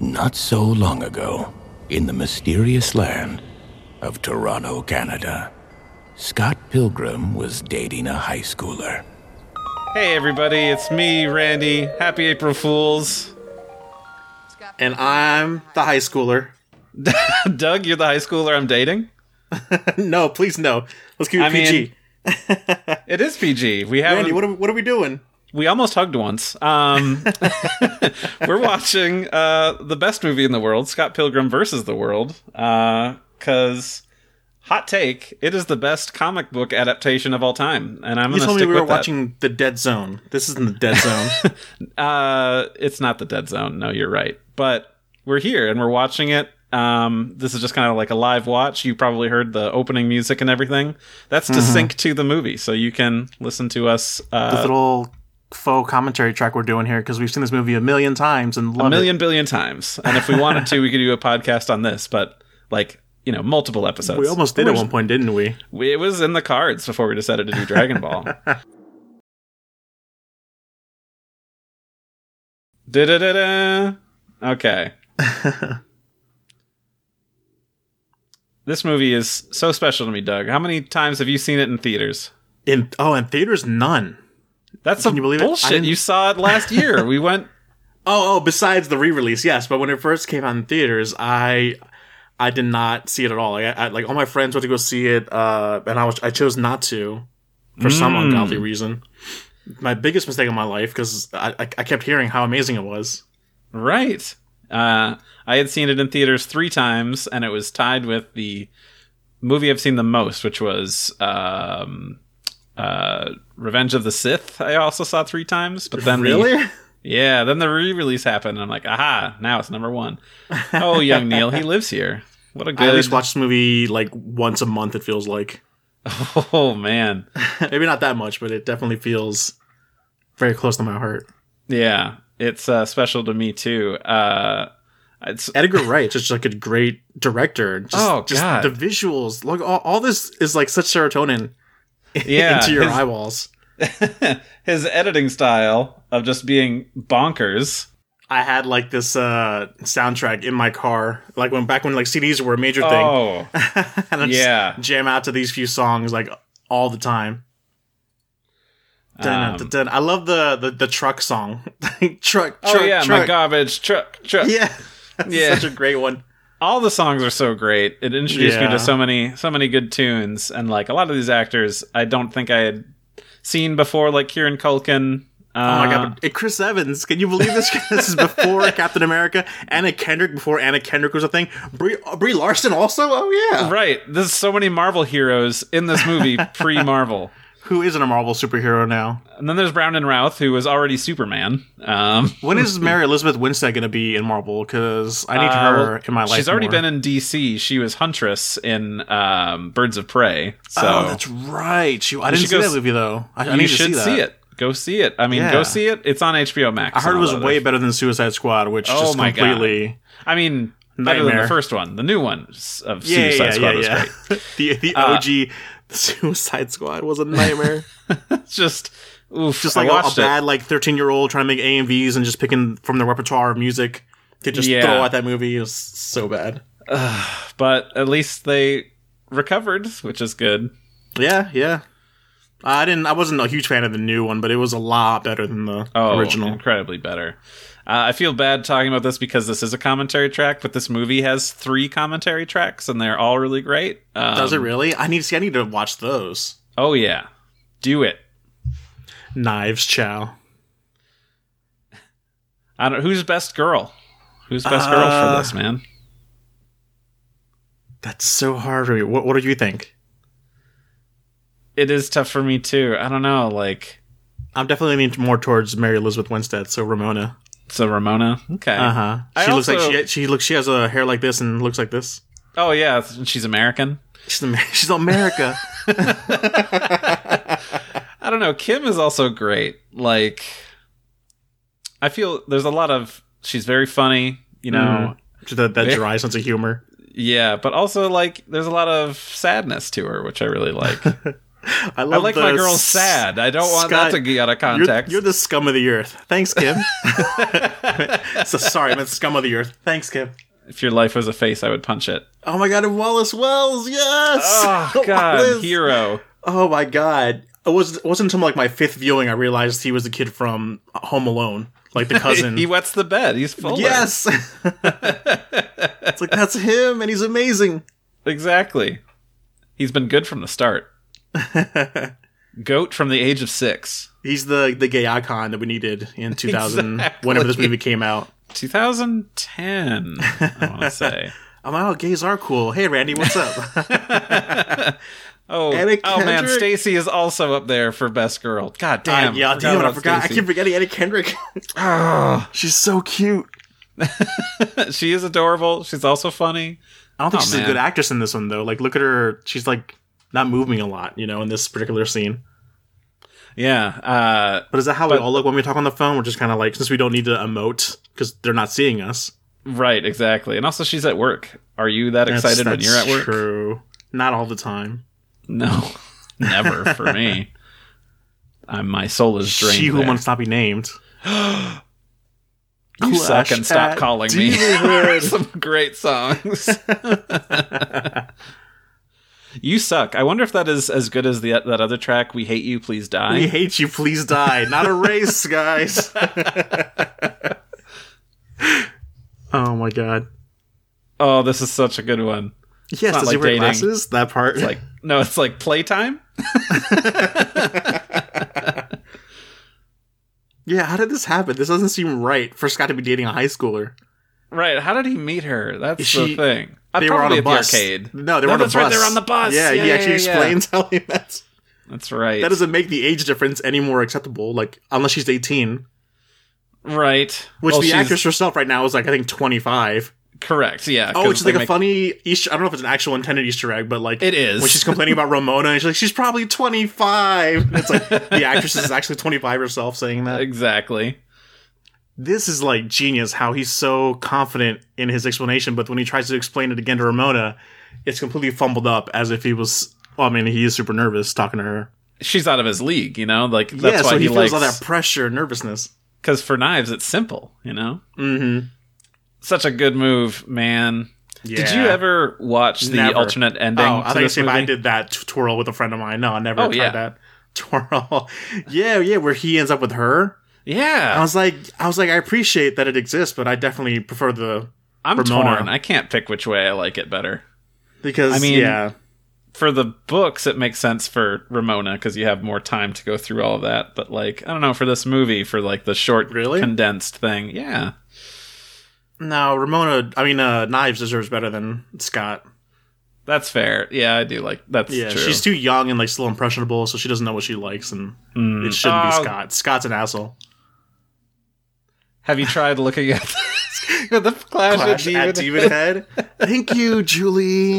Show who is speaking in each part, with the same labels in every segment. Speaker 1: Not so long ago, in the mysterious land of Toronto, Canada, Scott Pilgrim was dating a high schooler.
Speaker 2: Hey, everybody, it's me, Randy. Happy April Fools.
Speaker 3: And I'm the high schooler.
Speaker 2: Doug, you're the high schooler I'm dating?
Speaker 3: no, please no. Let's keep it
Speaker 2: I mean,
Speaker 3: PG.
Speaker 2: It is PG. We have
Speaker 3: Randy, what are, we- what are we doing?
Speaker 2: we almost hugged once. Um, we're watching uh, the best movie in the world, Scott Pilgrim versus the World, because hot take, it is the best comic book adaptation of all time, and I'm
Speaker 3: You
Speaker 2: going to
Speaker 3: told me
Speaker 2: stick
Speaker 3: we were
Speaker 2: with that.
Speaker 3: watching The Dead Zone. This isn't The Dead Zone.
Speaker 2: Uh, it's not the Dead Zone. No, you're right, but we're here and we're watching it. Um, this is just kind of like a live watch. You probably heard the opening music and everything. That's to
Speaker 3: Mm-hmm.
Speaker 2: sync to the movie, so you can listen to us uh,
Speaker 3: this little faux commentary track we're doing here because we've seen this movie a million times and love
Speaker 2: a million billion times. And if we wanted to, we could do a podcast on this, but like, you know, multiple episodes.
Speaker 3: it. We almost did at one point, didn't we?
Speaker 2: We- It was in the cards before we decided to do Dragon Ball. Da-da-da-da. Okay. this movie is so special to me, Doug. How many times have you seen it in theaters?
Speaker 3: In oh, in theaters, none.
Speaker 2: That's some
Speaker 3: you believe it? I
Speaker 2: bullshit.
Speaker 3: didn't-
Speaker 2: You saw it last year. We went
Speaker 3: Oh, oh, besides the re-release, yes. But when it first came out in theaters, I I did not see it at all. Like, I, I, like all my friends went to go see it, uh, and I was I chose not to for some
Speaker 2: Mm.
Speaker 3: ungodly reason. My biggest mistake in my life because I, I I kept hearing how amazing it was.
Speaker 2: Right. Uh, I had seen it in theaters three times, and it was tied with the movie I've seen the most, which was um, uh, Revenge of the Sith. I also saw three times, but then the- yeah, then the re-release happened, and I'm like, aha, now it's number one. Oh, young Neil, he lives here. What a
Speaker 3: I at
Speaker 2: good
Speaker 3: least watch this movie like once a month. It feels like
Speaker 2: oh man,
Speaker 3: maybe not that much, but it definitely feels very close to my heart.
Speaker 2: yeah, it's uh, special to me too. Uh, it's
Speaker 3: Edgar Wright, just like a great director. Just,
Speaker 2: Oh,
Speaker 3: just
Speaker 2: God.
Speaker 3: the visuals. Look, all, all this is like such serotonin
Speaker 2: yeah,
Speaker 3: into your
Speaker 2: his-
Speaker 3: eyeballs.
Speaker 2: his editing style of just being bonkers.
Speaker 3: I had like this uh soundtrack in my car, like when back when like CDs were a major thing,
Speaker 2: Oh,
Speaker 3: and I just
Speaker 2: yeah.
Speaker 3: jam out to these few songs like all the time.
Speaker 2: Um,
Speaker 3: Dun, dun, dun. I love the, the the truck song, truck, truck,
Speaker 2: oh yeah,
Speaker 3: truck.
Speaker 2: my garbage truck, truck.
Speaker 3: yeah, That's
Speaker 2: Yeah.
Speaker 3: such a great one.
Speaker 2: All the songs are so great. It introduced me
Speaker 3: Yeah.
Speaker 2: to so many, so many good tunes, and like a lot of these actors, I don't think I had seen before, like Kieran Culkin. Uh,
Speaker 3: Oh my god, but- eh, Chris Evans! Can you believe this? this is before Captain America, Anna Kendrick, before Anna Kendrick was a thing. Brie, uh, Brie Larson also. Oh yeah,
Speaker 2: Um, Right, there's so many Marvel heroes in this movie pre-Marvel,
Speaker 3: who isn't a Marvel superhero now?
Speaker 2: and then there's Brownon Routh, who was already Superman. Um,
Speaker 3: When is Mary Elizabeth Winstead going to be in Marvel? Because I need
Speaker 2: uh,
Speaker 3: her
Speaker 2: well,
Speaker 3: in my life.
Speaker 2: She's already
Speaker 3: more.
Speaker 2: been in DC. She was Huntress in um, Birds of Prey. So
Speaker 3: Oh, that's right. She, I didn't
Speaker 2: should
Speaker 3: see
Speaker 2: go
Speaker 3: that
Speaker 2: s-
Speaker 3: movie though. I, I
Speaker 2: you
Speaker 3: need to
Speaker 2: should
Speaker 3: see, that.
Speaker 2: it. Go see it. I mean,
Speaker 3: Yeah.
Speaker 2: go see it. It's on HBO Max.
Speaker 3: I heard it
Speaker 2: and
Speaker 3: was
Speaker 2: all that
Speaker 3: way better than Suicide Squad, which
Speaker 2: Oh
Speaker 3: just
Speaker 2: my God.
Speaker 3: completely.
Speaker 2: I mean, better than the
Speaker 3: Nightmare.
Speaker 2: first one. The new one s- of
Speaker 3: Yeah,
Speaker 2: Suicide
Speaker 3: yeah,
Speaker 2: Squad
Speaker 3: yeah,
Speaker 2: was
Speaker 3: yeah.
Speaker 2: great. Uh,
Speaker 3: the the OG Suicide Squad was a nightmare.
Speaker 2: It's just, oof,
Speaker 3: just
Speaker 2: I
Speaker 3: like a, a
Speaker 2: watched it.
Speaker 3: bad like 13 year old trying to make AMVs and just picking from the repertoire of music to just
Speaker 2: Yeah.
Speaker 3: throw at that movie is so bad.
Speaker 2: But at least they recovered, which is good.
Speaker 3: Yeah, yeah. I didn't. I wasn't a huge fan of the new one, but it was a lot better than the
Speaker 2: Oh,
Speaker 3: original.
Speaker 2: incredibly better. Uh, I feel bad talking about this because this is a commentary track, but this movie has three commentary tracks, and they're all really great. Um,
Speaker 3: Does it really? I need to see. I need to watch those.
Speaker 2: Oh yeah, do it.
Speaker 3: Knives Chow.
Speaker 2: I don't. Who's best girl? Who's best girl for
Speaker 3: Uh,
Speaker 2: this man?
Speaker 3: That's so hard for me. What, what do you think?
Speaker 2: It is tough for me too. I don't know. Like,
Speaker 3: I'm definitely leaning more towards Mary Elizabeth Winstead, so Ramona.
Speaker 2: so Ramona. Okay.
Speaker 3: Uh huh.
Speaker 2: I
Speaker 3: She looks like
Speaker 2: also-
Speaker 3: she she looks she has a hair like this and looks like this.
Speaker 2: Oh yeah, she's American.
Speaker 3: She's Amer- she's America.
Speaker 2: I don't know. Kim is also great. Like, I feel there's a lot of she's very funny, you know.
Speaker 3: Mm. Just that, that
Speaker 2: Yeah.
Speaker 3: dry sense of humor.
Speaker 2: Yeah, but also like there's a lot of sadness to her, which I really like.
Speaker 3: I love
Speaker 2: I like my
Speaker 3: the
Speaker 2: girls
Speaker 3: s-
Speaker 2: sad. I don't want that
Speaker 3: Scott,
Speaker 2: to get out of
Speaker 3: You're,
Speaker 2: context.
Speaker 3: you're the scum of the earth. Thanks, Kim. so sorry, I meant scum of the earth. Thanks, Kim.
Speaker 2: if your life was a face, I would punch it.
Speaker 3: Oh my god, and Wallace Wells, yes.
Speaker 2: Oh God,
Speaker 3: Wallace.
Speaker 2: hero.
Speaker 3: Oh my god. It was it wasn't until like my fifth viewing I realized he was the kid from Home Alone, like the cousin.
Speaker 2: He wets the bed. He's full.
Speaker 3: yes. it's like that's him, and he's amazing.
Speaker 2: exactly. He's been good from the start. Goat from the age of six.
Speaker 3: He's the the gay icon that we needed in 2000, whenever this movie came out.
Speaker 2: 2010, I want to say.
Speaker 3: I'm like, oh, gays are cool. Hey, Randy, what's up?
Speaker 2: Oh,
Speaker 3: Anna
Speaker 2: oh man,
Speaker 3: Kendrick.
Speaker 2: Stacy is also up there for best girl. God damn.
Speaker 3: yeah, damn it, I
Speaker 2: about
Speaker 3: forgot.
Speaker 2: Stacey.
Speaker 3: I keep forgetting Anna Kendrick. she's so cute.
Speaker 2: she is adorable. She's also funny.
Speaker 3: I don't think
Speaker 2: Oh,
Speaker 3: she's
Speaker 2: man.
Speaker 3: a good actress in this one though. Like, look at her. She's like not moving a lot, you know, in this particular scene.
Speaker 2: Yeah. Uh,
Speaker 3: But is that how we all look when we talk on the phone? We're just kind of like, since we don't need to emote because they're not seeing us.
Speaker 2: right, exactly. And also, she's at work. Are you that
Speaker 3: That's-
Speaker 2: excited when
Speaker 3: that's
Speaker 2: you're at work?
Speaker 3: True. Not all the time.
Speaker 2: No, never for me. I'm, my soul is drained.
Speaker 3: She who
Speaker 2: there.
Speaker 3: must not be named.
Speaker 2: you suck
Speaker 3: Clash
Speaker 2: and stop
Speaker 3: at
Speaker 2: calling me.
Speaker 3: Dealerwood.
Speaker 2: Some great songs. you suck. I wonder if that is as good as the that other track. We hate you. Please die.
Speaker 3: We hate you. Please die. Not a race, guys. oh my god.
Speaker 2: Oh, this is such a good one.
Speaker 3: Yes,
Speaker 2: not
Speaker 3: does he
Speaker 2: like
Speaker 3: wear
Speaker 2: dating.
Speaker 3: glasses? That part.
Speaker 2: Like no, it's like playtime.
Speaker 3: yeah. How did this happen? This doesn't seem right for Scott to be dating a high schooler.
Speaker 2: Right? How did he meet her? That's the
Speaker 3: She-
Speaker 2: thing. Uh,
Speaker 3: They were on
Speaker 2: probably
Speaker 3: a
Speaker 2: at
Speaker 3: bus.
Speaker 2: the arcade.
Speaker 3: No, they were on a
Speaker 2: that's
Speaker 3: bus.
Speaker 2: right, they were on the bus.
Speaker 3: Yeah,
Speaker 2: Yeah,
Speaker 3: he
Speaker 2: yeah,
Speaker 3: actually
Speaker 2: yeah, yeah.
Speaker 3: explains how he met.
Speaker 2: That's right.
Speaker 3: That doesn't make the age difference any more acceptable. Like unless she's eighteen,
Speaker 2: right.
Speaker 3: which
Speaker 2: Well,
Speaker 3: the
Speaker 2: she's-
Speaker 3: actress herself right now is like I think twenty five.
Speaker 2: correct. Yeah.
Speaker 3: Oh,
Speaker 2: 'cause
Speaker 3: which is
Speaker 2: they
Speaker 3: like a
Speaker 2: make-
Speaker 3: funny Easter. I don't know if it's an actual intended Easter egg, but like
Speaker 2: It is.
Speaker 3: when she's complaining about Ramona, and she's like, she's probably twenty five. It's like the actress is actually twenty five herself saying that.
Speaker 2: exactly.
Speaker 3: This is like genius. How he's so confident in his explanation, but when he tries to explain it again to Ramona, it's completely fumbled up, as if he was. Well, I mean, he is super nervous talking to her.
Speaker 2: She's out of his league. You know, like that's
Speaker 3: yeah,
Speaker 2: why
Speaker 3: so
Speaker 2: he,
Speaker 3: he, feels
Speaker 2: likes
Speaker 3: all that pressure, and nervousness.
Speaker 2: because for knives it's simple you know
Speaker 3: Mm-hmm.
Speaker 2: such a good move man did you
Speaker 3: Yeah.
Speaker 2: ever watch the
Speaker 3: Never.
Speaker 2: alternate ending
Speaker 3: Oh, I
Speaker 2: to
Speaker 3: think
Speaker 2: this
Speaker 3: if I
Speaker 2: movie?
Speaker 3: did that t- twirl with a friend of mine. No, I never
Speaker 2: Oh,
Speaker 3: tried
Speaker 2: yeah.
Speaker 3: that twirl. yeah, yeah, where he ends up with her. I
Speaker 2: yeah
Speaker 3: was like, I was like, I appreciate that it exists, but I definitely prefer the
Speaker 2: i'm
Speaker 3: Ramona.
Speaker 2: torn i can't pick which way i like it better
Speaker 3: because
Speaker 2: I mean-
Speaker 3: yeah,
Speaker 2: for the books it makes sense for ramona because you have more time to go through all of that but like i don't know for this movie for like the short
Speaker 3: Really?
Speaker 2: condensed thing yeah
Speaker 3: no, Ramona. I mean, uh, Knives deserves better than Scott.
Speaker 2: that's fair yeah i do like that's
Speaker 3: Yeah,
Speaker 2: true
Speaker 3: she's too young and like still impressionable, so she doesn't know what she likes, and it shouldn't be
Speaker 2: Oh.
Speaker 3: Scott. Scott's an asshole.
Speaker 2: have you tried looking at the clash,
Speaker 3: Clash
Speaker 2: of Demon-
Speaker 3: at Demon Head. Thank you, Julie.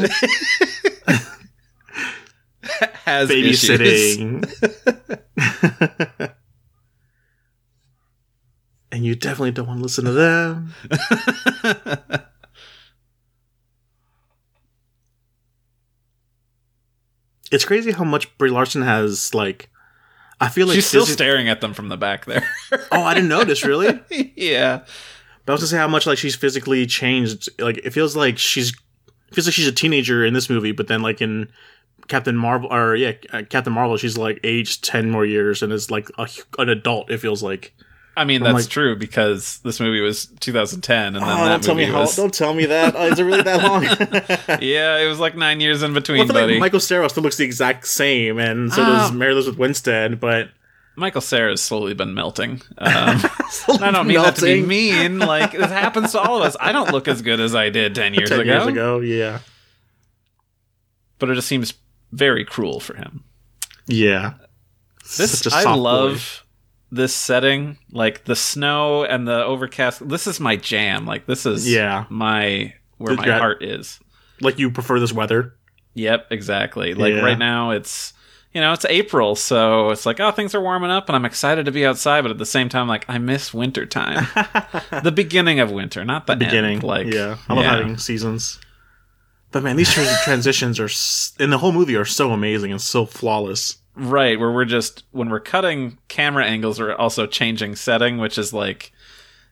Speaker 2: has issues.
Speaker 3: babysitting. and you definitely don't want to listen to them. it's crazy how much Brie Larson has like. I feel like
Speaker 2: she's still
Speaker 3: Disney-
Speaker 2: staring at them from the back there
Speaker 3: oh, I didn't notice really.
Speaker 2: yeah
Speaker 3: But I was gonna say how much like she's physically changed. Like it feels like she's it feels like she's a teenager in this movie, but then like in Captain Marvel or yeah, uh, Captain Marvel, she's like aged ten more years and is like a, hu- an adult. It feels like.
Speaker 2: I mean, that's
Speaker 3: like-
Speaker 2: true because this movie was 2010, and then that movie was.
Speaker 3: Oh, Don't tell me that. Oh, is it really that long?
Speaker 2: Yeah, it was like nine years in between,
Speaker 3: well, the thing,
Speaker 2: buddy.
Speaker 3: Michael Cera still looks the exact same, and so
Speaker 2: Ah.
Speaker 3: does Mary Elizabeth Winstead. But
Speaker 2: Michael Sarah's slowly been melting. Um, and I don't mean that to be
Speaker 3: Melting.
Speaker 2: mean. Like this happens to all of us. I don't look as good as I did ten years,
Speaker 3: ten
Speaker 2: ago,
Speaker 3: years ago, yeah,
Speaker 2: but it just seems very cruel for him.
Speaker 3: yeah.
Speaker 2: This
Speaker 3: Such a
Speaker 2: I
Speaker 3: soft boy.
Speaker 2: love this setting, like the snow and the overcast. This is my jam. Like this is
Speaker 3: Yeah.
Speaker 2: my where
Speaker 3: Did
Speaker 2: my
Speaker 3: you-
Speaker 2: heart is.
Speaker 3: Like you prefer this weather.
Speaker 2: Yep, exactly. Like
Speaker 3: Yeah.
Speaker 2: right now it's you know, it's April, so it's like, oh, things are warming up and I'm excited to be outside, but at the same time, like I miss winter time. the beginning of winter, not the, end.
Speaker 3: beginning.
Speaker 2: Like
Speaker 3: yeah, I love having seasons. But man, these trans- transitions are s- in the whole movie are so amazing and so flawless.
Speaker 2: Right, where we're just when we're cutting camera angles, we're also changing setting, which is like,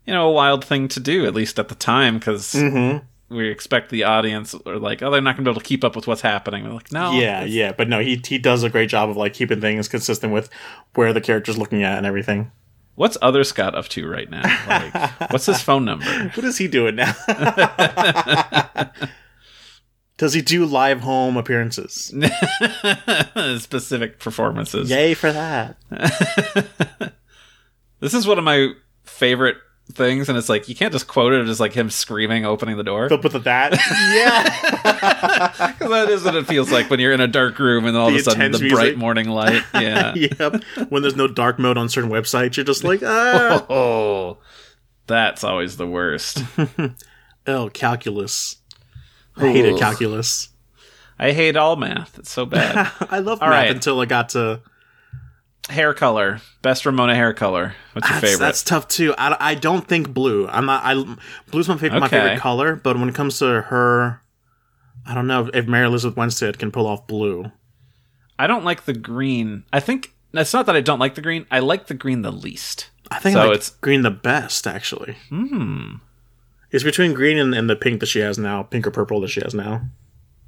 Speaker 2: you know, a wild thing to do at least at the time because
Speaker 3: Mm-hmm.
Speaker 2: we expect the audience are like, oh, they're not going to be able to keep up with what's happening. We're like, no,
Speaker 3: yeah,
Speaker 2: it's-
Speaker 3: yeah, but no, he he does a great job of like keeping things consistent with where the character's looking at and everything.
Speaker 2: What's other Scott up to right now? Like, what's his phone number?
Speaker 3: What is he doing now? does he do live home appearances?
Speaker 2: Specific performances.
Speaker 3: Yay for that!
Speaker 2: This is one of my favorite things, and it's like you can't just quote it. It's like him screaming, opening the door.
Speaker 3: They'll put the that. yeah.
Speaker 2: 'Cause that is what it feels like when you're in a dark room and all
Speaker 3: The
Speaker 2: of a sudden the
Speaker 3: intense
Speaker 2: bright
Speaker 3: music.
Speaker 2: morning light. Yeah.
Speaker 3: yep. When there's no dark mode on certain websites, you're just like, ah.
Speaker 2: Oh, that's always the worst.
Speaker 3: Oh, calculus. I hated
Speaker 2: Ugh.
Speaker 3: calculus.
Speaker 2: I hate all math. It's so bad.
Speaker 3: I love
Speaker 2: All
Speaker 3: math
Speaker 2: right.
Speaker 3: until I got to.
Speaker 2: hair color. Best Ramona hair color. What's your
Speaker 3: That's,
Speaker 2: favorite?
Speaker 3: that's tough too. I, I don't think blue. I'm not. I blue's my favorite. My
Speaker 2: Okay.
Speaker 3: favorite color. But when it comes to her, I don't know if Mary Elizabeth Winstead can pull off blue.
Speaker 2: I don't like the green. I think it's not that I don't like the green. I like the green the least.
Speaker 3: I think
Speaker 2: So
Speaker 3: I like
Speaker 2: it's-
Speaker 3: green the best actually. Hmm. It's between green and, and the pink that she has now, pink or purple that she has now.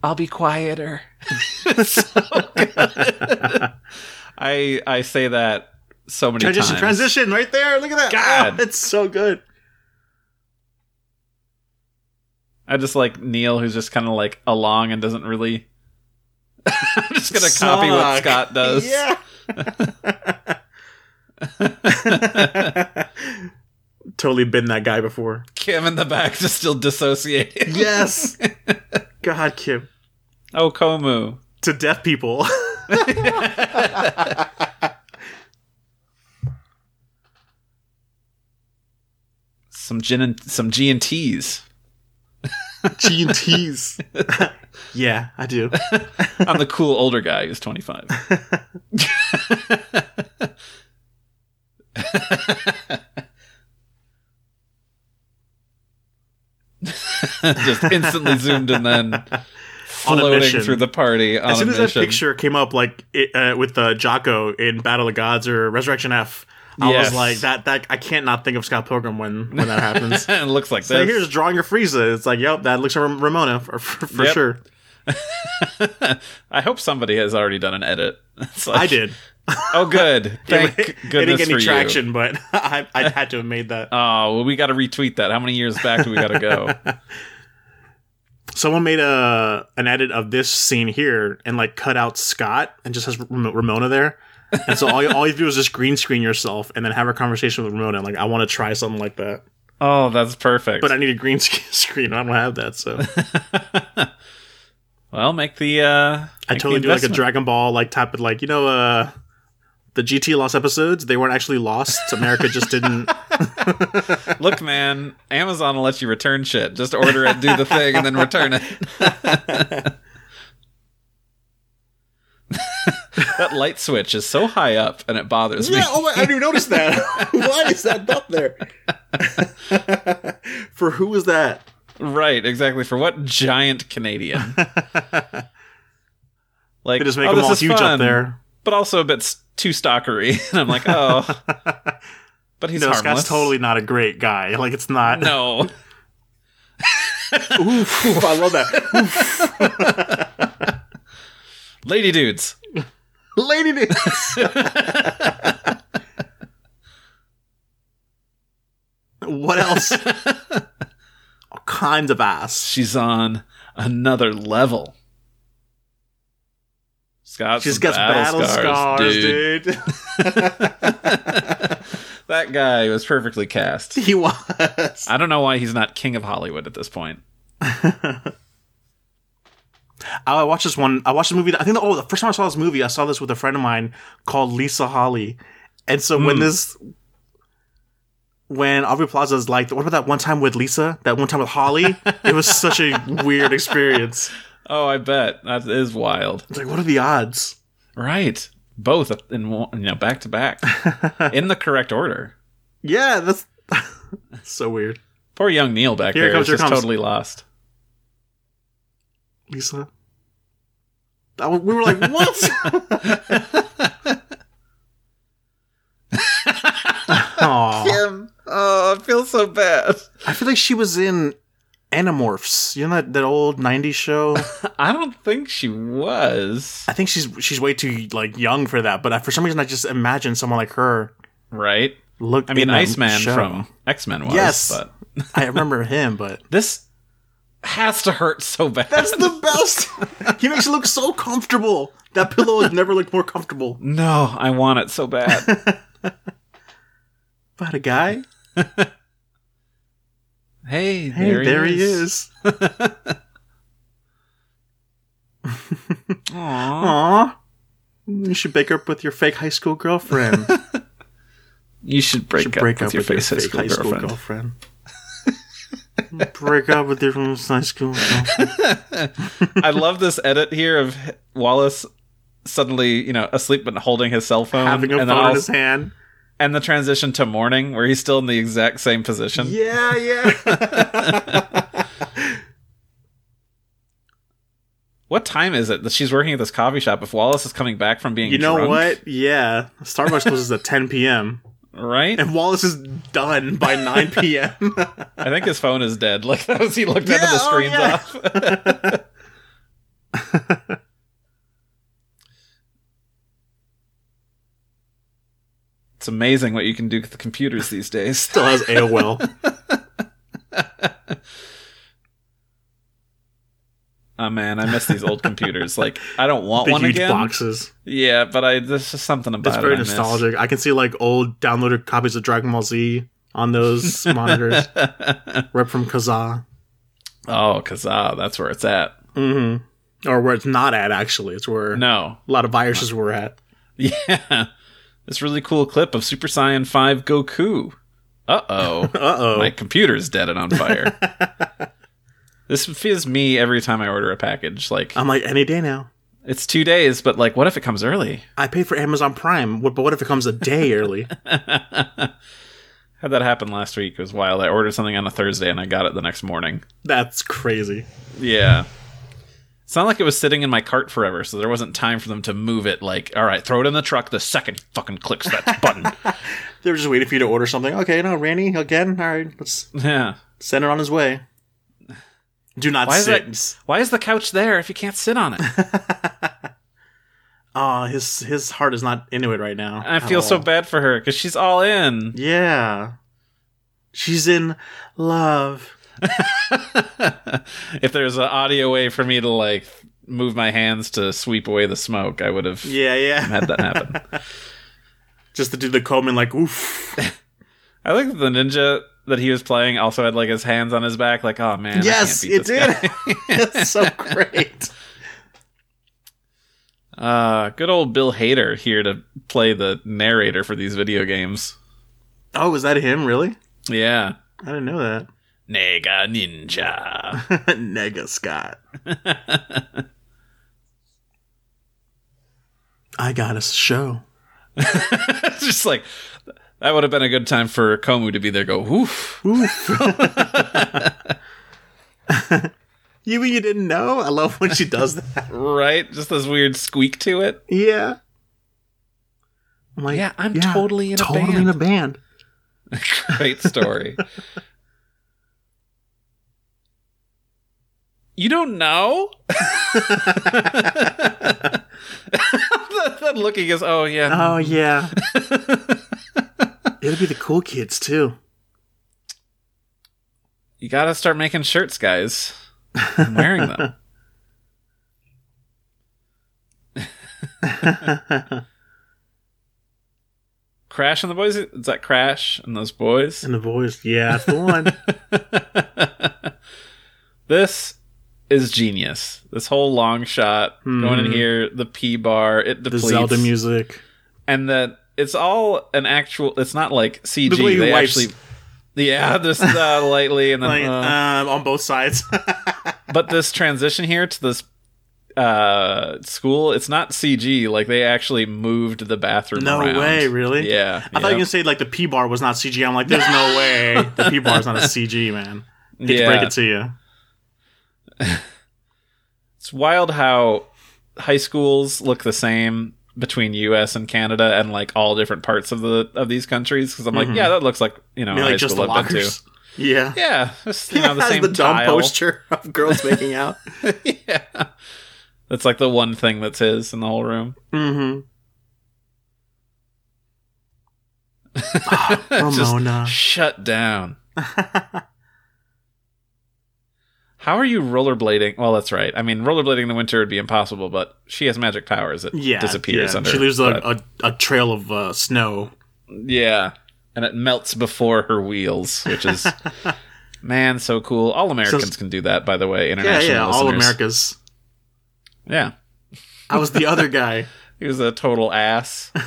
Speaker 2: I'll be quieter. It's so good. I I say that so many
Speaker 3: Transition,
Speaker 2: times.
Speaker 3: transition, right there. Look at that.
Speaker 2: God.
Speaker 3: Oh, it's so good.
Speaker 2: I just like Neil, who's just kind of like along and doesn't really. I'm just gonna copy what
Speaker 3: Suck.
Speaker 2: Scott does.
Speaker 3: Yeah. totally been that guy before.
Speaker 2: Kim in the back just still dissociating.
Speaker 3: Yes. God, Kim.
Speaker 2: Oh, Komu.
Speaker 3: To deaf people.
Speaker 2: Some gin and some G and T's
Speaker 3: G and T's. yeah, I do.
Speaker 2: on the cool older guy who's 25. just instantly zoomed and then floating
Speaker 3: mission.
Speaker 2: through the party on
Speaker 3: As soon
Speaker 2: a
Speaker 3: as that
Speaker 2: mission.
Speaker 3: picture came up, like it, uh, with uh, Jocko in Battle of the Gods or Resurrection F, I
Speaker 2: Yes.
Speaker 3: was like, that. That I can't not think of Scott Pilgrim when when that happens.
Speaker 2: it looks like
Speaker 3: So
Speaker 2: this.
Speaker 3: here's drawing a Frieza. It's like, yep, that looks like Ram- Ramona for, for, for
Speaker 2: Yep.
Speaker 3: sure.
Speaker 2: I hope somebody has already done an edit. It's like-
Speaker 3: I did.
Speaker 2: Oh, good. Thank
Speaker 3: it
Speaker 2: goodness
Speaker 3: didn't get
Speaker 2: for
Speaker 3: any
Speaker 2: you.
Speaker 3: traction, but I, I had to have made that.
Speaker 2: Oh, well, we got to retweet that. How many years back do we got to go?
Speaker 3: Someone made a an edit of this scene here and like cut out Scott and just has Ram- Ramona there. And so all you, all you do is just green screen yourself and then have a conversation with Ramona. Like I want to try something like that,
Speaker 2: Oh, that's perfect.
Speaker 3: but I need a green sc- screen. and I don't have that, so
Speaker 2: well, make the. Uh,
Speaker 3: I
Speaker 2: make
Speaker 3: totally
Speaker 2: the
Speaker 3: do like a
Speaker 2: investment.
Speaker 3: Dragon Ball like type of like you know uh the GT lost episodes. They weren't actually lost. America just didn't.
Speaker 2: Look, man, Amazon will let you return shit. Just order it, do the thing, and then return it. that light switch is so high up, and it bothers me.
Speaker 3: oh my, I didn't even notice that. Why is that up there? For who is that?
Speaker 2: Right, exactly. For what giant Canadian? like,
Speaker 3: They just make
Speaker 2: oh,
Speaker 3: them
Speaker 2: this
Speaker 3: all
Speaker 2: is
Speaker 3: huge
Speaker 2: fun,
Speaker 3: up there.
Speaker 2: but also a bit s- too stalkery. and I'm like, oh, but he's
Speaker 3: No,
Speaker 2: harmless.
Speaker 3: Scott's totally not a great guy. Like it's not.
Speaker 2: no.
Speaker 3: Oof, I love that.
Speaker 2: Lady dudes.
Speaker 3: Lady Dicks. what else? all kinds of ass.
Speaker 2: She's on another level. Scott's
Speaker 3: She's got battle, scars, dude.
Speaker 2: That guy was perfectly cast.
Speaker 3: he was.
Speaker 2: I don't know why he's not king of Hollywood at this point.
Speaker 3: I watched this one. I watched a movie. that- I think the, oh, the first time I saw this movie, I saw this with a friend of mine called Lisa Holly. And so when this, when Aubrey Plaza is like, what about that one time with Lisa? That one time with Holly? it was such a weird experience.
Speaker 2: Oh, I bet that is wild.
Speaker 3: It's like, what are the odds?
Speaker 2: Right, both in one- you know back to back in the correct order.
Speaker 3: Yeah, that's so weird.
Speaker 2: Poor young Neil back
Speaker 3: Here
Speaker 2: there
Speaker 3: comes,
Speaker 2: is
Speaker 3: here
Speaker 2: just
Speaker 3: comes.
Speaker 2: totally lost.
Speaker 3: Lisa. That was, we were like, what? Aw.
Speaker 2: Kim. Oh, I feel so bad.
Speaker 3: I feel like she was in Animorphs. You know that, that old '90s show.
Speaker 2: I don't think she was.
Speaker 3: I think she's she's way too like young for that. But I, for some reason, I just imagine someone like her
Speaker 2: Right?
Speaker 3: look.
Speaker 2: I mean,
Speaker 3: in that
Speaker 2: Iceman
Speaker 3: show.
Speaker 2: from X Men was.
Speaker 3: Yes.
Speaker 2: But
Speaker 3: I remember him, but
Speaker 2: this has to hurt so bad.
Speaker 3: that's the best. he makes it look so comfortable. That pillow has never looked more comfortable.
Speaker 2: no, I want it so bad.
Speaker 3: But a guy,
Speaker 2: hey,
Speaker 3: hey,
Speaker 2: there, he is. Aw.
Speaker 3: Aw, you should break up with your fake high school girlfriend.
Speaker 2: You should break,
Speaker 3: should
Speaker 2: up,
Speaker 3: break
Speaker 2: with
Speaker 3: up
Speaker 2: your
Speaker 3: with your
Speaker 2: face high
Speaker 3: fake
Speaker 2: school
Speaker 3: high school
Speaker 2: girlfriend.
Speaker 3: girlfriend. break up with your high school girlfriend.
Speaker 2: I love this edit here of Wallace suddenly, you know, asleep but holding his cell phone,
Speaker 3: Having
Speaker 2: Um,
Speaker 3: a
Speaker 2: and, then
Speaker 3: phone in
Speaker 2: all-
Speaker 3: his hand.
Speaker 2: and the transition to morning where he's still in the exact same position.
Speaker 3: Yeah, yeah.
Speaker 2: What time is it that she's working at this coffee shop? If Wallace is coming back from being,
Speaker 3: you know
Speaker 2: drunk,
Speaker 3: what? Yeah. Starbucks closes at 10 p.m.
Speaker 2: Right?
Speaker 3: And Wallace is done by 9 p.m.
Speaker 2: I think his phone is dead. Like that was he looked down at
Speaker 3: Yeah,
Speaker 2: the
Speaker 3: oh,
Speaker 2: screens
Speaker 3: yeah.
Speaker 2: off. it's amazing what you can do with the computers these days.
Speaker 3: Still has AOL.
Speaker 2: Oh man, I miss these old computers. Like I don't want
Speaker 3: Big
Speaker 2: one
Speaker 3: huge
Speaker 2: again.
Speaker 3: boxes.
Speaker 2: Yeah, but I there's just something about
Speaker 3: That's
Speaker 2: it.
Speaker 3: very
Speaker 2: I miss.
Speaker 3: nostalgic. I can see like old downloaded copies of Dragon Ball Z on those monitors, right from Kazaa.
Speaker 2: oh, Kazaa, that's where it's at.
Speaker 3: Mm-hmm. Or where it's not at, actually. It's where
Speaker 2: No.
Speaker 3: a lot of viruses were at.
Speaker 2: Yeah. This really cool clip of Super Saiyan 5 Goku. Uh oh.
Speaker 3: Uh oh.
Speaker 2: My computer's dead and on fire. this feels me every time I order a package. Like
Speaker 3: I'm like, any day now.
Speaker 2: it's two days, but like, what if it comes early?
Speaker 3: I paid for Amazon Prime, what- but what if it comes a day early?
Speaker 2: Had that happen last week. It was wild. I ordered something on a Thursday and I got it the next morning.
Speaker 3: That's crazy.
Speaker 2: Yeah. It's not like it was sitting in my cart forever, so there wasn't time for them to move it. Like, all right, throw it in the truck the second he fucking clicks that button.
Speaker 3: They were just waiting for you to order something. Okay, no, Randy, again? All right, let's
Speaker 2: yeah.
Speaker 3: send it on his way. Do not
Speaker 2: Why is
Speaker 3: sit.
Speaker 2: that? Why is the couch there if you can't sit on it?
Speaker 3: Aw, his his heart is not into it right now.
Speaker 2: I
Speaker 3: at
Speaker 2: feel so
Speaker 3: all.
Speaker 2: bad for her because she's all in.
Speaker 3: Yeah. She's in love.
Speaker 2: if there's an audio way for me to like move my hands to sweep away the smoke, I would have
Speaker 3: Yeah, yeah.
Speaker 2: had that happen.
Speaker 3: Just to do the Coleman, like, oof.
Speaker 2: I like that the ninja that he was playing also had like his hands on his back. Like, oh man, I
Speaker 3: yes,
Speaker 2: can't beat
Speaker 3: it
Speaker 2: this
Speaker 3: did. That's so great.
Speaker 2: guy. Uh, good old Bill Hader here to play the narrator for these video games.
Speaker 3: Oh, was that him, really?
Speaker 2: Yeah,
Speaker 3: I didn't know that.
Speaker 2: Nega Ninja.
Speaker 3: Nega Scott. I got a show.
Speaker 2: It's Just like that would have been a good time for Komu to be there. Go, woof.
Speaker 3: You mean you didn't know? I love when she does that.
Speaker 2: Right, just this weird squeak to it.
Speaker 3: yeah. I'm like,
Speaker 2: Yeah, I'm totally in a
Speaker 3: totally
Speaker 2: band.
Speaker 3: in a band.
Speaker 2: Great story. you don't know? that, that looking is, oh, yeah.
Speaker 3: Oh yeah. It'll be the cool kids too.
Speaker 2: You got to start making shirts, guys. I'm wearing them. Crash and the boys? Is that Crash and those boys?
Speaker 3: And the voice, yeah, that's the one.
Speaker 2: This is genius. This whole long shot going in here, the P bar, it
Speaker 3: Hmm. the
Speaker 2: depletes.
Speaker 3: Zelda music.
Speaker 2: and that it's all an actual. It's not like CG.
Speaker 3: The way he
Speaker 2: they
Speaker 3: wipes.
Speaker 2: actually, yeah, just uh, lightly, and then.
Speaker 3: Like,
Speaker 2: uh,
Speaker 3: um, on both sides.
Speaker 2: but this transition here to this uh school, it's not CG. Like they actually moved the bathroom.
Speaker 3: no
Speaker 2: around.
Speaker 3: way, really?
Speaker 2: Yeah,
Speaker 3: I thought you were
Speaker 2: yep.
Speaker 3: gonna say like the P bar was not CG. I'm like, there's no way the P
Speaker 2: Oh,
Speaker 3: bar is not a CG, man. Hate to
Speaker 2: Yeah.
Speaker 3: break it to you.
Speaker 2: It's wild how high schools look the same between U.S. and Canada and like all different parts of the of these countries. Because I'm like, yeah, that looks like you know
Speaker 3: I mean,
Speaker 2: high
Speaker 3: Mm-hmm. like just the
Speaker 2: school I've been to.
Speaker 3: lockers. Yeah.
Speaker 2: Yeah, just, you know the
Speaker 3: Has
Speaker 2: same
Speaker 3: the dumb
Speaker 2: tile.
Speaker 3: poster of girls making out.
Speaker 2: yeah, that's like the one thing that's his in the whole room.
Speaker 3: mm-hmm.
Speaker 2: It's just
Speaker 3: Ramona.
Speaker 2: shut down. How are you rollerblading? Well, that's right. I mean, rollerblading in the winter would be impossible, but she has magic powers. It
Speaker 3: yeah,
Speaker 2: disappears
Speaker 3: yeah.
Speaker 2: under.
Speaker 3: She leaves a,
Speaker 2: but-
Speaker 3: a, a trail of uh, snow.
Speaker 2: yeah, and it melts before her wheels, which is man, so cool. All Americans can do that, by the way.
Speaker 3: Yeah,
Speaker 2: International,
Speaker 3: yeah, all
Speaker 2: listeners.
Speaker 3: Americas.
Speaker 2: Yeah,
Speaker 3: I was the other guy.
Speaker 2: He was a total ass.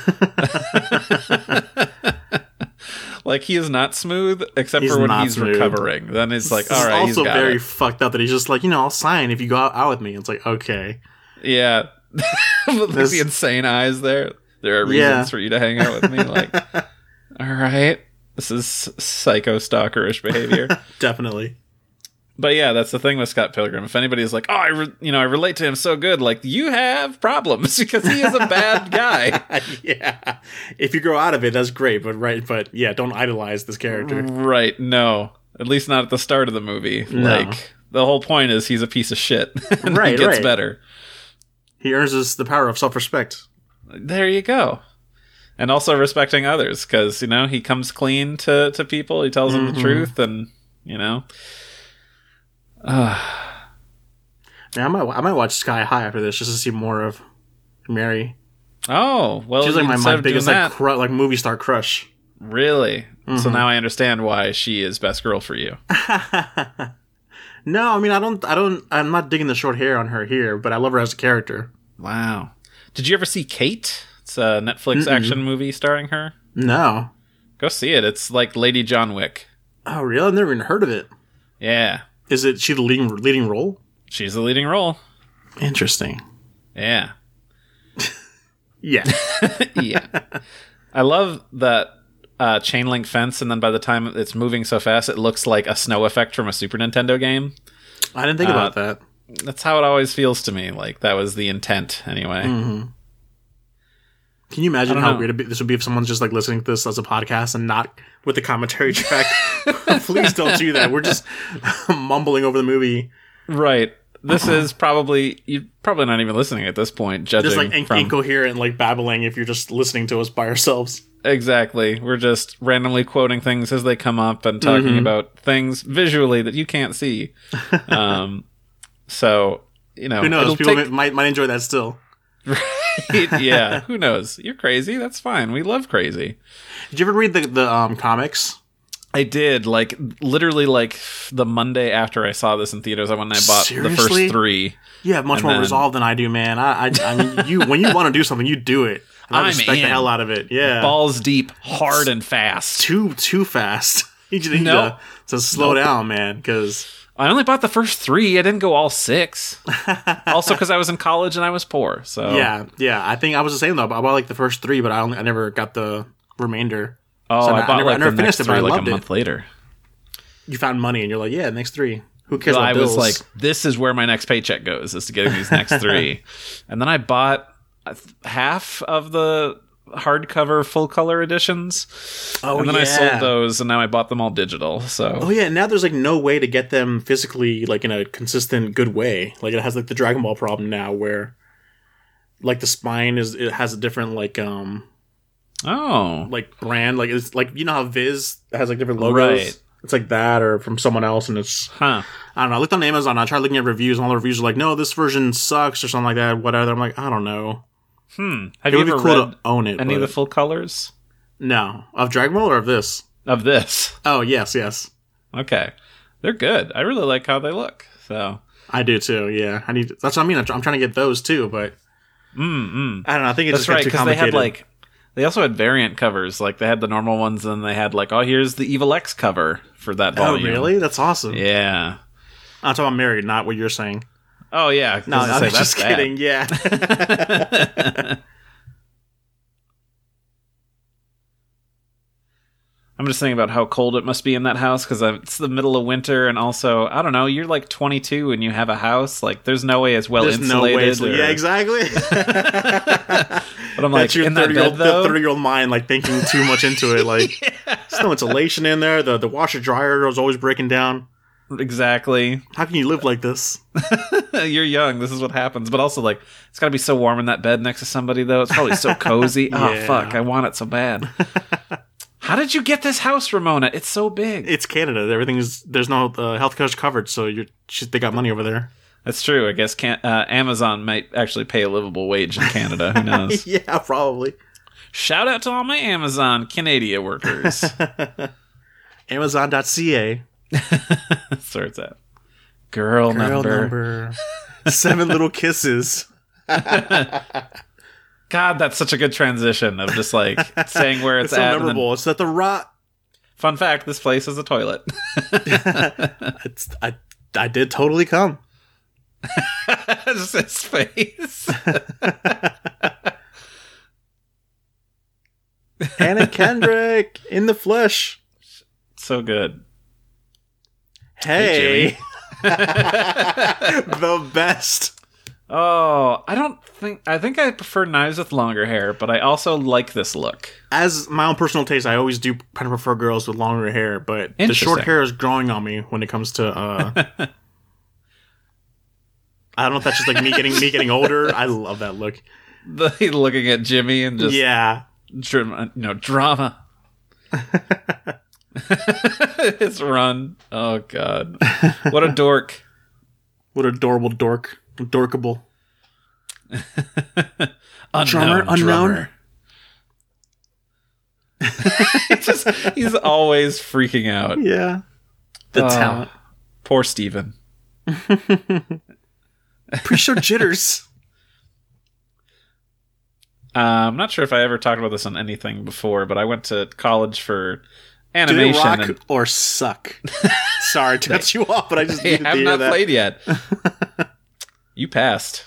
Speaker 2: like he is not smooth except
Speaker 3: He's
Speaker 2: for when
Speaker 3: not
Speaker 2: he's
Speaker 3: smooth.
Speaker 2: recovering. Then it's like,
Speaker 3: This
Speaker 2: all
Speaker 3: is
Speaker 2: right, he's
Speaker 3: also
Speaker 2: got
Speaker 3: very
Speaker 2: it.
Speaker 3: fucked up that he's just like, you know, I'll sign if you go out, out with me. It's like, okay.
Speaker 2: yeah. With
Speaker 3: This-
Speaker 2: the insane eyes there. There are reasons
Speaker 3: Yeah.
Speaker 2: for you to hang out with me. Like, all right, this is psycho stalkerish behavior.
Speaker 3: Definitely.
Speaker 2: but yeah, that's the thing with Scott Pilgrim. If anybody's like, oh, I re- you know I relate to him so good, like you have problems because he is a bad guy.
Speaker 3: yeah. If you grow out of it, that's great, but right but yeah, don't idolize this
Speaker 2: Mm.
Speaker 3: character.
Speaker 2: Right, no. At least not at the start of the movie.
Speaker 3: No.
Speaker 2: Like the whole point is he's a piece of shit. and
Speaker 3: Right,
Speaker 2: he gets
Speaker 3: right.
Speaker 2: better.
Speaker 3: He earns us the power of self respect.
Speaker 2: There you go. And also respecting others cuz you know, he comes clean to to people. He tells
Speaker 3: Mm-hmm.
Speaker 2: them the truth and, you know.
Speaker 3: Yeah, I might I might watch Sky High after this just to see more of Mary.
Speaker 2: Oh, well,
Speaker 3: She's like my,
Speaker 2: instead
Speaker 3: my
Speaker 2: of doing
Speaker 3: biggest like Mm-hmm.
Speaker 2: that-
Speaker 3: cru- like movie star crush.
Speaker 2: really. So now I understand why she is best girl for you.
Speaker 3: No, I mean I don't I don't I'm not digging the short hair on her here, but I love her as a character.
Speaker 2: wow. Did you ever see Kate? It's a Netflix action movie starring her.
Speaker 3: No.
Speaker 2: Go see it. It's like Lady John Wick.
Speaker 3: Oh really? I've never even heard of it.
Speaker 2: Yeah.
Speaker 3: Is it she the leading leading role?
Speaker 2: She's the leading role.
Speaker 3: Interesting.
Speaker 2: Yeah.
Speaker 3: Yeah.
Speaker 2: yeah. I love that uh, chain link fence, and then by the time it's moving so fast, it looks like a snow effect from a Super Nintendo game.
Speaker 3: I didn't think
Speaker 2: Uh,
Speaker 3: about that.
Speaker 2: That's how it always feels to me. Like that was the intent, anyway.
Speaker 3: Mm-hmm. Can you imagine
Speaker 2: don't
Speaker 3: how
Speaker 2: know.
Speaker 3: weird it'd be, this would be if someone's just like listening to this as a podcast and not with the commentary track? Please don't do that. We're just mumbling over the movie,
Speaker 2: Right. This is probably you're probably not even listening at this point. Judging
Speaker 3: just like in-
Speaker 2: from
Speaker 3: incoherent, like babbling. If you're just listening to us by ourselves.
Speaker 2: exactly, we're just randomly quoting things as they come up and talking
Speaker 3: Mm-hmm.
Speaker 2: about things visually that you can't see. Um, so you know,
Speaker 3: Who knows?
Speaker 2: it'll
Speaker 3: People
Speaker 2: take-
Speaker 3: might might enjoy that still.
Speaker 2: yeah, who knows? You're crazy. That's fine. We love crazy.
Speaker 3: Did you ever read the the um, comics?
Speaker 2: I did like literally like the Monday after I saw this in theaters. I went and I bought the
Speaker 3: Seriously?
Speaker 2: first three.
Speaker 3: You have much
Speaker 2: And
Speaker 3: more
Speaker 2: then-
Speaker 3: resolve than I do, man. I, I, I mean, you when you want to do something, you do it. And I
Speaker 2: I'm
Speaker 3: respect
Speaker 2: in.
Speaker 3: the hell out of it. Yeah,
Speaker 2: Balls deep, hard and fast.
Speaker 3: too too fast. you just need
Speaker 2: Nope.
Speaker 3: to, to slow down, man. Because
Speaker 2: I only bought the first three. I didn't go all six. also, because I was in college and I was poor. So
Speaker 3: yeah, yeah. I think I was the same though. but I bought like the first three, but I only I never got the remainder.
Speaker 2: Oh,
Speaker 3: So
Speaker 2: I
Speaker 3: I
Speaker 2: bought
Speaker 3: never-
Speaker 2: like
Speaker 3: I never
Speaker 2: the
Speaker 3: finished
Speaker 2: next
Speaker 3: it, but
Speaker 2: three
Speaker 3: I
Speaker 2: like a
Speaker 3: loved it.
Speaker 2: month later.
Speaker 3: You found money, and you're like, yeah, next three. Who cares?
Speaker 2: So
Speaker 3: about
Speaker 2: I was
Speaker 3: bills?
Speaker 2: like, this is where my next paycheck goes, is to getting these next three. and then I bought a th- half of the hardcover full color editions.
Speaker 3: oh
Speaker 2: and then
Speaker 3: yeah.
Speaker 2: I sold those, and now I bought them all digital. So
Speaker 3: Oh yeah, now there's like no way to get them physically like in a consistent good way. Like it has like the Dragon Ball problem now where like the spine is it has a different like um
Speaker 2: oh,
Speaker 3: like brand like it's like you know how Viz has like different logos.
Speaker 2: Right.
Speaker 3: It's like that or from someone else and it's
Speaker 2: huh?
Speaker 3: I don't know. I looked on Amazon, I tried looking at reviews and all the reviews are like, "No, this version sucks" or something like that, whatever. I'm like, "I don't know."
Speaker 2: Hmm. Have you
Speaker 3: It would be
Speaker 2: ever
Speaker 3: cool
Speaker 2: read
Speaker 3: to own it.
Speaker 2: any of the
Speaker 3: but-
Speaker 2: full colors
Speaker 3: no, of Dragon Ball or of this?
Speaker 2: of this?
Speaker 3: Oh, yes, yes.
Speaker 2: Okay, they're good. I really like how they look. So
Speaker 3: I do too. Yeah. I need That's what I mean. I'm, tr- I'm trying to get those too, but
Speaker 2: mm-mm.
Speaker 3: I don't know. I think it's
Speaker 2: Hmm, that's right
Speaker 3: just got too
Speaker 2: because they
Speaker 3: complicated.
Speaker 2: had like they also had variant covers. Like they had the normal ones, and they had like oh here's the Evil X cover for that
Speaker 3: Oh,
Speaker 2: volume.
Speaker 3: really? That's awesome.
Speaker 2: Yeah.
Speaker 3: I'm talking about married, not what you're saying.
Speaker 2: Oh yeah. 'cause
Speaker 3: No,
Speaker 2: I
Speaker 3: I'm
Speaker 2: say,
Speaker 3: just
Speaker 2: that's bad.
Speaker 3: kidding. Yeah.
Speaker 2: I'm just thinking about how cold it must be in that house because it's the middle of winter, and also I don't know. You're like 22 and you have a house. Like, there's no way it's well
Speaker 3: There's no
Speaker 2: insulated.
Speaker 3: way. It's, yeah,
Speaker 2: or-
Speaker 3: exactly.
Speaker 2: But I'm like
Speaker 3: That's your
Speaker 2: in that
Speaker 3: thirty year
Speaker 2: bed
Speaker 3: old
Speaker 2: though.
Speaker 3: thirty year old mind like thinking too much into it. Like there's no insulation in there. The the washer dryer is always breaking down.
Speaker 2: exactly.
Speaker 3: How can you live like this?
Speaker 2: You're young. This is what happens. But also, like, it's got to be so warm in that bed next to somebody, though. It's probably so cozy. Oh,
Speaker 3: Yeah.
Speaker 2: fuck. I want it so bad. How did you get this house, Ramona? It's so big.
Speaker 3: It's Canada. Everything's there's no uh, health coverage covered, so you're shit, they got money over there.
Speaker 2: That's true. I guess can- uh, Amazon might actually pay a livable wage in Canada. Who knows?
Speaker 3: Yeah, probably.
Speaker 2: Shout out to all my Amazon Canada workers.
Speaker 3: Amazon.ca.
Speaker 2: That's where it's at. Girl,
Speaker 3: Girl
Speaker 2: number.
Speaker 3: number. Seven little kisses.
Speaker 2: God, that's such a good transition of just like saying where it's,
Speaker 3: It's so
Speaker 2: at. and then-
Speaker 3: memorable. It's at the rot.
Speaker 2: fun fact: this place is a toilet.
Speaker 3: It's I I did totally come.
Speaker 2: just his face.
Speaker 3: Anna Kendrick in the flesh.
Speaker 2: so good. Hey,
Speaker 3: Hey. the best.
Speaker 2: Oh, I don't think I think I prefer knives with longer hair, but I also like this look.
Speaker 3: As my own personal taste, I always do kind of prefer girls with longer hair, but the
Speaker 2: Interesting.
Speaker 3: short hair is growing on me when it comes to uh I don't know if that's just like me getting me getting older. I love that look.
Speaker 2: The, looking at Jimmy and just
Speaker 3: yeah.
Speaker 2: drama, you know, drama. His run. Oh god, what a dork.
Speaker 3: What adorable dork. Dorkable.
Speaker 2: Unknown drummer. just he's always freaking out.
Speaker 3: Yeah. The
Speaker 2: Uh,
Speaker 3: talent.
Speaker 2: Poor Steven.
Speaker 3: Pretty sure jitters.
Speaker 2: Uh, I'm not sure if I ever talked about this on anything before, but I went to college for
Speaker 3: Do they
Speaker 2: animation.
Speaker 3: rock
Speaker 2: and-
Speaker 3: or suck? Sorry to cut you off, but I just
Speaker 2: They
Speaker 3: needed to
Speaker 2: have
Speaker 3: hear
Speaker 2: not
Speaker 3: that.
Speaker 2: played yet. you passed.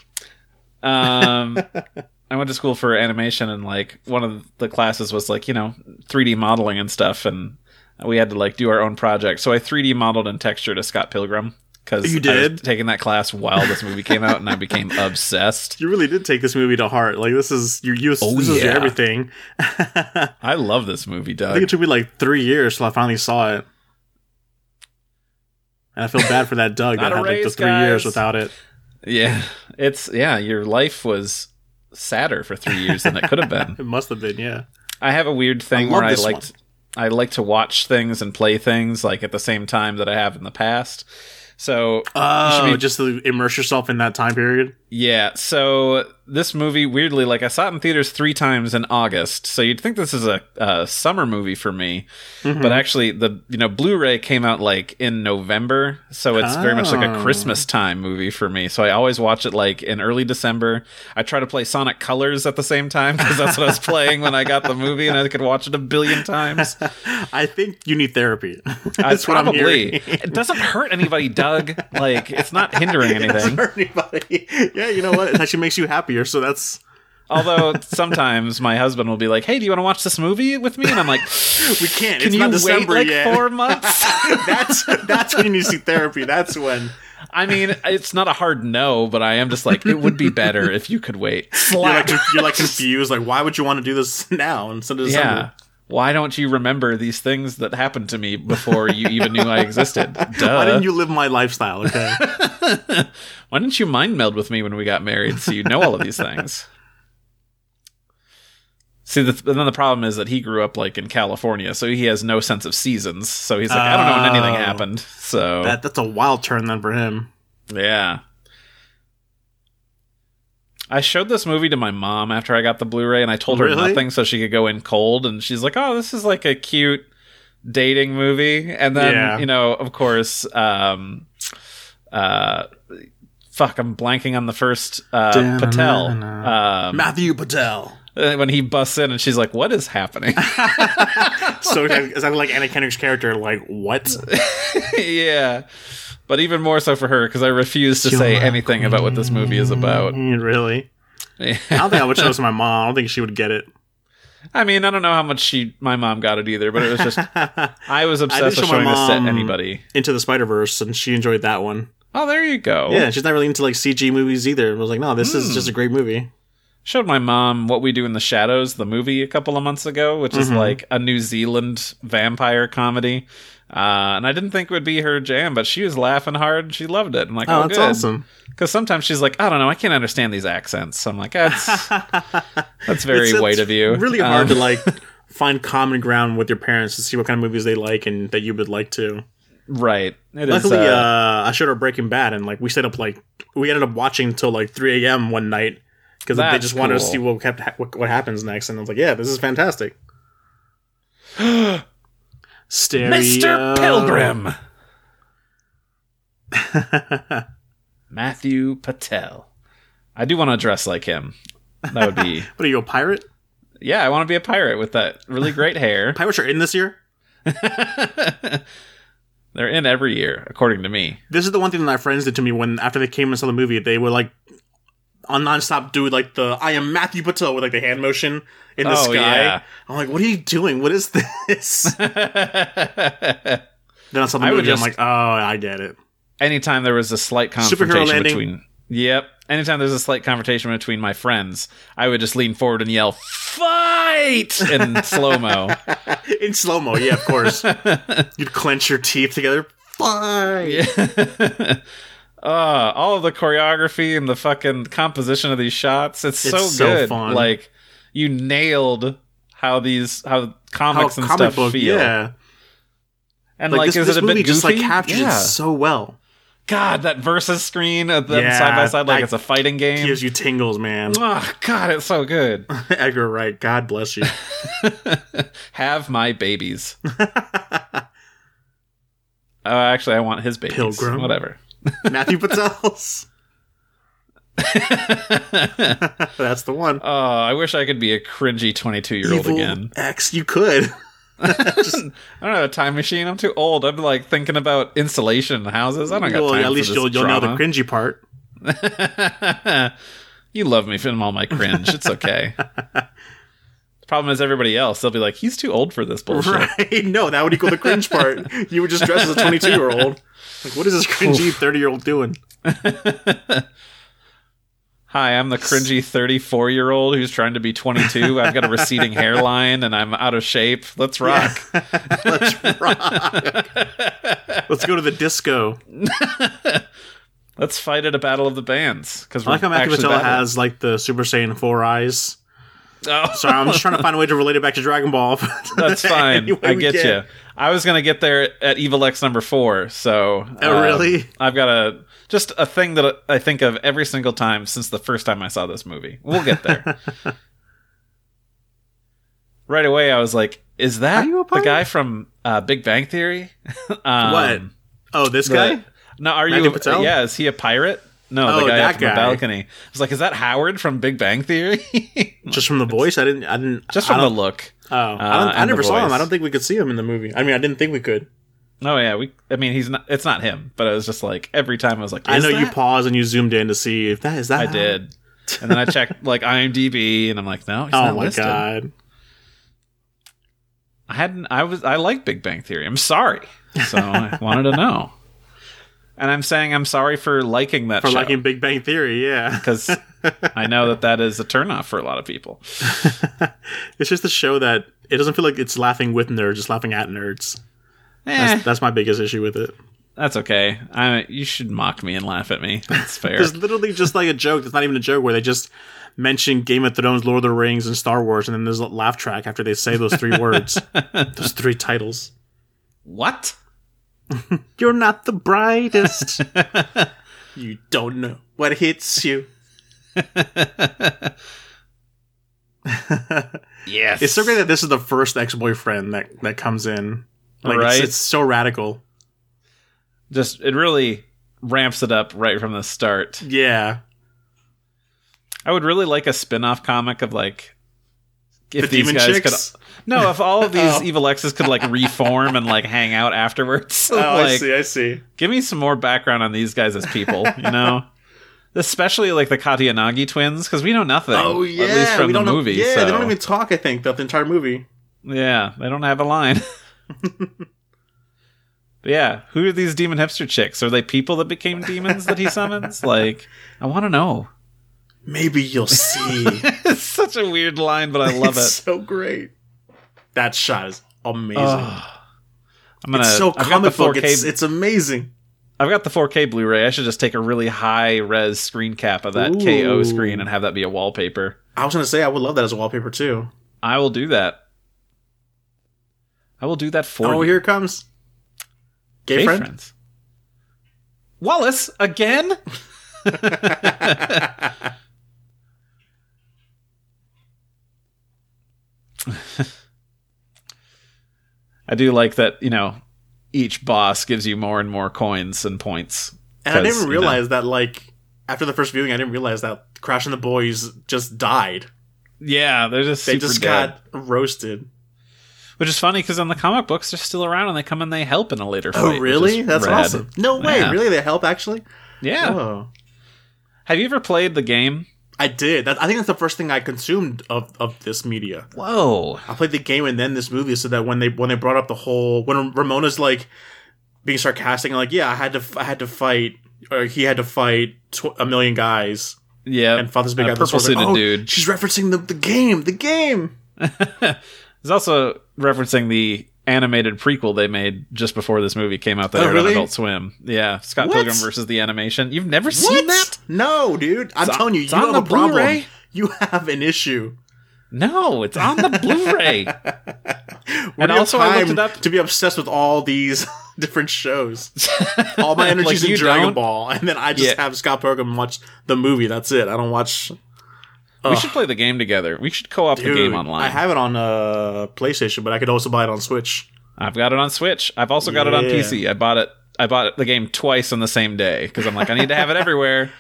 Speaker 2: Um, I went to school for animation, and like one of the classes was like you know 3D modeling and stuff, and we had to like do our own project. So I 3D modeled and textured a Scott Pilgrim because
Speaker 3: You did?
Speaker 2: taking that class while this movie came out, and I became obsessed.
Speaker 3: You really did take this movie to heart. Like this is your use.
Speaker 2: Oh,
Speaker 3: this is
Speaker 2: yeah.
Speaker 3: your everything.
Speaker 2: I love this movie,
Speaker 3: I think
Speaker 2: Doug.
Speaker 3: it took me like three years till I finally saw it. And I feel bad for that Doug
Speaker 2: Not
Speaker 3: that
Speaker 2: a
Speaker 3: had like the
Speaker 2: raise,
Speaker 3: three years
Speaker 2: guys.
Speaker 3: without it.
Speaker 2: Yeah, it's yeah. Your life was sadder for three years than it could have been.
Speaker 3: It must have been, yeah.
Speaker 2: I have a weird thing
Speaker 3: I love
Speaker 2: where I
Speaker 3: this
Speaker 2: like I like to watch things and play things like at the same time that I have in the past. So
Speaker 3: Oh,
Speaker 2: should be-
Speaker 3: just to immerse yourself in that time period.
Speaker 2: yeah, so this movie weirdly like I saw it in theaters three times in August. So you'd think this is a, a summer movie for me,
Speaker 3: Mm-hmm.
Speaker 2: but actually the you know Blu-ray came out like in November, so it's very much like a
Speaker 3: Oh.
Speaker 2: Christmas time movie for me. So I always watch it like in early December. I try to play Sonic Colors at the same time because that's what I was playing when I got the movie and I could watch it a billion times.
Speaker 3: I think you need therapy.
Speaker 2: I
Speaker 3: That's what I'm
Speaker 2: probably.
Speaker 3: hearing.
Speaker 2: It doesn't hurt anybody, Doug. Like it's not hindering
Speaker 3: Doesn't
Speaker 2: anything.
Speaker 3: hurt anybody. Yeah, you know what? It actually makes you happier. So that's
Speaker 2: Although sometimes my husband will be like, "Hey, do you want to watch this movie with me?" And I'm like,
Speaker 3: we can't.
Speaker 2: "Can
Speaker 3: it's
Speaker 2: you
Speaker 3: not
Speaker 2: wait
Speaker 3: December
Speaker 2: like
Speaker 3: yet.
Speaker 2: four months?"
Speaker 3: that's that's when you need to see therapy. That's when
Speaker 2: I mean, it's not a hard no, but I am just like, it would be better if you could wait.
Speaker 3: you're like
Speaker 2: Slack.
Speaker 3: conf- you're like confused. Like, why would you want to do this now instead of December?
Speaker 2: yeah. Why don't you remember these things that happened to me before you even knew I existed? Duh.
Speaker 3: Why didn't you live my lifestyle? Okay.
Speaker 2: Why didn't you mind meld with me when we got married so you know all of these things? See, the, and then the problem is that he grew up like in California, so he has no sense of seasons. So he's like, I don't know when anything
Speaker 3: Oh.
Speaker 2: happened. So
Speaker 3: that, that's a wild turn then for him.
Speaker 2: yeah. I showed this movie to my mom after I got the Blu-ray, and I told her
Speaker 3: Really?
Speaker 2: nothing so she could go in cold. And she's like, "Oh, this is like a cute dating movie." And then
Speaker 3: Yeah.
Speaker 2: you know, of course, um, uh, fuck, I'm blanking on the first uh, Patel um,
Speaker 3: Matthew Patel.
Speaker 2: when he busts in, and she's like, "What is happening?"
Speaker 3: So is that like Anna Kendrick's character? Like what?
Speaker 2: yeah, but even more so for her because I refuse to say
Speaker 3: You're
Speaker 2: anything about what this movie is about.
Speaker 3: Mm, really? I don't think I would show this to my mom. I don't think she would get it.
Speaker 2: I mean, I don't know how much she, my mom got it either, but it was just I was
Speaker 3: I did
Speaker 2: obsessed
Speaker 3: show
Speaker 2: with showing
Speaker 3: my
Speaker 2: this to
Speaker 3: mom
Speaker 2: anybody.
Speaker 3: Into the Spider Verse, and she enjoyed that one.
Speaker 2: Oh, there you go.
Speaker 3: Yeah, she's not really into like CG movies either. I was like, no, this is just a great movie.
Speaker 2: Showed my mom what we do in the shadows, the movie a couple of months ago, which
Speaker 3: Mm-hmm.
Speaker 2: is like a New Zealand vampire comedy. Uh, and I didn't think it would be her jam, but she was laughing hard. and She loved it. I'm like,
Speaker 3: Oh,
Speaker 2: oh,
Speaker 3: that's awesome.
Speaker 2: Because sometimes she's like, I don't know, I can't understand these accents. I'm like, that's that's very
Speaker 3: It's-
Speaker 2: white
Speaker 3: it's
Speaker 2: of you.
Speaker 3: Really hard
Speaker 2: Um,
Speaker 3: to like find common ground with your parents to see what kind of movies they like and that you would like to.
Speaker 2: right. It is.
Speaker 3: Luckily,
Speaker 2: uh,
Speaker 3: uh, I showed her Breaking Bad, and like we stayed up like we ended up watching until like 3 a.m. one night because they
Speaker 2: That's
Speaker 3: just wanted to
Speaker 2: cool.
Speaker 3: see what kept ha- what, what happens next. And I was like, yeah, this is fantastic. Stereo.
Speaker 2: Mr. Pilgrim. Matthew Patel. I do want to dress like him. That would be
Speaker 3: What are you a pirate?
Speaker 2: Yeah, I want to be a pirate with that really great hair.
Speaker 3: Pirates are in this year.
Speaker 2: They're in every year, according to me.
Speaker 3: This is the one thing that my friends did to me when after they came and saw the movie, they were like on nonstop do like the I am Matthew Patel with like the hand motion in the
Speaker 2: Oh,
Speaker 3: sky.
Speaker 2: yeah.
Speaker 3: I'm like, what are you doing? What is this? then I saw the
Speaker 2: I would
Speaker 3: movie.
Speaker 2: just-
Speaker 3: I'm like, oh, I get it.
Speaker 2: anytime there was a slight confrontation
Speaker 3: landing.
Speaker 2: between Yep. Anytime there's a slight confrontation between my friends, I would just lean forward and yell, Fight in slow mo.
Speaker 3: In slow mo, yeah, of course. You'd clench your teeth together. Fine.
Speaker 2: uh, all of the choreography and the fucking composition of these shots it's, so
Speaker 3: so
Speaker 2: good
Speaker 3: fun.
Speaker 2: like you nailed how these how
Speaker 3: How
Speaker 2: comics and
Speaker 3: Oh, comic
Speaker 2: stuff
Speaker 3: book,
Speaker 2: feel
Speaker 3: yeah.
Speaker 2: and
Speaker 3: Like,
Speaker 2: like,
Speaker 3: this,
Speaker 2: is
Speaker 3: this
Speaker 2: it a
Speaker 3: movie
Speaker 2: bit goofy?
Speaker 3: just like captures
Speaker 2: yeah.
Speaker 3: it so well.
Speaker 2: god that versus screen of them
Speaker 3: Yeah,
Speaker 2: side by side
Speaker 3: that
Speaker 2: like it's a fighting game
Speaker 3: Gives you tingles, man.
Speaker 2: oh god it's so good
Speaker 3: Edgar Wright, God bless you.
Speaker 2: have my babies uh, actually i want his babies
Speaker 3: Pilgrim.
Speaker 2: whatever
Speaker 3: Matthew Patel's. That's the one.
Speaker 2: oh i wish i could be a cringy 22 year old
Speaker 3: Evil
Speaker 2: again
Speaker 3: X, you could.
Speaker 2: I don't have a time machine. I'm too old. I'm like thinking about insulation in houses. I don't got
Speaker 3: well,
Speaker 2: time
Speaker 3: at least
Speaker 2: for this
Speaker 3: you'll, you'll know the
Speaker 2: drama.
Speaker 3: cringy part.
Speaker 2: you love me from all my cringe. It's okay. the problem is everybody else. They'll be like, he's too old for this bullshit.
Speaker 3: Right? No, that would equal the cringe part. You would just dress as a 22 year old. Like, what is this cringy 30 year old doing?
Speaker 2: Hi, I'm the cringy 34 year old who's trying to be 22. I've got a receding hairline and I'm out of shape. Let's rock.
Speaker 3: Let's rock. Let's go to the disco.
Speaker 2: Let's fight at a battle of the bands because
Speaker 3: I
Speaker 2: we're
Speaker 3: like how Matthew
Speaker 2: actually
Speaker 3: Patel
Speaker 2: battling.
Speaker 3: has, like, the Super Saiyan 4 eyes.
Speaker 2: Oh.
Speaker 3: Sorry, I'm just trying to find a way to relate it back to Dragon Ball.
Speaker 2: That's fine.
Speaker 3: Any way
Speaker 2: I
Speaker 3: we
Speaker 2: get
Speaker 3: can.
Speaker 2: you. I was gonna get there at Evil X number four. So,
Speaker 3: Oh,
Speaker 2: um,
Speaker 3: really?
Speaker 2: I've got a just a thing that I think of every single time since the first time I saw this movie. We'll get there. right away, I was like, "Is that
Speaker 3: Are you a
Speaker 2: the
Speaker 3: pirate?
Speaker 2: guy from uh, Big Bang Theory?" um,
Speaker 3: What? Oh, this
Speaker 2: the-
Speaker 3: guy?
Speaker 2: No, are
Speaker 3: Mandy
Speaker 2: you?
Speaker 3: Patel?
Speaker 2: Yeah, is he a pirate? No,
Speaker 3: Oh,
Speaker 2: the guy
Speaker 3: that
Speaker 2: from
Speaker 3: guy.
Speaker 2: the balcony. I was like, "Is that Howard from Big Bang Theory?"
Speaker 3: Just from the voice? I didn't. I didn't.
Speaker 2: just
Speaker 3: I
Speaker 2: from
Speaker 3: don't-
Speaker 2: the look.
Speaker 3: Oh, I, don't, I
Speaker 2: and the
Speaker 3: never saw him.
Speaker 2: voice.
Speaker 3: I don't think we could see him in the movie. I mean, I didn't think we could.
Speaker 2: Oh yeah, we. I mean, he's not. It's not him, but I was just like every time I was like,
Speaker 3: I
Speaker 2: "Is
Speaker 3: know you
Speaker 2: that?"
Speaker 3: paused and you zoomed in to see if that is that.
Speaker 2: I
Speaker 3: how-
Speaker 2: did, and then I checked like IMDb, and I'm like, no, he's
Speaker 3: Oh
Speaker 2: not
Speaker 3: my
Speaker 2: listed.
Speaker 3: god!
Speaker 2: I hadn't. I was. I like Big Bang Theory. I'm sorry, so I wanted to know. And I'm saying I'm sorry for liking that
Speaker 3: For
Speaker 2: show
Speaker 3: liking Big Bang Theory, yeah,
Speaker 2: because I know that that is a turnoff for a lot of people.
Speaker 3: it's just a show that it doesn't feel like it's laughing with nerds, it's laughing at nerds.
Speaker 2: Eh,
Speaker 3: That's,
Speaker 2: that's,
Speaker 3: that's my biggest issue with it.
Speaker 2: okay. I you should mock me and laugh at me. That's fair.
Speaker 3: There's literally just like a joke that's not even a joke where they just mention Game of Thrones, Lord of the Rings, and Star Wars, and then there's a laugh track after they say those three words, those three titles.
Speaker 2: what?
Speaker 3: You're not the brightest. you don't know what hits you.
Speaker 2: Yes.
Speaker 3: It's so great that this is the first ex-boyfriend that that comes in. Like
Speaker 2: Right.
Speaker 3: it's, it's so radical.
Speaker 2: Just it really ramps it up right from the start.
Speaker 3: Yeah.
Speaker 2: I would really like a spin-off comic of like if
Speaker 3: The
Speaker 2: these
Speaker 3: demon
Speaker 2: guys
Speaker 3: chicks? Oh.
Speaker 2: could No, if all of these evil exes could like reform and like hang out afterwards. uh, like
Speaker 3: Oh, I see.
Speaker 2: give me some more background on these guys as people, you know? especially like the Katayanagi twins, because we know nothing. at least from
Speaker 3: we
Speaker 2: the
Speaker 3: don't know-
Speaker 2: movie.
Speaker 3: Oh, yeah,
Speaker 2: so-
Speaker 3: they don't even talk. I think throughout the entire movie.
Speaker 2: Yeah, they don't have a line. But yeah, who are these demon hipster chicks? Are they people that became demons that he summons? Like, I want to know.
Speaker 3: Maybe you'll see.
Speaker 2: It's such a weird line, but I love
Speaker 3: it's
Speaker 2: it.
Speaker 3: so great. That shot is amazing.
Speaker 2: Ugh. I'm gonna.
Speaker 3: it's so
Speaker 2: I've got the
Speaker 3: comic book.
Speaker 2: 4K.
Speaker 3: It's, it's amazing.
Speaker 2: I've got the 4K Blu-ray. I should just take a really high res screen cap of that
Speaker 3: Ooh.
Speaker 2: KO screen and have that be a wallpaper.
Speaker 3: I was gonna say I would love that as a wallpaper too.
Speaker 2: I will do that. I will do that for
Speaker 3: Oh,
Speaker 2: you.
Speaker 3: here it comes. Gay,
Speaker 2: Hey,
Speaker 3: friend.
Speaker 2: friends. Wallace again. I do like that. You know, each boss gives you more and more coins and points.
Speaker 3: And I
Speaker 2: 'Cause,
Speaker 3: didn't
Speaker 2: you know-
Speaker 3: realize that like after the first viewing, I didn't realize that Crash and the Boys just died.
Speaker 2: Yeah, they're just
Speaker 3: They
Speaker 2: super
Speaker 3: just
Speaker 2: dead.
Speaker 3: got roasted.
Speaker 2: Which is funny because in the comic books, they're still around and they come and they help in a later fight.
Speaker 3: Oh,
Speaker 2: which
Speaker 3: really?
Speaker 2: is
Speaker 3: That's
Speaker 2: rad.
Speaker 3: awesome. No way.
Speaker 2: Yeah.
Speaker 3: Really, they help actually.
Speaker 2: Yeah.
Speaker 3: Oh.
Speaker 2: Have you ever played the game?
Speaker 3: I did. That, I think that's the first thing I consumed of, of this media.
Speaker 2: Whoa.
Speaker 3: I played the game and then this movie, so that when they when they brought up the whole when Ramona's like being sarcastic, and like yeah, I had to f- I had to fight, or he had to fight tw- a million guys
Speaker 2: Yeah.
Speaker 3: and fought this big
Speaker 2: A
Speaker 3: guy. with a sword. I was
Speaker 2: purple-suited
Speaker 3: like, oh,
Speaker 2: dude.
Speaker 3: She's referencing the, the game, the game. Oh.
Speaker 2: It's also referencing the animated prequel they made just before this movie came out that
Speaker 3: Oh,
Speaker 2: aired
Speaker 3: really?
Speaker 2: on Adult Swim. Yeah, Scott
Speaker 3: What?
Speaker 2: Pilgrim versus the Animation. You've never seen that?
Speaker 3: No, dude. I'm
Speaker 2: It's on-
Speaker 3: telling you,
Speaker 2: it's
Speaker 3: you
Speaker 2: on
Speaker 3: have
Speaker 2: the
Speaker 3: a problem.
Speaker 2: Blu-ray.
Speaker 3: You have an issue.
Speaker 2: No, it's on the Blu-ray.
Speaker 3: Where
Speaker 2: And
Speaker 3: do you have
Speaker 2: also I looked
Speaker 3: time
Speaker 2: it up-
Speaker 3: to be obsessed with all these different shows. All my
Speaker 2: Like,
Speaker 3: energy's
Speaker 2: you
Speaker 3: in Dragon
Speaker 2: don't?
Speaker 3: Ball, and then I just
Speaker 2: Yeah.
Speaker 3: have Scott Pilgrim watch the movie. That's it. I don't watch.
Speaker 2: we should play the game together. We should co-op
Speaker 3: Dude,
Speaker 2: the game online.
Speaker 3: I have it on uh, PlayStation, but I could also buy it on Switch.
Speaker 2: I've got it on Switch. I've also got it on
Speaker 3: Yeah.
Speaker 2: PC. I bought it. I bought the game twice on the same day because I'm like, I need to have it everywhere.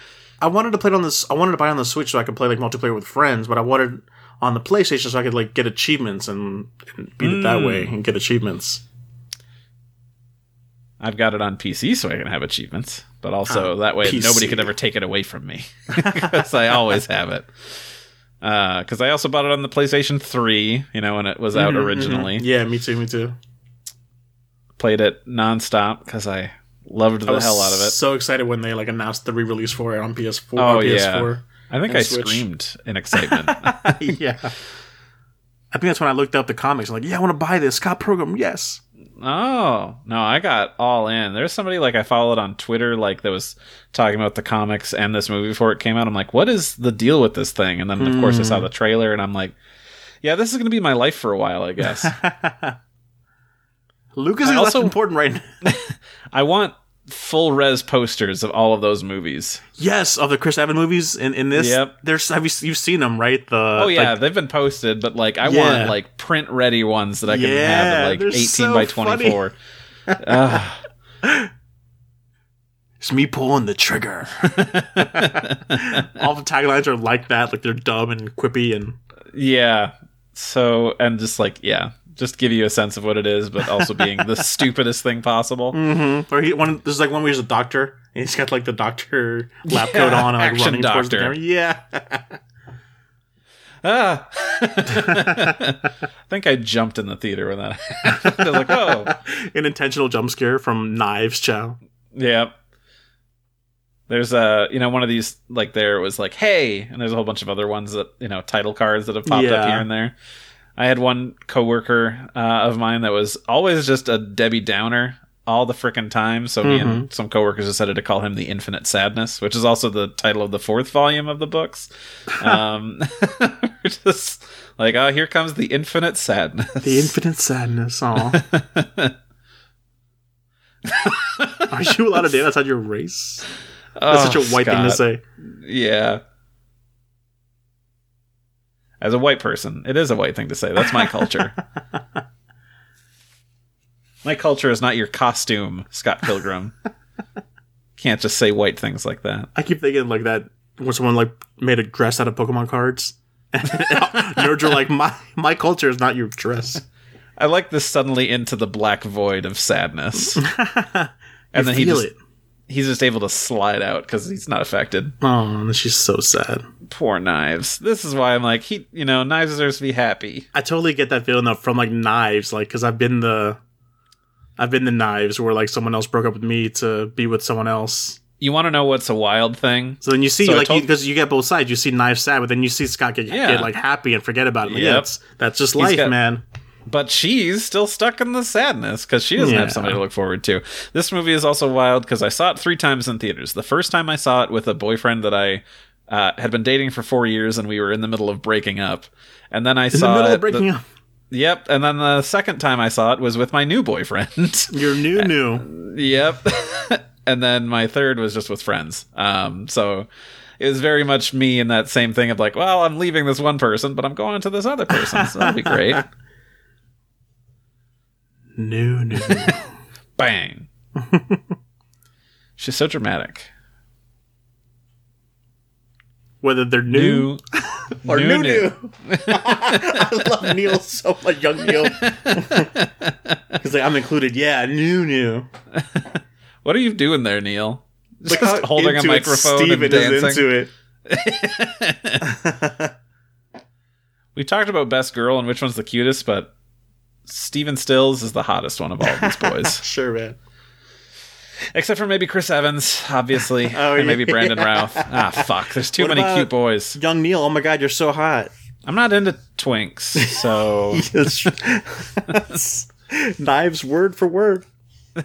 Speaker 3: I wanted to play it on this. I wanted to buy it on the Switch so I could play like multiplayer with friends, but I wanted on the PlayStation so I could like get achievements and, and beat it that
Speaker 2: Hmm.
Speaker 3: way and get achievements.
Speaker 2: I've got it on PC so I can have achievements, but also
Speaker 3: Ah,
Speaker 2: that way
Speaker 3: PC.
Speaker 2: nobody could ever take it away from me because I always have it. Because I also bought it on the PlayStation 3, you know, when it was out originally.
Speaker 3: Mm-hmm, Yeah, me too. Me too.
Speaker 2: Played it nonstop because I loved the
Speaker 3: I was
Speaker 2: hell out of it.
Speaker 3: So excited when they like announced the re-release for it on PS4.
Speaker 2: Oh,
Speaker 3: or
Speaker 2: yeah.
Speaker 3: PS4.
Speaker 2: I think
Speaker 3: and
Speaker 2: I
Speaker 3: Switch.
Speaker 2: screamed in excitement.
Speaker 3: yeah. I think that's when I looked up the comics. I'm like, yeah, I want to buy this Scott Pilgrim. Yes.
Speaker 2: Oh no, I got all in. There's somebody like I followed on Twitter, like that was talking about the comics and this movie before it came out. I'm like, what is the deal with this thing? And then of course I
Speaker 3: Hmm.
Speaker 2: saw the trailer, and I'm like, yeah, this is gonna be my life for a while, I guess.
Speaker 3: Lucas
Speaker 2: I
Speaker 3: is
Speaker 2: also-
Speaker 3: also important right now.
Speaker 2: I want full res posters of all of those movies.
Speaker 3: yes, of the Chris Evan movies in, in this.
Speaker 2: Yep.
Speaker 3: There's have you you've seen them right? The
Speaker 2: Oh yeah, they've been posted, but like I
Speaker 3: Yeah.
Speaker 2: want like print ready ones that I can
Speaker 3: Yeah,
Speaker 2: have in like
Speaker 3: they're
Speaker 2: 18
Speaker 3: so
Speaker 2: by
Speaker 3: funny.
Speaker 2: 24. Ugh.
Speaker 3: it's me pulling the trigger. All the taglines are like that. Like they're dumb and quippy and
Speaker 2: Yeah. So and just like yeah, just give you a sense of what it is, but also being the stupidest thing possible. Mm-hmm.
Speaker 3: or he one. There's like one where he's a doctor and he's got like the doctor lab coat
Speaker 2: Yeah,
Speaker 3: on and like
Speaker 2: action
Speaker 3: running towards the
Speaker 2: doctor.
Speaker 3: camera. Yeah.
Speaker 2: Ah. I think I jumped in the theater when that. happened. I was like, oh,
Speaker 3: An intentional jump scare from Knives Chow.
Speaker 2: yeah. There's a you know one of these like there was like hey, and there's a whole bunch of other ones that you know title cards that have popped up
Speaker 3: Yeah.
Speaker 2: here and there. I had one coworker uh, of mine that was always just a Debbie Downer all the frickin' time. So me
Speaker 3: Mm-hmm.
Speaker 2: and some coworkers decided to call him the Infinite Sadness, which is also the title of the fourth volume of the books. Um, we're just like, oh, here comes the Infinite Sadness.
Speaker 3: The infinite sadness. Aw. Are you allowed to date outside your race? That's
Speaker 2: Oh,
Speaker 3: such a white thing to say.
Speaker 2: Yeah. As a white person, it is a white thing to say. That's my culture. my culture is not your costume, Scott Pilgrim. Can't just say white things like that.
Speaker 3: I keep thinking like that when someone like made a dress out of Pokemon cards. Nerds are like, my my culture is not your dress.
Speaker 2: I like this suddenly into the black void of sadness. and
Speaker 3: You
Speaker 2: then he
Speaker 3: feel
Speaker 2: just
Speaker 3: it.
Speaker 2: he's just able to slide out because he's not affected.
Speaker 3: Oh, and she's so sad.
Speaker 2: Poor Knives. This is why I'm like he, you know, Knives deserves to be happy.
Speaker 3: I totally get that feeling though from like knives, like because I've been the, I've been the knives where like someone else broke up with me to be with someone else.
Speaker 2: You want to know what's a wild thing?
Speaker 3: So then you see
Speaker 2: So I
Speaker 3: like
Speaker 2: told-
Speaker 3: because you, get both sides. You see knives sad, but then you see Scott get,
Speaker 2: Yeah.
Speaker 3: get like happy and forget about it. Like, yeah,
Speaker 2: Yep.
Speaker 3: it's- that's just life,
Speaker 2: got-
Speaker 3: man.
Speaker 2: but she's still stuck in the sadness because she doesn't have
Speaker 3: Yeah.
Speaker 2: somebody to look forward to. This movie is also wild because I saw it three times in theaters. The first time I saw it with a boyfriend that I uh, had been dating for four years, and we were in the middle of breaking up. And then I
Speaker 3: In
Speaker 2: saw
Speaker 3: the middle
Speaker 2: it.
Speaker 3: of breaking up,
Speaker 2: Yep. And then the second time I saw it was with my new boyfriend.
Speaker 3: your new new.
Speaker 2: Yep. and then my third was just with friends. Um, so it was very much me in that same thing of like, well, I'm leaving this one person, but I'm going to this other person. So that'll be great.
Speaker 3: New new.
Speaker 2: Bang. She's so dramatic.
Speaker 3: Whether they're new,
Speaker 2: New
Speaker 3: or
Speaker 2: new,
Speaker 3: new
Speaker 2: new.
Speaker 3: new. I love Neil so much, young Neil. He's like, I'm included. Yeah, new new.
Speaker 2: What are you doing there, Neil?
Speaker 3: Look
Speaker 2: Just
Speaker 3: how
Speaker 2: holding a
Speaker 3: into it
Speaker 2: microphone
Speaker 3: Steven
Speaker 2: and
Speaker 3: is
Speaker 2: dancing.
Speaker 3: into it.
Speaker 2: We talked about best girl and which one's the cutest, but Steven Stills is the hottest one of all these boys.
Speaker 3: Sure, man.
Speaker 2: Except for maybe Chris Evans, obviously,
Speaker 3: Oh,
Speaker 2: and maybe
Speaker 3: yeah.
Speaker 2: Brandon Routh. Ah, fuck. There's too
Speaker 3: What
Speaker 2: many
Speaker 3: about-
Speaker 2: cute boys.
Speaker 3: Young Neil, oh my god, you're so hot.
Speaker 2: I'm not into twinks, so
Speaker 3: It's- Knives word for word.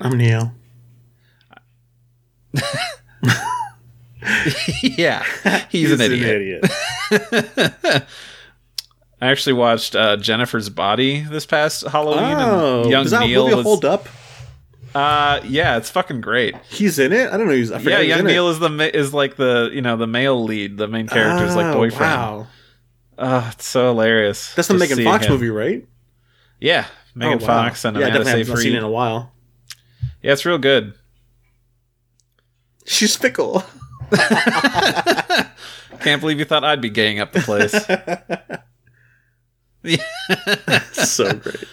Speaker 3: I'm Neil.
Speaker 2: yeah, he's, an idiot. I actually watched uh, Jennifer's Body this past Halloween,
Speaker 3: Oh,
Speaker 2: and Young
Speaker 3: does that
Speaker 2: Neil
Speaker 3: movie
Speaker 2: is
Speaker 3: hold up?
Speaker 2: uh, yeah, it's fucking great.
Speaker 3: He's in it. I don't know. He's I forgot
Speaker 2: Yeah,
Speaker 3: he's
Speaker 2: Young
Speaker 3: in
Speaker 2: Neil
Speaker 3: It.
Speaker 2: is the ma- is like the you know the male lead, the main character's like
Speaker 3: Oh,
Speaker 2: boyfriend.
Speaker 3: Wow,
Speaker 2: Ah, it's so hilarious.
Speaker 3: that's the
Speaker 2: just
Speaker 3: Megan
Speaker 2: seeing
Speaker 3: Fox
Speaker 2: him.
Speaker 3: movie, right?
Speaker 2: Yeah, Megan
Speaker 3: Oh, wow.
Speaker 2: Fox and
Speaker 3: yeah, I
Speaker 2: Amanda
Speaker 3: definitely haven't seen it in
Speaker 2: Seyfried.
Speaker 3: a while.
Speaker 2: Yeah, it's real good.
Speaker 3: She's fickle.
Speaker 2: Can't believe you thought I'd be gaying up the place.
Speaker 3: so great.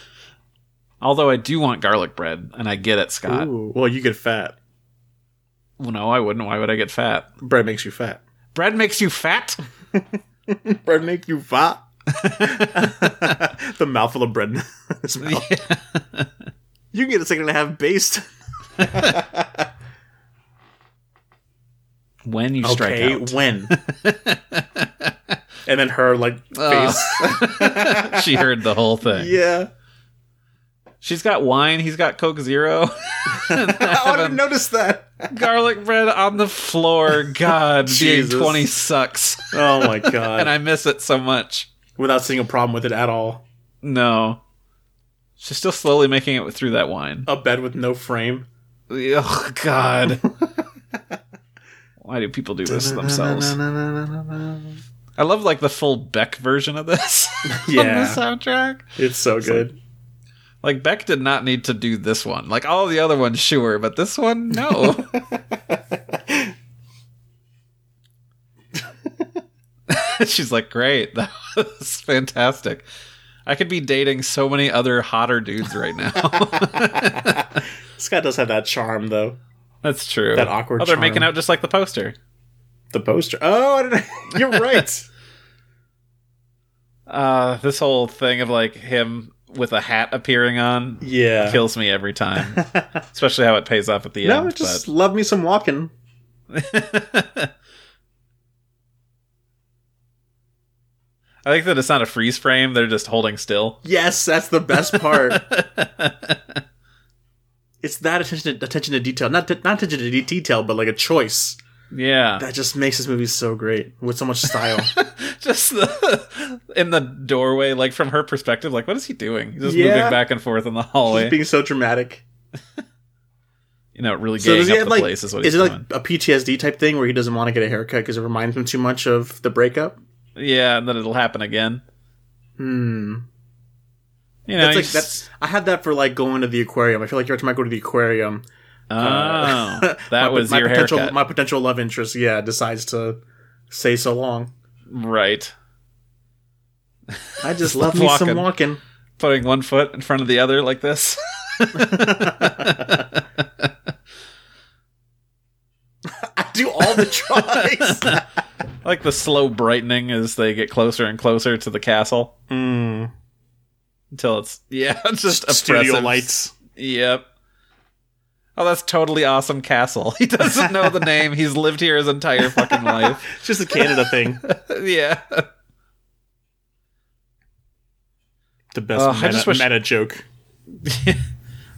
Speaker 2: Although I do want garlic bread, and I get it, Scott.
Speaker 3: Ooh, well, you get fat.
Speaker 2: Well, no, I wouldn't. Why would I get fat?
Speaker 3: Bread makes you fat.
Speaker 2: Bread makes you fat.
Speaker 3: Bread make you fat. the mouthful of bread. in his mouth. You can get a second and a half based.
Speaker 2: When you strike
Speaker 3: Okay,
Speaker 2: out,
Speaker 3: when? and then her like
Speaker 2: Oh.
Speaker 3: face.
Speaker 2: she heard the whole thing.
Speaker 3: yeah,
Speaker 2: She's got wine. He's got Coke Zero.
Speaker 3: I didn't notice that.
Speaker 2: garlic bread on the floor. God, being
Speaker 3: Jesus.
Speaker 2: twenty sucks,
Speaker 3: Oh my god!
Speaker 2: and I miss it so much.
Speaker 3: Without seeing a problem with it at all.
Speaker 2: No, she's still slowly making it through that wine.
Speaker 3: A bed with no frame.
Speaker 2: Oh God. Why do people do this to themselves? I love like the full Beck version of this on the
Speaker 3: Yeah,
Speaker 2: soundtrack.
Speaker 3: it's so good.
Speaker 2: Like Beck did not need to do this one. Like all the other ones, sure, but this one, no. She's like, great, that was fantastic. I could be dating so many other hotter dudes right now.
Speaker 3: Scott does have that charm though.
Speaker 2: That's true.
Speaker 3: That awkward
Speaker 2: Oh, they're
Speaker 3: charm.
Speaker 2: making out just like the poster.
Speaker 3: The poster. Oh, I didn't, you're right.
Speaker 2: Uh, this whole thing of like him with a hat appearing on
Speaker 3: Yeah.
Speaker 2: kills me every time, especially how it pays off at the
Speaker 3: no,
Speaker 2: end.
Speaker 3: just
Speaker 2: but-
Speaker 3: love me some walking.
Speaker 2: I like that it's not a freeze frame; they're just holding still.
Speaker 3: Yes, that's the best part. it's that attention to, attention to detail, not not attention to de- detail, but like a choice
Speaker 2: Yeah,
Speaker 3: that just makes this movie so great with so much style.
Speaker 2: just the, in the doorway, like from her perspective, like what is he doing? He's just
Speaker 3: Yeah.
Speaker 2: moving back and forth in the hallway.
Speaker 3: just being so dramatic.
Speaker 2: you know, really
Speaker 3: So
Speaker 2: getting
Speaker 3: does he
Speaker 2: up
Speaker 3: have
Speaker 2: the
Speaker 3: like?
Speaker 2: place is
Speaker 3: Is,
Speaker 2: what he's
Speaker 3: it like
Speaker 2: doing.
Speaker 3: a PTSD type thing where he doesn't want to get a haircut because it reminds him too much of the breakup?
Speaker 2: yeah, and then it'll happen again.
Speaker 3: Hmm.
Speaker 2: You know,
Speaker 3: That's like
Speaker 2: he's-
Speaker 3: that's. I had that for like going to the aquarium. I feel like every time I go to the aquarium,
Speaker 2: oh,
Speaker 3: my-
Speaker 2: that was
Speaker 3: my
Speaker 2: your
Speaker 3: potential
Speaker 2: haircut,
Speaker 3: my potential love interest. Yeah, decides to say so long.
Speaker 2: right?
Speaker 3: I just love me
Speaker 2: Walking.
Speaker 3: some walking.
Speaker 2: Putting one foot in front of the other like this.
Speaker 4: I do all the tries.
Speaker 2: like the slow brightening as they get closer and closer to the castle
Speaker 3: Mm.
Speaker 2: until it's yeah, it's Hmm. just
Speaker 3: Studio
Speaker 2: oppressive.
Speaker 3: lights.
Speaker 2: Yep. Oh, that's totally awesome castle. He doesn't know the name. He's lived here his entire fucking life.
Speaker 3: It's just a Canada thing.
Speaker 2: yeah.
Speaker 3: The best
Speaker 2: Uh, I
Speaker 3: meta,
Speaker 2: just wish-
Speaker 3: meta joke.
Speaker 2: I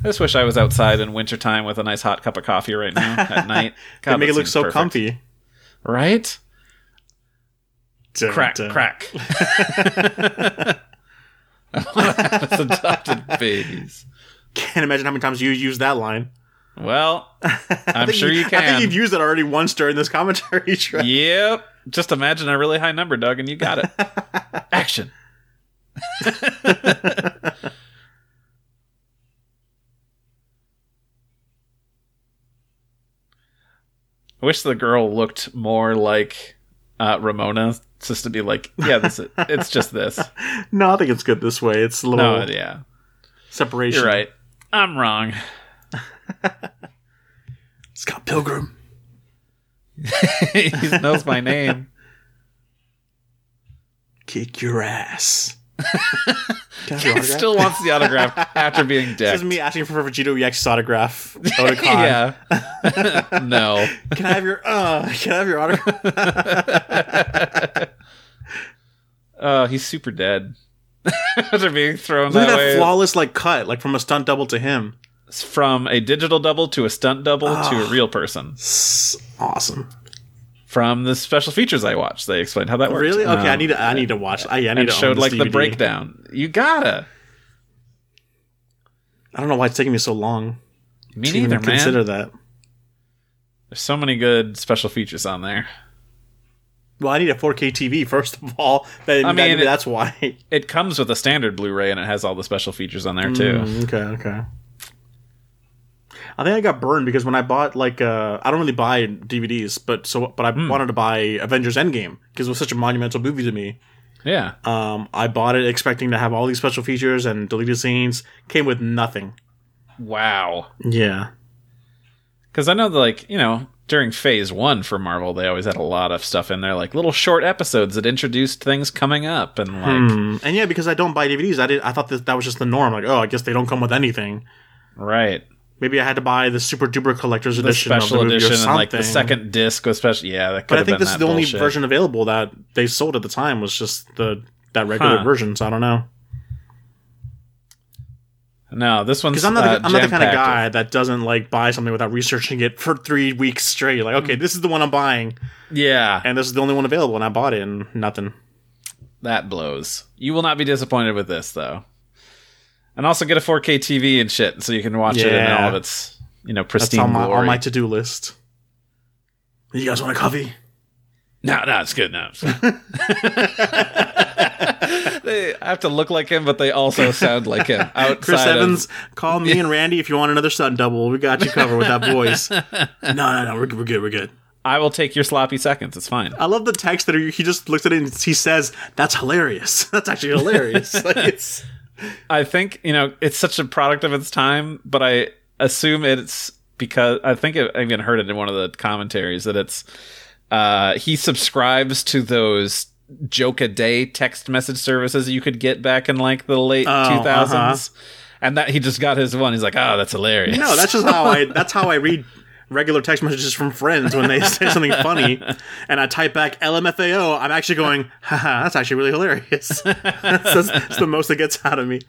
Speaker 2: just wish I was outside in wintertime with a nice hot cup of coffee right now at night. God,
Speaker 3: They make
Speaker 2: that
Speaker 3: it look
Speaker 2: seems
Speaker 3: so
Speaker 2: perfect.
Speaker 3: comfy.
Speaker 2: Right?
Speaker 3: Dun,
Speaker 2: Crack,
Speaker 3: dun.
Speaker 2: crack. It's adopted babies.
Speaker 3: Can't imagine how many times you use that line.
Speaker 2: Well, I'm sure you
Speaker 3: I think
Speaker 2: can.
Speaker 3: you've used it already once during this commentary track.
Speaker 2: Yep. Just imagine a really high number, Doug, and you got it. Action. I wish the girl looked more like uh, Ramona, just to be like, yeah, this is, it's just this.
Speaker 3: No, I think it's good this way. It's a little
Speaker 2: No, yeah,
Speaker 3: separation.
Speaker 2: you're right. I'm wrong.
Speaker 3: Scott Pilgrim.
Speaker 2: he knows my name.
Speaker 3: Kick your ass. Can I have your
Speaker 2: He
Speaker 3: autograph?
Speaker 2: still wants the autograph after being
Speaker 3: This
Speaker 2: decked.
Speaker 3: is me asking for Vegito EX autograph. Otakon.
Speaker 2: yeah. no.
Speaker 3: Can I have your uh can I have your autograph?
Speaker 2: Oh, he's super dead. After being thrown
Speaker 3: Look at
Speaker 2: that,
Speaker 3: that
Speaker 2: way
Speaker 3: flawless like cut, like from a stunt double to him.
Speaker 2: from a digital double to a stunt double
Speaker 3: Ah.
Speaker 2: to a real person.
Speaker 3: S- Awesome.
Speaker 2: From the special features I watched, they explained how that works.
Speaker 3: Really? Okay, I need to I need to watch. I, I need
Speaker 2: and
Speaker 3: to
Speaker 2: showed
Speaker 3: own
Speaker 2: like
Speaker 3: this
Speaker 2: the
Speaker 3: DVD.
Speaker 2: breakdown. You gotta.
Speaker 3: I don't know why it's taking me so long
Speaker 2: Me
Speaker 3: to even
Speaker 2: neither, man.
Speaker 3: consider that.
Speaker 2: There's so many good special features on there.
Speaker 3: Well, I need a 4K TV first of all. That,
Speaker 2: I
Speaker 3: that-
Speaker 2: mean, it-
Speaker 3: that's why.
Speaker 2: It comes with a standard Blu-ray, and it has all the special features on there too.
Speaker 3: Mm, okay, okay. I think I got burned because when I bought like uh, I don't really buy DVDs, but so but I wanted to buy Avengers Endgame because it was such a monumental movie to me.
Speaker 2: Yeah,
Speaker 3: Um, I bought it expecting to have all these special features and deleted scenes. Came with nothing.
Speaker 2: wow.
Speaker 3: Yeah.
Speaker 2: Because I know, like you know, during Phase One for Marvel, they always had a lot of stuff in there, like little short episodes that introduced things coming up, and like
Speaker 3: Mm, And yeah, because I don't buy DVDs, I did. I thought that that was just the norm. Like, oh, I guess they don't come with anything.
Speaker 2: right.
Speaker 3: Maybe I had to buy the super duper collector's
Speaker 2: the
Speaker 3: edition
Speaker 2: special
Speaker 3: of the movie
Speaker 2: edition
Speaker 3: or something.
Speaker 2: and like the second disc was special. Yeah, that could
Speaker 3: but I
Speaker 2: have
Speaker 3: think
Speaker 2: been
Speaker 3: this is
Speaker 2: that
Speaker 3: the only
Speaker 2: bullshit.
Speaker 3: version available that they sold at the time was just the that regular
Speaker 2: Huh.
Speaker 3: version. So I don't know.
Speaker 2: No, this one's
Speaker 3: Because I'm not
Speaker 2: uh,
Speaker 3: the, I'm not the kind of
Speaker 2: jam-packed.
Speaker 3: guy that doesn't like buy something without researching it for three weeks straight. Like,
Speaker 2: Mm.
Speaker 3: okay, this is the one I'm buying,
Speaker 2: Yeah,
Speaker 3: and this is the only one available, and I bought it and nothing.
Speaker 2: that blows. You will not be disappointed with this though, and also get a 4K TV and shit, so you can watch it in
Speaker 3: Yeah.
Speaker 2: all of its you know
Speaker 3: That's
Speaker 2: pristine
Speaker 3: on my,
Speaker 2: glory.
Speaker 3: on my to do list. You guys want a coffee?
Speaker 2: no, no, it's good enough. they have to look like him, but they also sound like him. Outside
Speaker 3: Chris
Speaker 2: of-
Speaker 3: Evans, call me and Randy if you want another stunt double. We got you covered with that voice. no, no, no, we're, we're good, we're good.
Speaker 2: I will take your sloppy seconds. It's fine.
Speaker 3: I love the text that he he just looks at it and he says, "That's hilarious. That's actually hilarious." like it's
Speaker 2: I think you know it's such a product of its time, but I assume it's because I think it, I even heard it in one of the commentaries that it's uh, he subscribes to those joke a day text message services you could get back in like the late
Speaker 3: Oh,
Speaker 2: two thousands, and that he just got his one. He's like, oh, that's hilarious.
Speaker 3: No, that's just how I. That's how I read regular text messages from friends when they say something funny, and I type back LMFAO. I'm actually going, haha, that's actually really hilarious. that's, that's the most it gets out of me.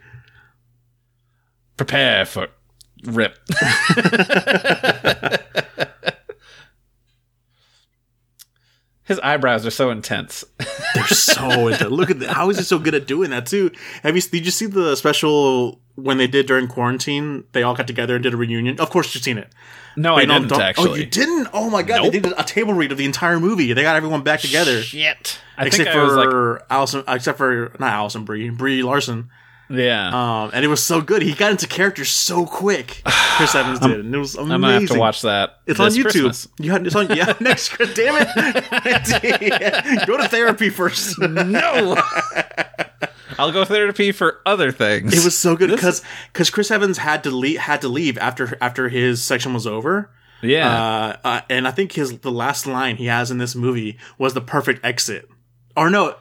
Speaker 2: prepare for rip. His eyebrows are so intense.
Speaker 3: They're so into. Look at the, how is he so good at doing that too? Have you did you see the special when they did during quarantine? They all got together and did a reunion. Of course, you've seen it.
Speaker 2: No, I
Speaker 3: Wait, no,
Speaker 2: didn't
Speaker 3: don't-
Speaker 2: actually.
Speaker 3: Oh, you didn't? Oh my god, they did a table read of the entire movie. They got everyone back together.
Speaker 2: Shit. I
Speaker 3: Except
Speaker 2: think I was like
Speaker 3: for Allison, except for not Allison Brie, Brie Larson.
Speaker 2: Yeah.
Speaker 3: Um, and it was so good. He got into character so quick. Chris Evans did, and it was amazing.
Speaker 2: I'm gonna have to watch that.
Speaker 3: It's
Speaker 2: this
Speaker 3: on YouTube.
Speaker 2: Christmas.
Speaker 3: You had it's on yeah. Next, Chris- damn it, go to therapy first.
Speaker 2: No, I'll go therapy for other things.
Speaker 3: It was so good because Chris Evans had to leave had to leave after after his section was over.
Speaker 2: yeah.
Speaker 3: Uh, uh, and I think his the last line he has in this movie was the perfect exit. Or no,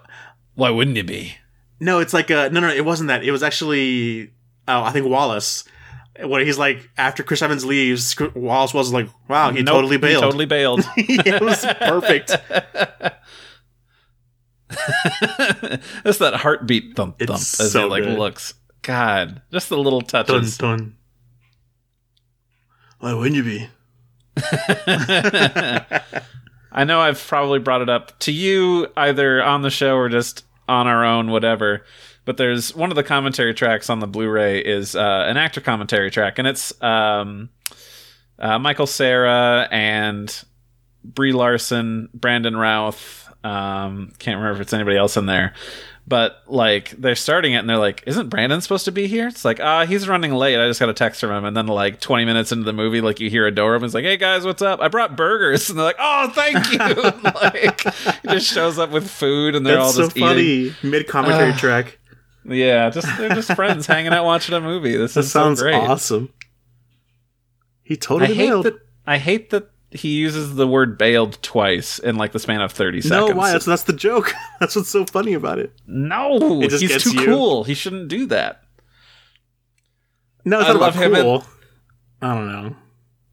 Speaker 2: Why wouldn't it be?
Speaker 3: no, it's like uh no, no, it wasn't that. It was actually oh, I think Wallace. When he's like after Chris Evans leaves, Cr- Wallace was like, "Wow, he
Speaker 2: Nope,
Speaker 3: totally bailed."
Speaker 2: He totally bailed.
Speaker 3: it was perfect.
Speaker 2: That's that heartbeat thump
Speaker 3: It's
Speaker 2: thump as
Speaker 3: so
Speaker 2: it like
Speaker 3: good.
Speaker 2: looks. God, just the little
Speaker 3: Dun
Speaker 2: touches.
Speaker 3: dun. Why wouldn't you be?
Speaker 2: I know I've probably brought it up to you either on the show or just on our own, whatever. But there's one of the commentary tracks on the Blu-ray is uh, an actor commentary track, and it's um, uh, Michael Sarah and Brie Larson, Brandon Routh. Um, can't remember if it's anybody else in there, but like they're starting it and they're like, "Isn't Brandon supposed to be here?" It's like, "Ah, he's running late. I just got a text from him." And then like 20 minutes into the movie, like you hear a door open. It's like, "Hey guys, what's up? I brought burgers." And they're like, "Oh, thank you!" like he just shows up with food and they're
Speaker 3: That's
Speaker 2: all
Speaker 3: so
Speaker 2: just eating.
Speaker 3: funny. Mid commentary track.
Speaker 2: Yeah, just they're just friends hanging out watching a movie. This
Speaker 3: That
Speaker 2: is
Speaker 3: sounds
Speaker 2: so great.
Speaker 3: awesome. He
Speaker 2: I
Speaker 3: totally
Speaker 2: hate
Speaker 3: nailed.
Speaker 2: that. I hate that he uses the word bailed twice in like the span of 30
Speaker 3: No,
Speaker 2: seconds.
Speaker 3: why? That's, that's the joke. That's what's so funny about it.
Speaker 2: No,
Speaker 3: It just
Speaker 2: he's
Speaker 3: gets
Speaker 2: too
Speaker 3: you.
Speaker 2: cool. He shouldn't do that.
Speaker 3: No, it's
Speaker 2: I
Speaker 3: not
Speaker 2: love him
Speaker 3: about
Speaker 2: in-
Speaker 3: cool. I don't know.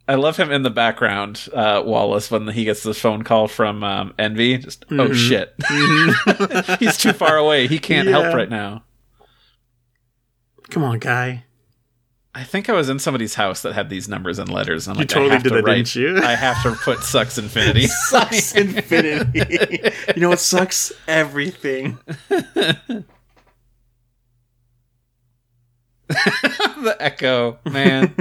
Speaker 2: I love him in the background, uh, Wallace, when he gets the phone call from um, Envy. Just
Speaker 3: Mm-hmm.
Speaker 2: oh shit, he's too far away. He can't
Speaker 3: Yeah.
Speaker 2: help right now.
Speaker 3: Come on, guy.
Speaker 2: I think I was in somebody's house that had these numbers and letters. And I'm
Speaker 3: You
Speaker 2: like,
Speaker 3: totally
Speaker 2: I have
Speaker 3: did
Speaker 2: to
Speaker 3: that,
Speaker 2: write,
Speaker 3: didn't you?
Speaker 2: I have to put sucks infinity.
Speaker 3: Sucks infinity. you know what sucks? Everything.
Speaker 2: the echo, man.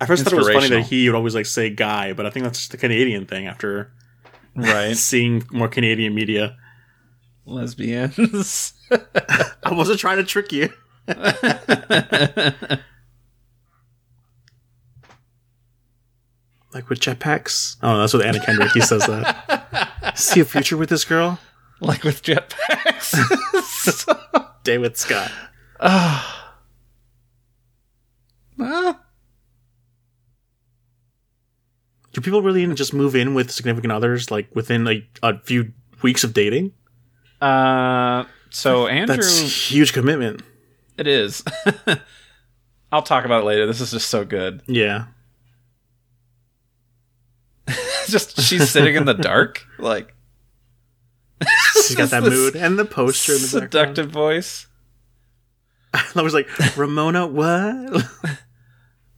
Speaker 3: I first thought it was funny that
Speaker 2: Inspirational.
Speaker 3: he would always like say guy, but I think that's just the Canadian thing after
Speaker 2: right,
Speaker 3: seeing more Canadian media.
Speaker 2: lesbians.
Speaker 3: I wasn't trying to trick you. like with jetpacks? Oh, that's with Anna Kendrick. He says that. See a future with this girl?
Speaker 2: like with jetpacks.
Speaker 3: David Scott.
Speaker 2: Ah,
Speaker 3: Do people really just move in with significant others like within like a few weeks of dating?
Speaker 2: uh, so Andrew,
Speaker 3: That's huge commitment.
Speaker 2: it is. I'll talk about it later. This is just so good.
Speaker 3: Yeah.
Speaker 2: just she's sitting in the dark, like
Speaker 3: She's got that
Speaker 2: This
Speaker 3: mood and the poster in the background.
Speaker 2: seductive voice,
Speaker 3: I was like, Ramona, what?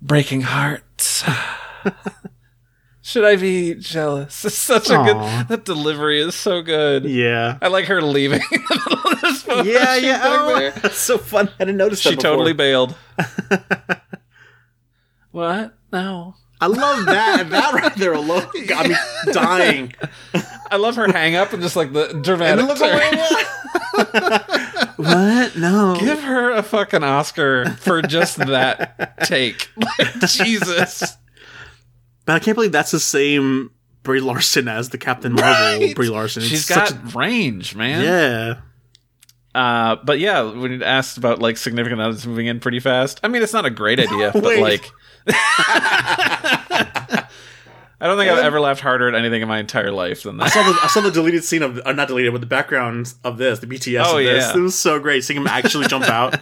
Speaker 2: breaking hearts. Should I be jealous? It's such a
Speaker 3: Aw.
Speaker 2: good. That delivery is so good.
Speaker 3: yeah.
Speaker 2: I like her leaving. in the middle of this photo
Speaker 3: Yeah,
Speaker 2: shoot
Speaker 3: yeah.
Speaker 2: back
Speaker 3: oh,
Speaker 2: there.
Speaker 3: That's so fun. I didn't notice that
Speaker 2: She
Speaker 3: before.
Speaker 2: totally bailed. what? No.
Speaker 4: I love that. That right there alone got me dying.
Speaker 2: I love her hang up and just like the dramatic. turn.
Speaker 3: What? No.
Speaker 2: Give her a fucking Oscar for just that take. Like, Jesus.
Speaker 3: But I can't believe that's the same Brie Larson as the Captain Marvel Brie Larson.
Speaker 2: She's
Speaker 3: such
Speaker 2: got range,
Speaker 3: a-
Speaker 2: man.
Speaker 3: yeah.
Speaker 2: Uh, but yeah, when you asked about like significant others moving in pretty fast, I mean, it's not a great idea, but
Speaker 3: Wait.
Speaker 2: like, I don't think I've ever laughed harder at anything in my entire life than
Speaker 3: I
Speaker 2: that.
Speaker 3: saw, the, I saw the deleted scene of, or not deleted, but the background of this, the BTS
Speaker 2: Oh,
Speaker 3: of this.
Speaker 2: yeah.
Speaker 3: It was so great seeing him actually jump out.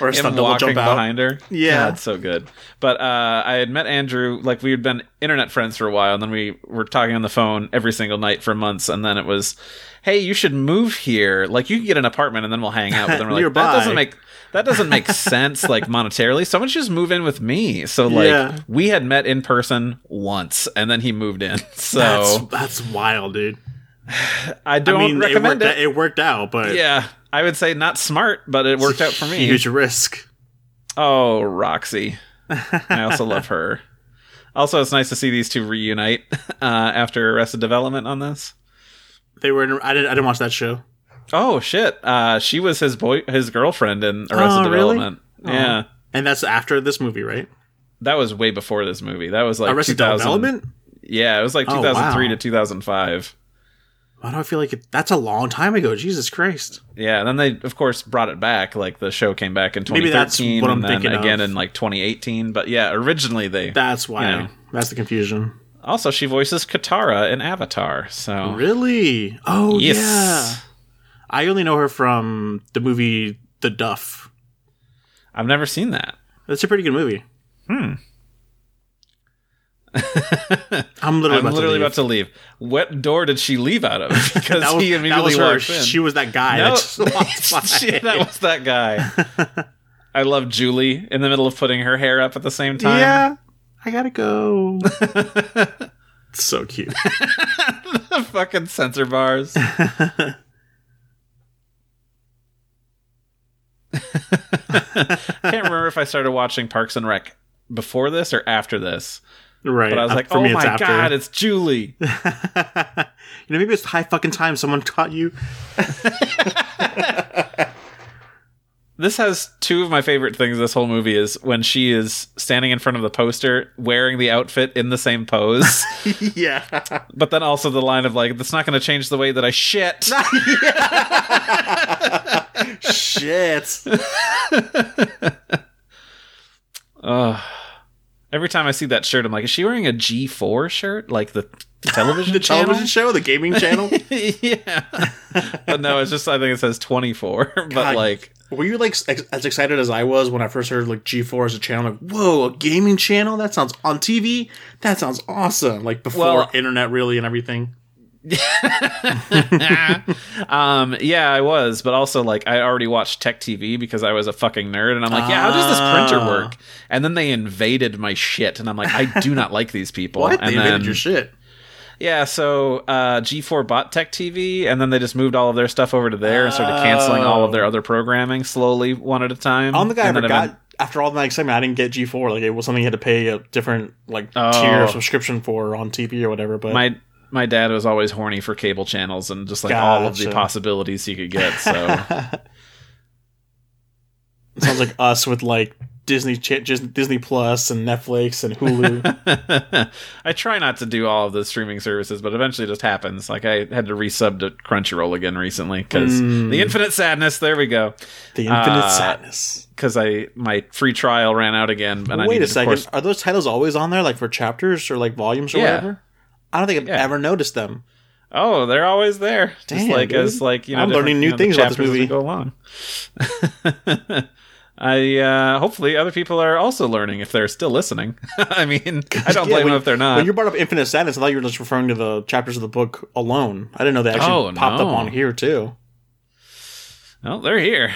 Speaker 3: Or a
Speaker 2: Him
Speaker 3: stunt double
Speaker 2: walking
Speaker 3: jump out.
Speaker 2: behind her.
Speaker 3: Yeah.
Speaker 2: that's so good. But uh, I had met Andrew, like we had been internet friends for a while, and then we were talking on the phone every single night for months. And then it was, hey, you should move here. Like you can get an apartment, and then we'll hang out. But then we're like,
Speaker 3: Nearby.
Speaker 2: that doesn't make that doesn't make sense, like monetarily. Someone should just move in with me. So like
Speaker 3: Yeah.
Speaker 2: we had met in person once, and then he moved in. So
Speaker 3: That's, that's wild, dude.
Speaker 2: I
Speaker 3: I
Speaker 2: don't
Speaker 3: mean, it
Speaker 2: recommend
Speaker 3: worked,
Speaker 2: it.
Speaker 3: Out, it worked out, but
Speaker 2: Yeah, I would say not smart, but it worked out for me.
Speaker 3: huge risk.
Speaker 2: Oh, Roxy. I also love her. Also, it's nice to see these two reunite uh, after Arrested Development on this.
Speaker 3: They were. In, I didn't. I didn't watch that show.
Speaker 2: Oh shit! Uh, she was his boy, his girlfriend in Arrested
Speaker 3: Oh, really?
Speaker 2: Development. Yeah,
Speaker 3: And that's after this movie, right?
Speaker 2: that was way before this movie. That was like
Speaker 3: Arrested
Speaker 2: 2000
Speaker 3: Development.
Speaker 2: Yeah, it was like
Speaker 3: Oh,
Speaker 2: 2003
Speaker 3: wow.
Speaker 2: to 2005.
Speaker 3: Why do I feel like it, that's a long time ago? Jesus Christ!
Speaker 2: Yeah, and then they of course brought it back. Like the show came back in 2013,
Speaker 3: Maybe that's what I'm
Speaker 2: and then
Speaker 3: thinking of.
Speaker 2: again in like 2018. But yeah, originally they.
Speaker 3: That's why.
Speaker 2: Yeah.
Speaker 3: That's the confusion.
Speaker 2: also, she voices Katara in Avatar. So
Speaker 3: Really? Oh
Speaker 2: yes,
Speaker 3: yeah. I only know her from the movie The Duff.
Speaker 2: I've never seen that.
Speaker 3: That's a pretty good movie. Hmm. I'm literally
Speaker 2: I'm
Speaker 3: about
Speaker 2: literally
Speaker 3: to leave.
Speaker 2: about to leave. What door did she leave out of? Because
Speaker 3: that was,
Speaker 2: he
Speaker 3: that
Speaker 2: immediately
Speaker 3: was her.
Speaker 2: walked in.
Speaker 3: She was that guy.
Speaker 2: No.
Speaker 3: That just walked by.
Speaker 2: Shit, that was that guy. I love Julie in the middle of putting her hair up at the same time.
Speaker 3: Yeah, I gotta go. so cute.
Speaker 2: fucking censor bars. Can't remember if I started watching Parks and Rec before this or after this,
Speaker 3: Right.
Speaker 2: but I was
Speaker 3: Uh,
Speaker 2: like,
Speaker 3: for
Speaker 2: "Oh
Speaker 3: me,
Speaker 2: my
Speaker 3: it's
Speaker 2: god,
Speaker 3: after.
Speaker 2: it's Julie!"
Speaker 3: you know, maybe it's high fucking time someone taught you.
Speaker 2: This has two of my favorite things. This whole movie is when she is standing in front of the poster wearing the outfit in the same pose,
Speaker 3: yeah.
Speaker 2: but then also the line of like, "That's not going to change the way that I shit."
Speaker 4: Shit.
Speaker 2: Ugh. every time I see that shirt, I'm like, "Is she wearing a G4 shirt? Like the television
Speaker 4: The
Speaker 2: channel?"
Speaker 4: television show, the gaming channel.
Speaker 2: yeah. but no, it's just I think it says 24, but
Speaker 4: God.
Speaker 2: like
Speaker 3: Were you like ex- as excited as I was when I first heard like G4 as a channel? Like, whoa, a gaming channel? That sounds on TV? That sounds awesome. Like before
Speaker 2: Well-
Speaker 3: internet really and everything.
Speaker 2: um yeah, I was, but also like I already watched tech TV because I was a fucking nerd and I'm like, yeah, how does this printer
Speaker 3: Ah.
Speaker 2: work? And then they invaded my shit and I'm like, I do not like these people.
Speaker 3: What?
Speaker 2: And
Speaker 3: they invaded
Speaker 2: then-
Speaker 3: your shit.
Speaker 2: Yeah, so uh, G4 bought Tech TV, and then they just moved all of their stuff over to there and started canceling all of their other programming slowly, one at a time.
Speaker 3: Oh. I'm the guy
Speaker 2: And
Speaker 3: I
Speaker 2: then
Speaker 3: forgot.
Speaker 2: event-
Speaker 3: after all my excitement, I didn't get G4. Like it was something you had to pay a different like tier
Speaker 2: Oh.
Speaker 3: of subscription for on TV or whatever. But
Speaker 2: my my dad was always horny for cable channels and just like all of the
Speaker 3: Gotcha.
Speaker 2: possibilities he could get. So
Speaker 3: it sounds like us with like Disney, Ch- just Disney Plus and Netflix and Hulu.
Speaker 2: I try not to do all of the streaming services, but eventually it just happens. Like I had to resub to Crunchyroll again recently because
Speaker 3: Hmm.
Speaker 2: the Infinite Sadness. There we go.
Speaker 3: the Infinite
Speaker 2: Uh,
Speaker 3: Sadness.
Speaker 2: Because I my free trial ran out again, and I
Speaker 3: Wait
Speaker 2: needed,
Speaker 3: a
Speaker 2: of
Speaker 3: second.
Speaker 2: course-
Speaker 3: Are those titles always on there, like for chapters or like volumes or
Speaker 2: Yeah.
Speaker 3: whatever? I don't think I've
Speaker 2: Yeah.
Speaker 3: ever noticed them.
Speaker 2: oh, they're always there. Just
Speaker 3: Damn,
Speaker 2: like
Speaker 3: dude.
Speaker 2: as like you know,
Speaker 3: I'm
Speaker 2: different,
Speaker 3: learning new
Speaker 2: you know, the
Speaker 3: things about this
Speaker 2: chapters as we
Speaker 3: movie.
Speaker 2: Go along. I uh, hopefully other people are also learning if they're still listening. I mean, I don't
Speaker 3: Yeah,
Speaker 2: blame
Speaker 3: when-
Speaker 2: them if they're not.
Speaker 3: When you brought up Infinite Sadness, I thought you were just referring to the chapters of the book alone. I didn't know they actually
Speaker 2: Oh,
Speaker 3: popped
Speaker 2: no.
Speaker 3: up on here too.
Speaker 2: oh, they're here.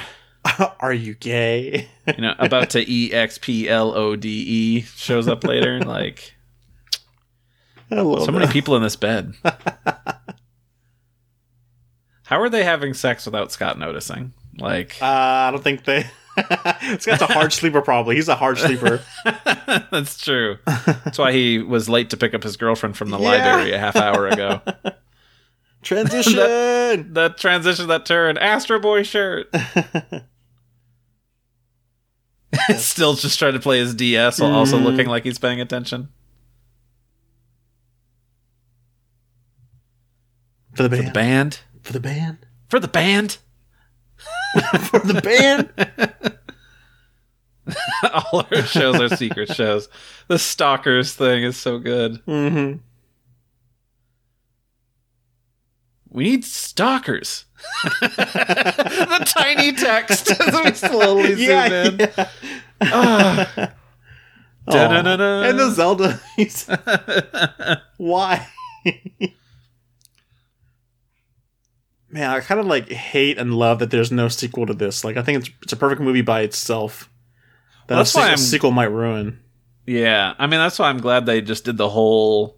Speaker 3: Are you gay?
Speaker 2: you know, about to E X P L O D E shows up later. Like
Speaker 3: I love
Speaker 2: so many
Speaker 3: that.
Speaker 2: people in this bed. How are they having sex without Scott noticing? Like
Speaker 3: Uh, I don't think they. Scott's a hard sleeper, probably. He's a hard sleeper.
Speaker 2: that's true. That's why he was late to pick up his girlfriend from the
Speaker 3: Yeah.
Speaker 2: library a half hour ago.
Speaker 3: Transition.
Speaker 2: that transition, that turn, Astro Boy shirt. Still just trying to play his DS while also
Speaker 3: Mm-hmm.
Speaker 2: looking like he's paying attention.
Speaker 3: for the band.
Speaker 2: Band
Speaker 3: For the band.
Speaker 2: for the band.
Speaker 3: For the band.
Speaker 2: all our shows are secret shows. The stalkers thing is so good.
Speaker 3: mm-hmm.
Speaker 2: We need stalkers. the tiny text as we slowly zoom
Speaker 3: Yeah.
Speaker 2: in.
Speaker 3: yeah.
Speaker 2: Ah. Da-da-da-da.
Speaker 3: And the Zelda. he's- Why? Man, I kind of like hate and love that there's no sequel to this. Like, I think it's it's a perfect movie by itself. That
Speaker 2: Well,
Speaker 3: a,
Speaker 2: that's why
Speaker 3: se- a
Speaker 2: I'm-
Speaker 3: sequel might ruin.
Speaker 2: yeah, I mean that's why I'm glad they just did the whole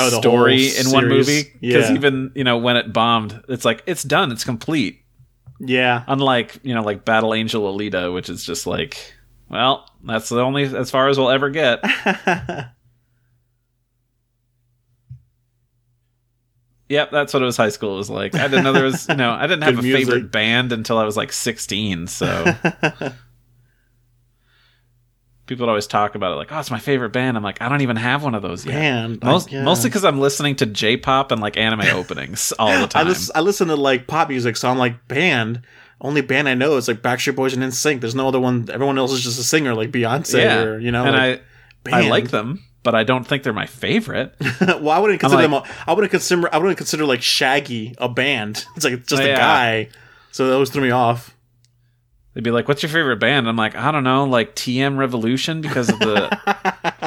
Speaker 3: Oh, the
Speaker 2: story
Speaker 3: whole
Speaker 2: in one
Speaker 3: series.
Speaker 2: movie because
Speaker 3: Yeah.
Speaker 2: even you know when it bombed, it's like it's done, it's complete.
Speaker 3: Yeah,
Speaker 2: Unlike you know like Battle Angel Alita, which is just like, well, that's the only as far as we'll ever get. Yep, that's what it was. High school was like. I didn't know there was. You know, I didn't have
Speaker 3: Good
Speaker 2: a
Speaker 3: music.
Speaker 2: favorite band until I was like sixteen. So people would always talk about it like, oh, it's my favorite band. I'm like, I don't even have one of those yet.
Speaker 3: Band, I
Speaker 2: Most,
Speaker 3: guess.
Speaker 2: Mostly because I'm listening to J-pop and like anime openings all the
Speaker 3: I,
Speaker 2: time.
Speaker 3: lis- I listen to like pop music, so I'm like band. Only band I know is like Backstreet Boys and NSYNC. There's no other one. Everyone else is just a singer, like Beyonce,
Speaker 2: yeah,
Speaker 3: or you know.
Speaker 2: and
Speaker 3: like,
Speaker 2: I I
Speaker 3: band.
Speaker 2: like them, but I don't think they're my favorite.
Speaker 3: well, I wouldn't consider
Speaker 2: I'm
Speaker 3: them. A, I wouldn't consider. I wouldn't consider like Shaggy a band. It's like just a
Speaker 2: Yeah.
Speaker 3: guy. So that always threw me off.
Speaker 2: They'd be like, "What's your favorite band?" I'm like, "I don't know, like TM Revolution because of the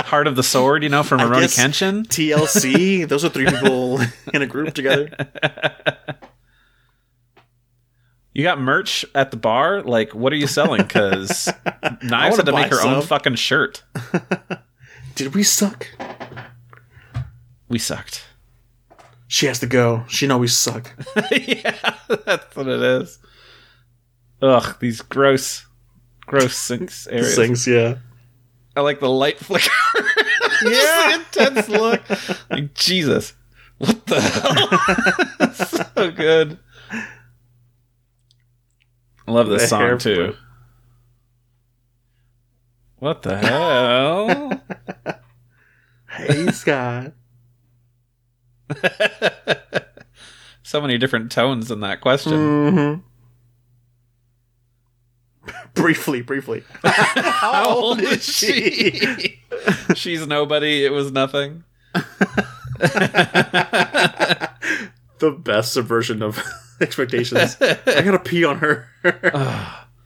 Speaker 2: Heart of the Sword, you know, from Rurouni
Speaker 3: guess-
Speaker 2: Kenshin."
Speaker 3: TLC. those are three people in a group together.
Speaker 2: You got merch at the bar. Like, what are you selling? Because Knives
Speaker 3: wanna
Speaker 2: had to make
Speaker 3: buy
Speaker 2: her own
Speaker 3: some.
Speaker 2: fucking shirt.
Speaker 3: Did we suck?
Speaker 2: We sucked.
Speaker 3: She has to go. She know we suck.
Speaker 2: yeah, that's what it is. Ugh, these gross, gross sinks areas.
Speaker 3: Sings, yeah.
Speaker 2: I like the light flicker. yeah, intense look. Like Jesus, what the hell? so good. I love this
Speaker 3: The hair
Speaker 2: song too.
Speaker 3: flip.
Speaker 2: What the hell?
Speaker 3: Hey Scott.
Speaker 2: so many different tones in that question.
Speaker 3: mm-hmm. Briefly, briefly. How old is she? Mm.
Speaker 2: She's nobody. It was nothing.
Speaker 3: the best subversion of expectations. I gotta pee on her.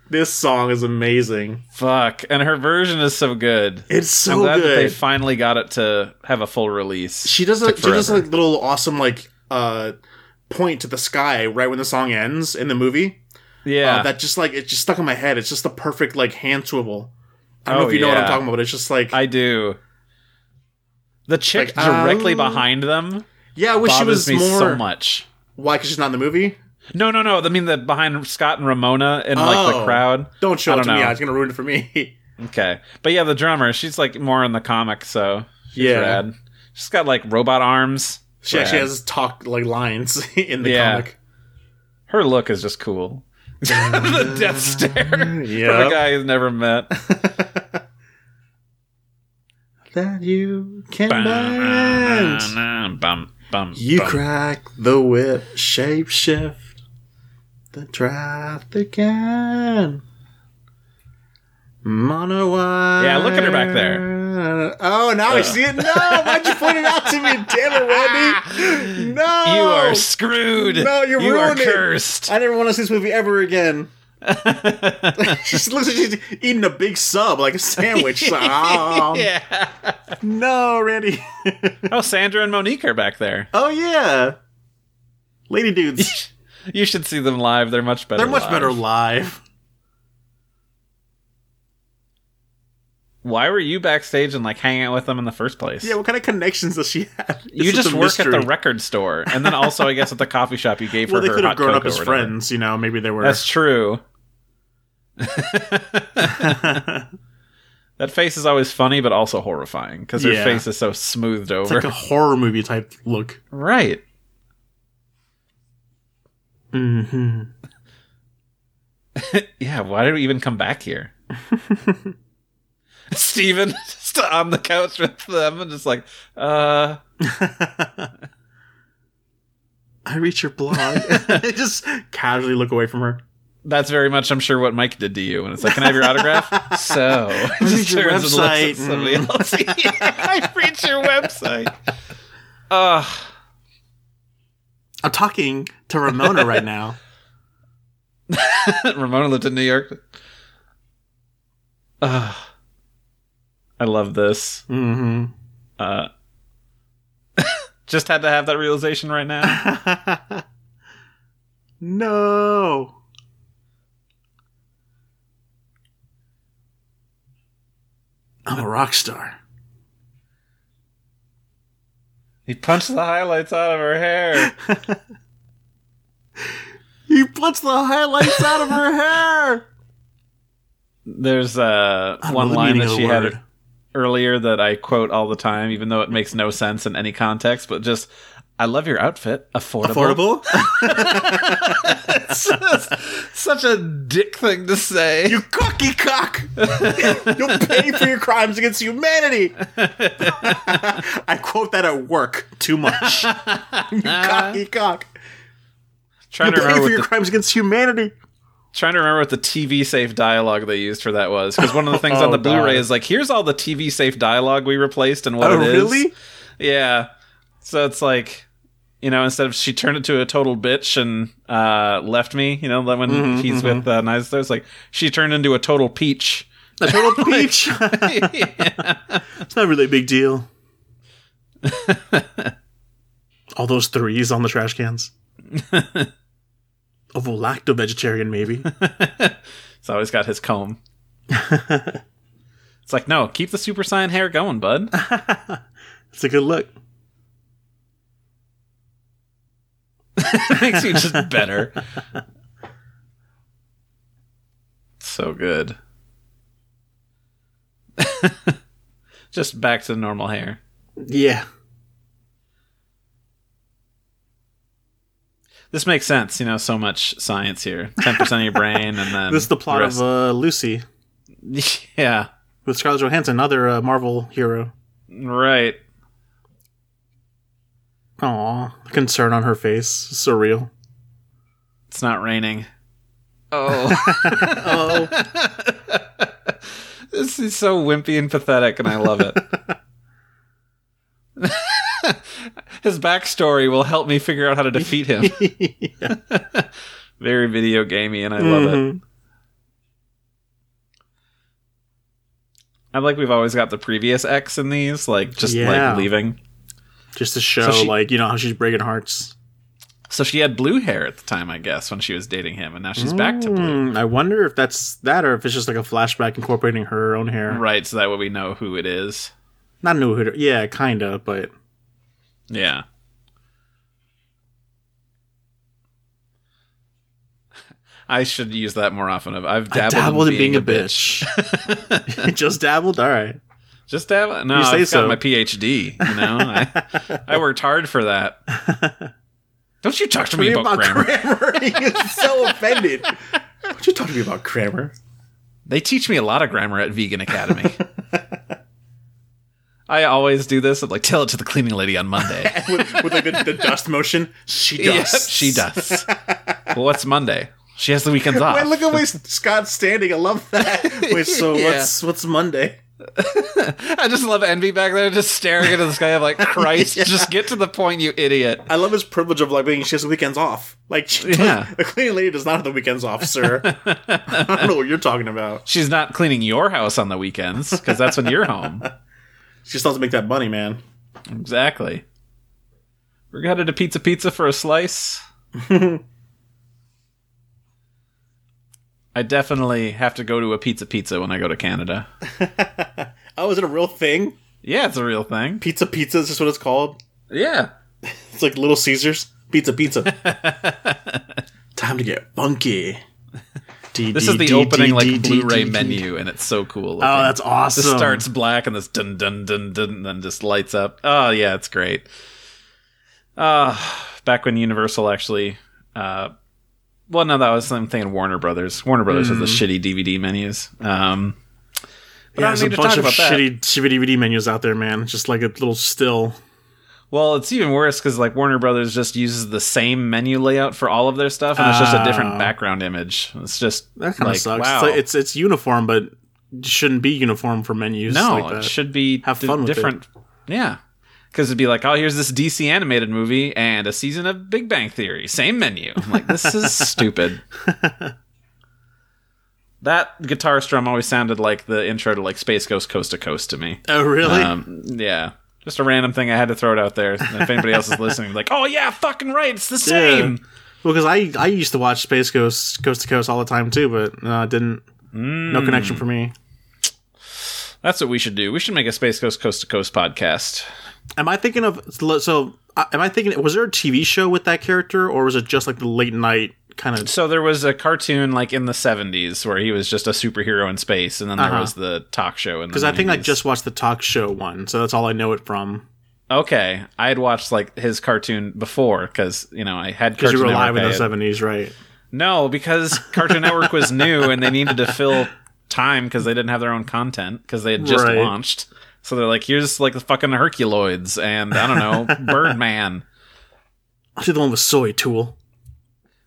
Speaker 3: this song is amazing.
Speaker 2: Fuck. And her version is so good.
Speaker 3: It's
Speaker 2: I'm
Speaker 3: so
Speaker 2: glad that they
Speaker 3: good.
Speaker 2: finally got it to have a full release.
Speaker 3: she oh, does a
Speaker 2: Took
Speaker 3: she does a
Speaker 2: forever.
Speaker 3: little awesome like uh point to the sky right when the song ends in the movie.
Speaker 2: yeah.
Speaker 3: Uh, that just like it just stuck in my head. It's just the perfect like hand swivel. I don't
Speaker 2: Oh,
Speaker 3: know if you know what I'm
Speaker 2: yeah.
Speaker 3: talking about, but it's just like
Speaker 2: I do. The chick
Speaker 3: Like,
Speaker 2: directly
Speaker 3: oh.
Speaker 2: behind them
Speaker 3: yeah, I wish she
Speaker 2: bothers
Speaker 3: was
Speaker 2: me
Speaker 3: more.
Speaker 2: so much.
Speaker 3: Why? Because she's not in the movie.
Speaker 2: No, no, no. I mean the behind Scott and Ramona and like the
Speaker 3: Oh.
Speaker 2: crowd.
Speaker 3: Don't show
Speaker 2: I
Speaker 3: it to
Speaker 2: don't
Speaker 3: me.
Speaker 2: know.
Speaker 3: Yeah, it's gonna ruin it for me.
Speaker 2: Okay, but yeah, the drummer. She's like more in the comic, so she's
Speaker 3: Yeah.
Speaker 2: rad. She's got like robot arms.
Speaker 3: she actually
Speaker 2: Rad.
Speaker 3: has talk like lines in the
Speaker 2: Yeah.
Speaker 3: comic.
Speaker 2: her look is just cool. the death stare from
Speaker 3: Yeah.
Speaker 2: a guy he's never met.
Speaker 3: That you can dance.
Speaker 2: bum, bum, bum,
Speaker 3: You
Speaker 2: bum.
Speaker 3: crack the whip, shapeshift the traffic can. Mono
Speaker 2: Yeah, look at her back
Speaker 3: there. Oh, now I see it. No, why'd you point it out to me? Damn it, Randy. No.
Speaker 2: You are screwed.
Speaker 3: No, you
Speaker 2: you are
Speaker 3: ruined it.
Speaker 2: cursed.
Speaker 3: I never want to see this movie ever again. she looks like she's eating a big sub, like a sandwich. Oh,
Speaker 2: yeah.
Speaker 3: No, Randy.
Speaker 2: Oh, Sandra and Monique are back there.
Speaker 3: oh, yeah. Lady dudes.
Speaker 2: You should see them live. They're much better.
Speaker 3: They're much
Speaker 2: live.
Speaker 3: better live.
Speaker 2: Why were you backstage and like hanging out with them in the first place?
Speaker 3: Yeah, what kind of connections does she have?
Speaker 2: you
Speaker 3: It's such
Speaker 2: just
Speaker 3: a
Speaker 2: work at
Speaker 3: mystery.
Speaker 2: the record store, and then also, I guess, at the coffee shop you gave
Speaker 3: Well,
Speaker 2: her
Speaker 3: they
Speaker 2: her
Speaker 3: could have
Speaker 2: hot
Speaker 3: grown up
Speaker 2: cocoa
Speaker 3: as
Speaker 2: or whatever.
Speaker 3: friends, you know. Maybe they were.
Speaker 2: That's true. that face is always funny, but also horrifying because her
Speaker 3: Yeah.
Speaker 2: face is so smoothed
Speaker 3: it's
Speaker 2: over.
Speaker 3: like a horror movie type look.
Speaker 2: right.
Speaker 3: Mm-hmm.
Speaker 2: Yeah, why did we even come back here? Steven just on the couch with them and just like, uh
Speaker 3: I read your blog. I just casually look away from her.
Speaker 2: that's very much I'm sure what Mike did to you and it's like, Can I have your autograph? so
Speaker 3: read your
Speaker 2: turns and looks
Speaker 3: website. Mm.
Speaker 2: at somebody else. Yeah, I read your website. Ugh.
Speaker 3: I'm talking to Ramona right now.
Speaker 2: Ramona lived in New York. Ugh. I love this.
Speaker 3: Mm-hmm.
Speaker 2: Uh just had to have that realization right now.
Speaker 3: No. I'm a rock star.
Speaker 2: He punched the highlights out of her hair.
Speaker 3: You punched the highlights out of her hair.
Speaker 2: There's uh, one line that she had earlier that I quote all the time, even though it makes no sense in any context, but just I love your outfit. Affordable.
Speaker 3: Affordable?
Speaker 2: Such a dick thing to say.
Speaker 4: You cocky cock! You'll pay for your crimes against humanity! I quote that at work too much. you cocky cock.
Speaker 2: trying to
Speaker 3: Pay
Speaker 2: remember
Speaker 3: for
Speaker 2: what
Speaker 3: your
Speaker 2: the,
Speaker 3: crimes against humanity.
Speaker 2: trying to remember what the TV safe dialogue they used for that was because one of the things on
Speaker 3: Oh,
Speaker 2: the Blu-ray
Speaker 3: God.
Speaker 2: is like here's all the TV safe dialogue we replaced and what
Speaker 3: Oh,
Speaker 2: it is.
Speaker 3: really?
Speaker 2: Yeah. So it's like, you know, instead of she turned into a total bitch and uh, left me, you know, like when he's with uh, Nice it's like she turned into a total peach.
Speaker 3: A total peach. it's not really a big deal. All those threes on the trash cans. of a lacto vegetarian, maybe.
Speaker 2: He's always got his comb. it's like, no, keep the super saiyan hair going, bud.
Speaker 3: It's a good look.
Speaker 2: makes you just better. so good. just back to normal hair.
Speaker 3: Yeah.
Speaker 2: This makes sense, you know, so much science here. 10% of your brain and then
Speaker 3: This is the plot of uh, Lucy
Speaker 2: rest- Yeah.
Speaker 3: with Scarlett Johansson, another uh, Marvel hero.
Speaker 2: Right.
Speaker 3: Aw, concern on her face. Surreal.
Speaker 2: It's not raining. Oh.
Speaker 4: Oh,
Speaker 2: This is so wimpy and pathetic, and I love it. His backstory will help me figure out how to defeat him. Very video gamey, and I love it.
Speaker 3: Mhm.
Speaker 2: I like we've always got the previous X in these, like just
Speaker 3: Yeah.
Speaker 2: like leaving.
Speaker 3: Just to show,
Speaker 2: So she-
Speaker 3: like, you know, how she's breaking hearts.
Speaker 2: So she had blue hair at the time, I guess, when she was dating him, and now she's back to blue.
Speaker 3: Hmm, I wonder if that's that or if it's just like a flashback incorporating her own hair.
Speaker 2: Right, so that way we know who it is.
Speaker 3: Not new hooter. Yeah, kind of, but
Speaker 2: Yeah. I should use that more often. I've I've dabbled,
Speaker 3: dabbled
Speaker 2: in being,
Speaker 3: a bitch. just dabbled? All right.
Speaker 2: Just dabble. No,
Speaker 3: You say
Speaker 2: I've
Speaker 3: so.
Speaker 2: got my PhD. You know, I, I worked hard for that. Don't you talk to me about grammar.
Speaker 4: Kramer. He is so offended. What you talking to me about, Kramer?
Speaker 2: They teach me a lot of grammar at Vegan Academy. I always do this. I'm like, tell it to the cleaning lady on Monday.
Speaker 4: With, with like the, the dust motion. She
Speaker 2: Yep,
Speaker 4: does.
Speaker 2: she does. well, what's Monday? She has the weekends off.
Speaker 4: Wait, look at where Scott's standing. I love that.
Speaker 3: Wait, so
Speaker 2: Yeah.
Speaker 3: what's what's Monday?
Speaker 2: I just love Envy back there, just staring into the sky. I'm like, Christ, just get to the point, you idiot.
Speaker 4: I love his privilege of like being she has the weekends off. Like she
Speaker 2: Yeah.
Speaker 4: the cleaning lady does not have the weekends off, sir. I don't know what you're talking about.
Speaker 2: She's not cleaning your house on the weekends because that's when you're home.
Speaker 4: She just doesn't make that money, man.
Speaker 2: Exactly. We're headed to Pizza Pizza for a slice. I definitely have to go to a Pizza Pizza when I go to Canada.
Speaker 4: Oh, is it a real thing?
Speaker 2: Yeah, it's a real thing.
Speaker 4: Pizza pizza is just what it's called.
Speaker 2: Yeah.
Speaker 4: It's like Little Caesars. Pizza pizza. Time to get funky.
Speaker 2: This is the opening like Blu-ray menu and it's so cool.
Speaker 3: Oh,
Speaker 2: looking.
Speaker 3: that's awesome.
Speaker 2: This starts black and this dun dun dun dun and then just lights up. Oh yeah, it's great. Uh back when Universal actually uh well no that was I'm thinking Warner Brothers. Warner Brothers has the shitty DVD menus. Um but
Speaker 3: Yeah,
Speaker 2: I
Speaker 3: there's
Speaker 2: don't
Speaker 3: a
Speaker 2: need to
Speaker 3: bunch
Speaker 2: talk
Speaker 3: of
Speaker 2: about that.
Speaker 3: shitty shitty DVD menus out there, man. It's Just like a little still.
Speaker 2: Well, it's even worse because like Warner Brothers just uses the same menu layout for all of their stuff, and it's just a different
Speaker 3: Oh.
Speaker 2: background image. It's just
Speaker 3: That kind of
Speaker 2: like
Speaker 3: sucks.
Speaker 2: wow,
Speaker 3: It's, like- it's it's uniform, but it shouldn't be uniform for menus.
Speaker 2: No,
Speaker 3: like
Speaker 2: it
Speaker 3: that.
Speaker 2: should be
Speaker 3: Have
Speaker 2: di-
Speaker 3: fun with it.
Speaker 2: different. Yeah, because it'd be like, oh, here's this DC animated movie and a season of Big Bang Theory, same menu. I'm like, this is stupid. That guitar strum always sounded like the intro to like Space Ghost Coast to Coast to me.
Speaker 3: Oh, really?
Speaker 2: Um, yeah, just a random thing I had to throw it out there. If anybody else is listening, like, oh yeah, fucking right, it's the
Speaker 3: Yeah.
Speaker 2: same.
Speaker 3: Well, because I I used to watch Space Ghost Coast to Coast all the time too, but no, it didn't. No
Speaker 2: Hmm.
Speaker 3: connection for me.
Speaker 2: That's what we should do. We should make a Space Ghost Coast to Coast podcast.
Speaker 3: Am I thinking of so? I- Am I thinking? Was there a TV show with that character, or was it just like the late night kind of?
Speaker 2: So there was a cartoon like in the 70s where he was just a superhero in Uh-huh. space, and then there was the talk show.
Speaker 3: Because I think I just watched the talk show one, so that's all I know it from.
Speaker 2: Okay, I had watched like his cartoon before because you know I had
Speaker 3: because
Speaker 2: Cartoon
Speaker 3: you were
Speaker 2: Network.
Speaker 3: alive in
Speaker 2: I
Speaker 3: the
Speaker 2: had-
Speaker 3: seventies, right?
Speaker 2: No, because Cartoon Network was new and they needed to fill time because they didn't have their own content because they had just
Speaker 3: Right.
Speaker 2: launched. So they're like, here's like the fucking Herculoids and I don't know Birdman.
Speaker 3: I see the one with soy tool.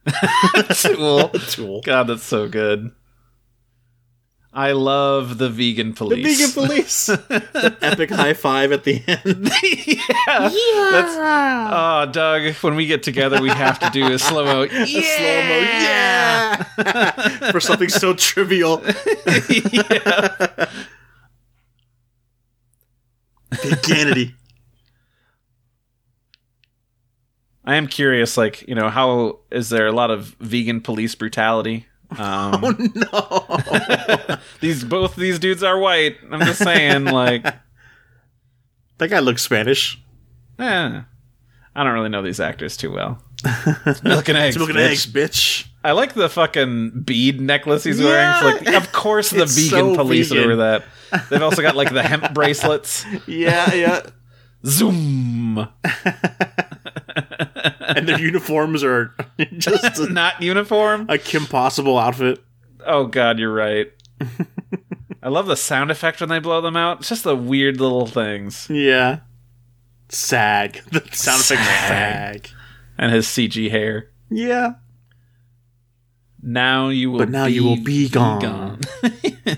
Speaker 2: Well,
Speaker 3: Tool.
Speaker 2: God, that's so good. I love the vegan police.
Speaker 4: Vegan police.
Speaker 3: Epic high five at the end.
Speaker 2: yeah. That's, oh, Doug, when we get together, we have to do a slow mo. Yeah.
Speaker 3: Yeah. For something so trivial. Veganity.
Speaker 2: I am curious, like, you know, how is there a lot of vegan police brutality? Um,
Speaker 3: Oh,
Speaker 2: these both these dudes are white. I'm just saying, like,
Speaker 3: That guy looks Spanish.
Speaker 2: eh, I don't really know these actors too well. It's milk and eggs.
Speaker 3: Smoking
Speaker 2: bitch.
Speaker 3: eggs, bitch.
Speaker 2: I like the fucking bead necklace he's wearing. It's like, of course, the
Speaker 3: It's
Speaker 2: vegan
Speaker 3: so
Speaker 2: police
Speaker 3: vegan.
Speaker 2: wear that. They've also got like the hemp bracelets.
Speaker 3: Yeah, yeah.
Speaker 2: Zoom.
Speaker 3: and their uniforms are just a,
Speaker 2: Not uniform.
Speaker 3: a Kim Possible outfit.
Speaker 2: Oh God, you're right. I love the sound effect when they blow them out. It's just the weird little things.
Speaker 3: Yeah. Sag. The sound effect
Speaker 2: Sag.
Speaker 3: sag.
Speaker 2: And his CG hair.
Speaker 3: Yeah.
Speaker 2: Now you will
Speaker 3: But now you will be gone.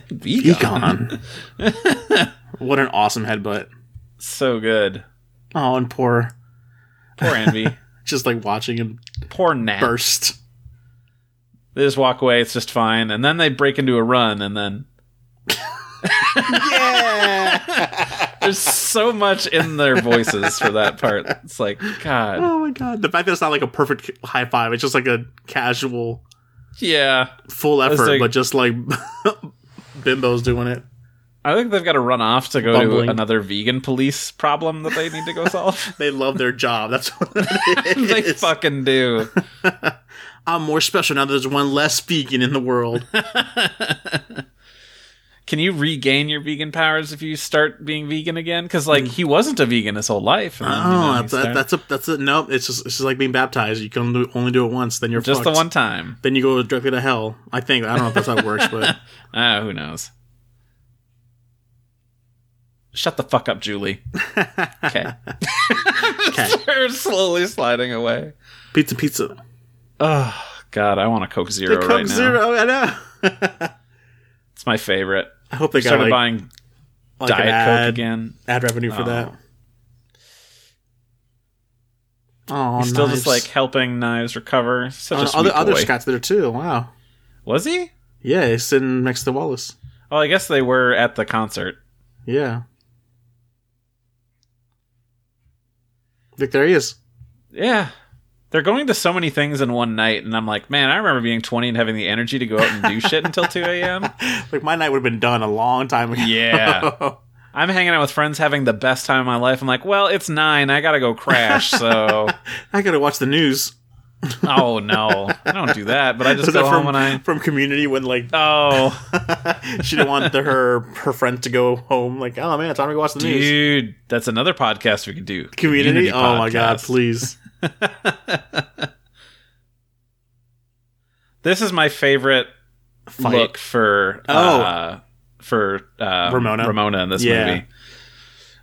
Speaker 2: be,
Speaker 3: Be
Speaker 2: gone.
Speaker 3: gone. what an awesome headbutt.
Speaker 2: So good.
Speaker 3: Oh, and poor
Speaker 2: Poor Envy.
Speaker 3: just like watching him
Speaker 2: Poor Nat.
Speaker 3: burst.
Speaker 2: They just walk away, it's just fine. And then they break into a run and then There's so much in their voices for that part. It's like, God.
Speaker 3: Oh my god. The fact that it's not like a perfect high five, it's just like a casual
Speaker 2: Yeah.
Speaker 3: full
Speaker 2: It's
Speaker 3: effort,
Speaker 2: like-
Speaker 3: but just like Bimbo's doing it.
Speaker 2: I think they've got to run off to go
Speaker 3: Bumbling.
Speaker 2: to another vegan police problem that they need to go solve.
Speaker 3: They love their job. That's what it is.
Speaker 2: they fucking do.
Speaker 3: I'm more special now that there's one less vegan in the world.
Speaker 2: Can you regain your vegan powers if you start being vegan again? Because like he wasn't a vegan his whole life. and then, you know,
Speaker 3: Oh,
Speaker 2: he
Speaker 3: that's, that,
Speaker 2: started-
Speaker 3: that's a that's a no. It's just it's just like being baptized. You can do, only do it once. Then you're
Speaker 2: just the
Speaker 3: fucked.
Speaker 2: one time.
Speaker 3: Then you go directly to hell. I think I don't know if that's how it works, but
Speaker 2: Ah, who knows? Shut the fuck up, Julie. Okay.
Speaker 3: okay.
Speaker 2: They're slowly sliding away.
Speaker 3: Pizza, pizza.
Speaker 2: Oh God, I want a Coke Zero
Speaker 3: Coke
Speaker 2: right now.
Speaker 3: Zero. I know.
Speaker 2: It's my favorite.
Speaker 3: I hope they
Speaker 2: I started
Speaker 3: got like,
Speaker 2: buying
Speaker 3: like an
Speaker 2: Diet Coke
Speaker 3: ad,
Speaker 2: again.
Speaker 3: ad revenue for
Speaker 2: Oh.
Speaker 3: that. Oh,
Speaker 2: He's still just like helping knives recover. Such a sweet
Speaker 3: other other
Speaker 2: boy.
Speaker 3: Scott's there too. Wow.
Speaker 2: Was he?
Speaker 3: Yeah, he's sitting next to Wallace.
Speaker 2: Oh, I guess they were at the concert.
Speaker 3: Yeah. Look, there he is.
Speaker 2: Yeah. They're going to so many things in one night, and I'm like, man, I remember being 20 and having the energy to go out and do shit until 2 a.m.
Speaker 3: Like my night would have been done a long time ago.
Speaker 2: Yeah. I'm hanging out with friends having the best time of my life. I'm like, well, it's 9. I got to go crash, so.
Speaker 3: I gotta watch the news.
Speaker 2: oh, no. I don't do that, but I just
Speaker 3: Was
Speaker 2: go
Speaker 3: that
Speaker 2: home
Speaker 3: from,
Speaker 2: when I.
Speaker 3: from Community when like
Speaker 2: Oh,
Speaker 3: she didn't want the- her her friend to go home? Like, oh man, it's time to go watch the news.
Speaker 2: dude. That's another podcast we could do.
Speaker 3: Community. oh my god,
Speaker 2: podcast.
Speaker 3: please.
Speaker 2: This is my favorite
Speaker 3: Fight.
Speaker 2: look for
Speaker 3: Oh.
Speaker 2: uh, for uh,
Speaker 3: Ramona.
Speaker 2: Ramona in this
Speaker 3: Yeah.
Speaker 2: movie.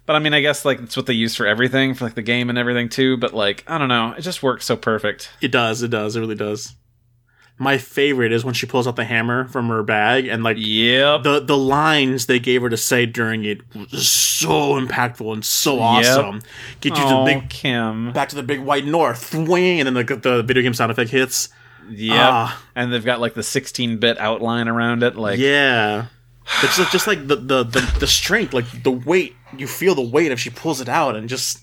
Speaker 2: But I mean, I guess like it's what they use for everything, for like the game and everything too. But like, I don't know, it just works so perfect.
Speaker 3: It does. It does. It really does. My favorite is when she pulls out the hammer from her bag and like
Speaker 2: Yep.
Speaker 3: the the lines they gave her to say during it was so impactful and so awesome. Get you to
Speaker 2: oh,
Speaker 3: the big Ah.
Speaker 2: Kim.
Speaker 3: back to the big white north, wing, and then the, the video game sound effect hits.
Speaker 2: Yep.
Speaker 3: Ah.
Speaker 2: And they've got like the 16-bit outline around it. Like,
Speaker 3: yeah, it's just, just like the, the the the strength, like the weight. You feel the weight if she pulls it out, and just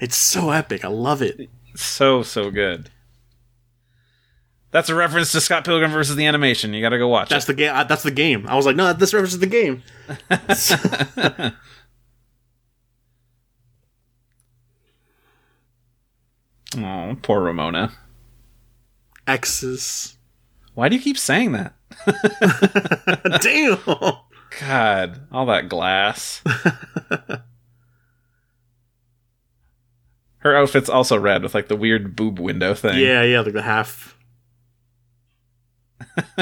Speaker 3: it's so epic. I love it.
Speaker 2: so so good. That's a reference to Scott Pilgrim versus the Animation. You got to go watch
Speaker 3: That's the game. That's the game. I was like, no, this references the game.
Speaker 2: it. Oh, poor Ramona.
Speaker 3: X's.
Speaker 2: Why do you keep saying that?
Speaker 3: Damn.
Speaker 2: God, all that glass. Her outfit's also red with like the weird boob window thing.
Speaker 3: Yeah, yeah, like the half.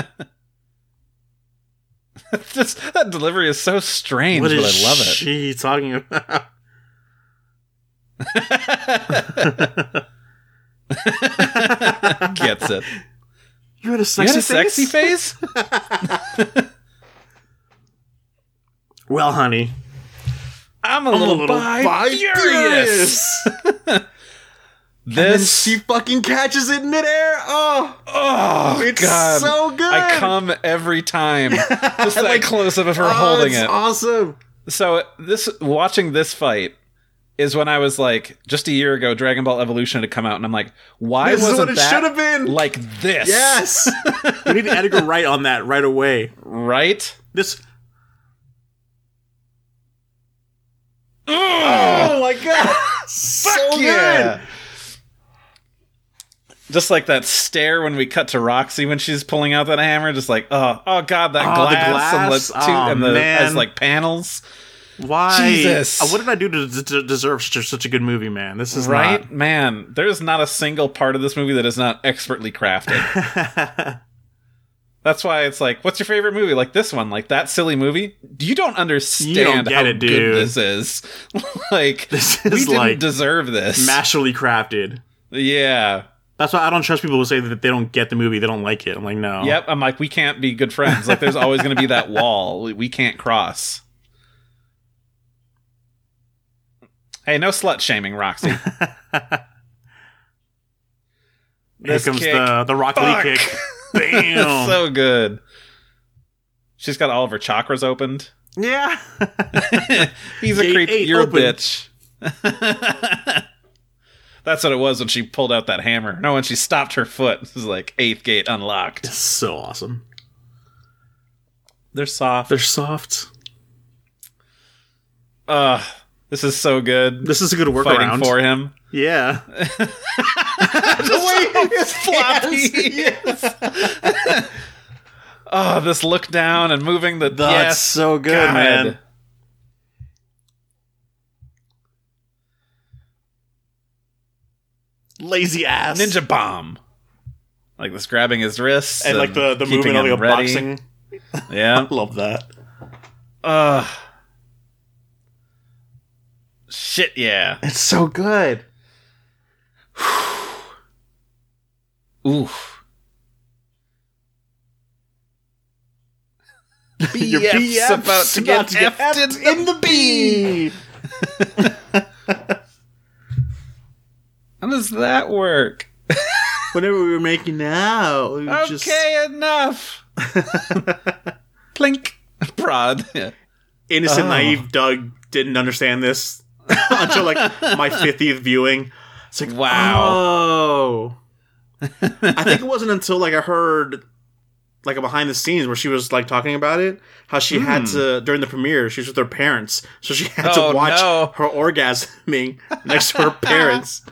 Speaker 2: Just that delivery is so strange,
Speaker 3: What
Speaker 2: but I
Speaker 3: is
Speaker 2: love it.
Speaker 3: she talking about?
Speaker 2: Gets it.
Speaker 3: You had a
Speaker 2: You
Speaker 3: sexy
Speaker 2: had a
Speaker 3: face?
Speaker 2: sexy face?
Speaker 3: Well, honey,
Speaker 2: I'm a
Speaker 3: I'm
Speaker 2: little, bi- furious.
Speaker 4: And
Speaker 2: This
Speaker 4: she fucking catches it midair. Oh,
Speaker 2: oh
Speaker 4: it's
Speaker 2: god,
Speaker 4: so good.
Speaker 2: I come every time. Just that close up of her
Speaker 4: Oh,
Speaker 2: holding
Speaker 4: it's
Speaker 2: it.
Speaker 4: Awesome.
Speaker 2: so this watching this fight is when I was like, just a year ago, Dragon Ball Evolution had come out, and I'm like, why
Speaker 4: This is
Speaker 2: wasn't
Speaker 4: what it
Speaker 2: that
Speaker 4: should have been.
Speaker 2: like this?
Speaker 4: Yes.
Speaker 3: we need Edgar Wright on that right away.
Speaker 2: right.
Speaker 3: This.
Speaker 4: oh my god. so good.
Speaker 2: Just like that stare when we cut to Roxy when she's pulling out that hammer, just like oh, oh god, that
Speaker 3: Oh, the
Speaker 2: glass,
Speaker 3: glass.
Speaker 2: and the, two,
Speaker 3: Oh,
Speaker 2: and the
Speaker 3: man.
Speaker 2: as like panels,
Speaker 3: Why?
Speaker 2: Jesus.
Speaker 3: Uh, What did I do to, d- d deserve such, such a good movie, man? This is
Speaker 2: right? Man, there is not a single part of this movie that is not expertly crafted. That's why it's like, what's your favorite movie? Like this one, like that silly movie. You don't understand
Speaker 3: get
Speaker 2: how
Speaker 3: it,
Speaker 2: good
Speaker 3: dude.
Speaker 2: this is. like
Speaker 3: This
Speaker 2: we
Speaker 3: is,
Speaker 2: didn't
Speaker 3: like,
Speaker 2: deserve this.
Speaker 3: not masterly crafted.
Speaker 2: yeah.
Speaker 3: That's why I don't trust people who say that they don't get the movie, they don't like it. I'm like, no.
Speaker 2: Yep, I'm like, we can't be good friends. Like, there's always going to be that wall we- we can't cross. Hey, no slut shaming, Roxy.
Speaker 3: Here
Speaker 2: This
Speaker 3: comes
Speaker 2: kick.
Speaker 3: the the Rock
Speaker 2: Fuck.
Speaker 3: Lee kick. Bam.
Speaker 2: so good. She's got all of her chakras opened.
Speaker 3: yeah.
Speaker 2: He's a
Speaker 3: Gate
Speaker 2: creep.
Speaker 3: eight
Speaker 2: You're
Speaker 3: open.
Speaker 2: a bitch. That's what it was when she pulled out that hammer. No, when she stopped her foot, it was like eighth gate unlocked.
Speaker 3: so awesome.
Speaker 2: They're soft.
Speaker 3: They're soft.
Speaker 2: Ugh, this is so good.
Speaker 3: This is a good
Speaker 2: Fighting
Speaker 3: workaround.
Speaker 2: for him.
Speaker 3: Yeah.
Speaker 4: the way his
Speaker 2: floppy.
Speaker 4: hands- yes.
Speaker 2: Oh, this look down and moving the
Speaker 4: That's
Speaker 2: yes,
Speaker 4: so good,
Speaker 2: God.
Speaker 3: man.
Speaker 4: Lazy ass.
Speaker 2: ninja bomb. Like this, grabbing his wrists
Speaker 3: And like the the
Speaker 2: keeping
Speaker 3: movement of
Speaker 2: him
Speaker 3: like a
Speaker 2: ready.
Speaker 3: boxing.
Speaker 2: Yeah.
Speaker 3: Love that.
Speaker 2: Ugh. Shit. Yeah.
Speaker 4: It's so good.
Speaker 2: Oof.
Speaker 4: Your
Speaker 2: BF's about to get effed in the
Speaker 4: B.
Speaker 2: How does that work?
Speaker 4: Whatever we were making now, we were
Speaker 2: Okay,
Speaker 4: just
Speaker 2: enough. Plink. Prod. Yeah.
Speaker 3: innocent,
Speaker 4: Oh.
Speaker 3: naive Doug didn't understand this until like my 50th viewing. It's like,
Speaker 2: Wow.
Speaker 3: oh. I think it wasn't until like I heard like a behind the scenes where she was like talking about it, how she had to during the premiere, she was with her parents, so she had
Speaker 2: Hmm. Oh,
Speaker 3: to watch
Speaker 2: no.
Speaker 3: her orgasming next to her parents.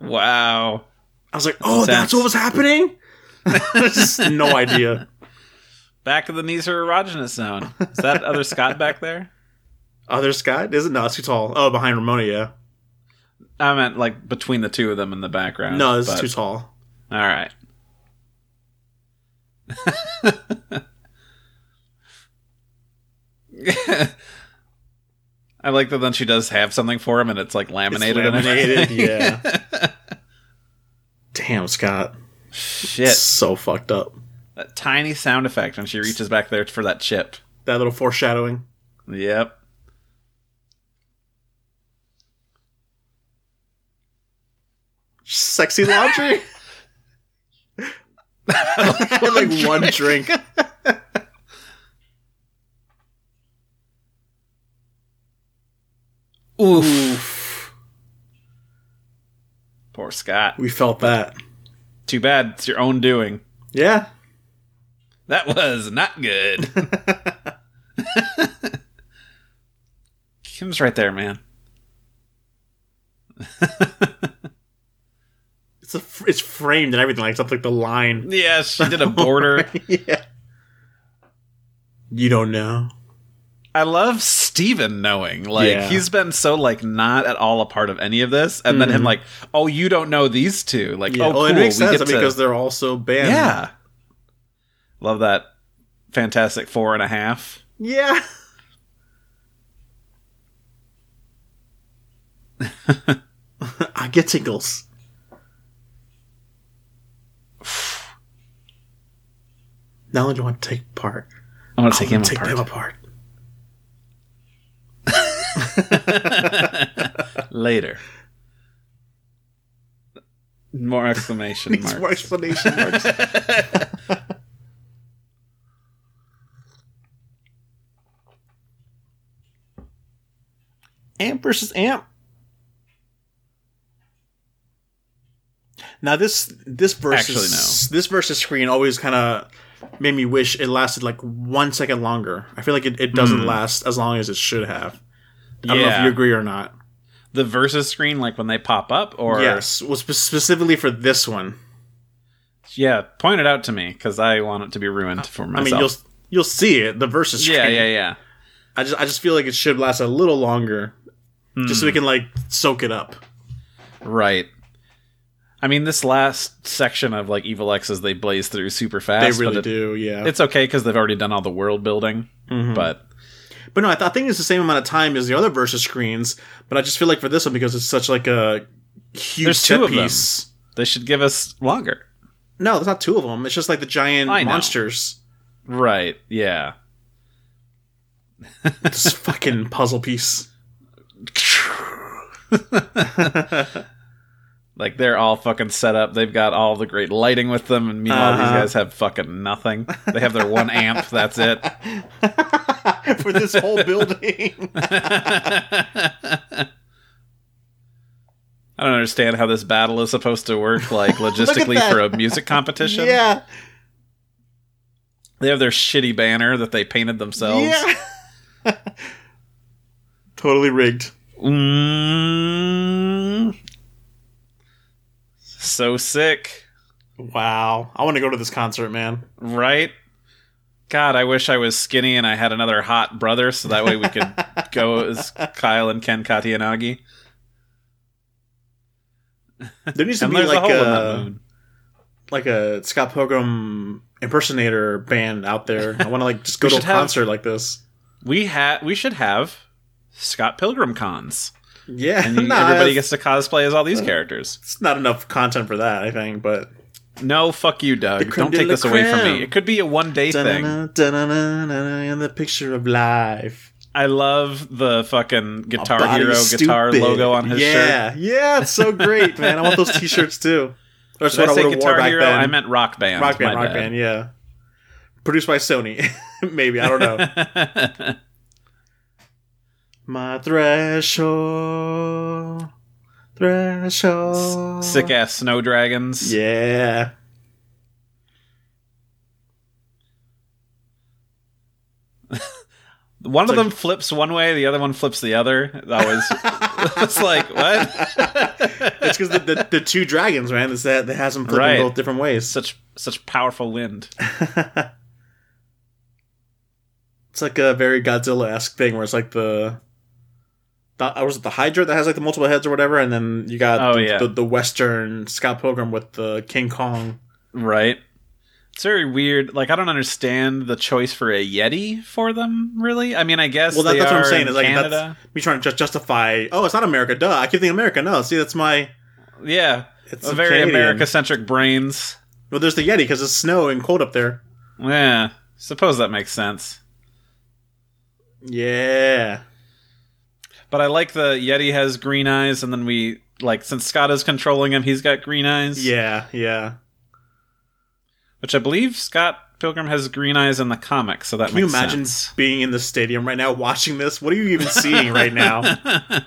Speaker 2: Wow.
Speaker 3: I was like, oh,
Speaker 2: That's-
Speaker 3: that's what was happening. Just no idea.
Speaker 2: Back of the knees are erogenous zone. Is that other Scott back there?
Speaker 3: Other Scott is it? No, it's too tall. Oh, behind Ramona, yeah.
Speaker 2: I meant like between the two of them in the background.
Speaker 3: No, this
Speaker 2: but-
Speaker 3: is too tall.
Speaker 2: All right. I like that then she does have something for him and it's like laminated. and
Speaker 3: Laminated,
Speaker 2: everything.
Speaker 3: yeah. Damn, Scott. It's
Speaker 2: Shit.
Speaker 3: so fucked up.
Speaker 2: That tiny sound effect when she reaches back there for that chip.
Speaker 3: That little foreshadowing.
Speaker 2: Yep.
Speaker 3: Sexy laundry? I had like one drink.
Speaker 2: Oof. Poor Scott.
Speaker 3: We felt that.
Speaker 2: Too bad. It's your own doing.
Speaker 3: Yeah.
Speaker 2: That was not good. Kim's right there, man.
Speaker 3: It's a, fr- it's framed and everything. Like, it's not like the line.
Speaker 2: Yeah, she did a border. Oh,
Speaker 3: You don't know.
Speaker 2: I love Steven knowing. Like
Speaker 5: Yeah.
Speaker 2: he's been so like not at all a part of any of this, and then him like, oh, you don't know these two. Like, oh,
Speaker 3: Mm-hmm. well,
Speaker 2: cool.
Speaker 3: it makes
Speaker 2: we
Speaker 3: sense
Speaker 2: get to-
Speaker 3: because they're all so banned.
Speaker 2: yeah, love that fantastic four and a half.
Speaker 3: yeah. I get tingles. Now I want to take part.
Speaker 2: I'm gonna Oh, take him
Speaker 3: take
Speaker 2: apart.
Speaker 3: them apart.
Speaker 2: later. More exclamation
Speaker 3: These
Speaker 2: marks.
Speaker 3: were explanation marks.
Speaker 5: Amp versus Amp.
Speaker 3: Now this this versus
Speaker 2: Actually, no.
Speaker 3: this versus screen always kind of made me wish it lasted like one second longer. I feel like it, it doesn't last as long as it should have. I don't know if
Speaker 2: Hmm. Yeah.
Speaker 3: you agree or not.
Speaker 2: The versus screen, like when they pop up, or
Speaker 3: yes, was spe- specifically for this one.
Speaker 2: yeah, point it out to me because I want it to be ruined for
Speaker 3: I
Speaker 2: myself.
Speaker 3: mean, you'll you'll see it the versus.
Speaker 2: yeah,
Speaker 3: screen.
Speaker 2: yeah, yeah.
Speaker 3: I just I just feel like it should last a little longer, just so we can like soak it up.
Speaker 2: Right. I mean, this last section of like Evil X's, they blaze through super
Speaker 3: They
Speaker 2: fast.
Speaker 3: really
Speaker 2: but it-
Speaker 3: do. Mm-hmm. Yeah.
Speaker 2: It's okay because they've already done all the world building. But
Speaker 3: But no, I, th- I think it's the same amount of time as the other versus screens. But I just feel like for this one because it's such like a huge
Speaker 2: There's two
Speaker 3: set
Speaker 2: of them.
Speaker 3: piece.
Speaker 2: they should give us longer.
Speaker 3: No, there's not two of them. It's just like the giant
Speaker 2: I know.
Speaker 3: monsters.
Speaker 2: Right. Yeah.
Speaker 3: This fucking puzzle piece.
Speaker 2: Like they're all fucking set up. They've got all the great lighting with them, and meanwhile
Speaker 3: Uh-huh.
Speaker 2: these guys have fucking nothing. They have their one amp. That's it.
Speaker 3: for this whole building.
Speaker 2: I don't understand how this battle is supposed to work, like logistically
Speaker 3: that.
Speaker 2: for a music competition.
Speaker 3: yeah.
Speaker 2: They have their shitty banner that they painted themselves.
Speaker 3: Yeah. totally rigged.
Speaker 2: Mm. So sick,
Speaker 3: Wow. I want to go to this concert, man.
Speaker 2: right? God, I wish I was skinny and I had another hot brother, so that way we could go as Kyle and Ken Katianagi.
Speaker 3: There needs to
Speaker 2: And
Speaker 3: be
Speaker 2: there's a
Speaker 3: like uh,
Speaker 2: hole in that
Speaker 3: a,
Speaker 2: moon.
Speaker 3: like a Scott Pilgrim impersonator band out there. I want to like just go
Speaker 2: We
Speaker 3: to a
Speaker 2: should have-
Speaker 3: concert like this.
Speaker 2: We ha- we should have Scott Pilgrim cons,
Speaker 3: Yeah.
Speaker 2: and you-
Speaker 3: nah,
Speaker 2: everybody gets
Speaker 3: it's-
Speaker 2: to cosplay as all these characters.
Speaker 3: it's not enough content for that, I think, but
Speaker 2: No, fuck you, Doug.
Speaker 3: creme
Speaker 2: Don't
Speaker 3: de
Speaker 2: take
Speaker 3: la
Speaker 2: this away from
Speaker 3: creme.
Speaker 2: me. It could be a one day thing.
Speaker 3: Da-na-na, da-na-na-na-na, and the picture of life.
Speaker 2: I love the fucking Guitar
Speaker 3: Body's
Speaker 2: Hero guitar
Speaker 3: stupid.
Speaker 2: logo on his shirt.
Speaker 3: yeah, Yeah, it's so great, man. I want those t-shirts too. Or
Speaker 2: Did I
Speaker 3: what I
Speaker 2: say
Speaker 3: would've wore
Speaker 2: Guitar
Speaker 3: back
Speaker 2: Hero?
Speaker 3: then.
Speaker 2: I meant Rock Band.
Speaker 3: Rock Band,
Speaker 2: my
Speaker 3: Rock
Speaker 2: bad.
Speaker 3: Band, yeah. Produced by Sony, maybe I don't know. My threshold, threshold.
Speaker 2: Sick ass snow dragons.
Speaker 3: Yeah.
Speaker 2: One of them flips one way, the other one flips the other. That was it's like what?
Speaker 3: It's because the, the, the two dragons, man, that's that, that has them flipping
Speaker 2: Right.
Speaker 3: both different ways.
Speaker 2: Such such powerful wind.
Speaker 3: It's like a very Godzilla esque thing where it's like the. the- Or was it the Hydra that has like the multiple heads or whatever? And then you got
Speaker 2: Oh,
Speaker 3: the,
Speaker 2: yeah.
Speaker 3: the, the Western Scott Pilgrim with the King Kong.
Speaker 2: Right. It's very weird. Like I don't understand the choice for a Yeti for them, really. I mean I guess
Speaker 3: Well, that,
Speaker 2: they
Speaker 3: that's what I'm
Speaker 2: are
Speaker 3: saying.
Speaker 2: in
Speaker 3: Is like
Speaker 2: Canada.
Speaker 3: that's me trying to just justify. Oh, it's not America. Duh. I keep thinking America. No, see, that's my.
Speaker 2: Yeah.
Speaker 3: It's
Speaker 2: very
Speaker 3: Canadian.
Speaker 2: America centric brains.
Speaker 3: Well, there's the Yeti because it's snow and cold up there.
Speaker 2: Yeah. Suppose that makes sense.
Speaker 3: Yeah.
Speaker 2: But I like the Yeti has green eyes, and then we like since Scott is controlling him, he's got green eyes.
Speaker 3: Yeah. Yeah.
Speaker 2: which I believe Scott Pilgrim has green eyes in the comics, so that
Speaker 3: Can you
Speaker 2: makes
Speaker 3: imagine
Speaker 2: sense.
Speaker 3: being in the stadium right now watching this? What are you even seeing right now?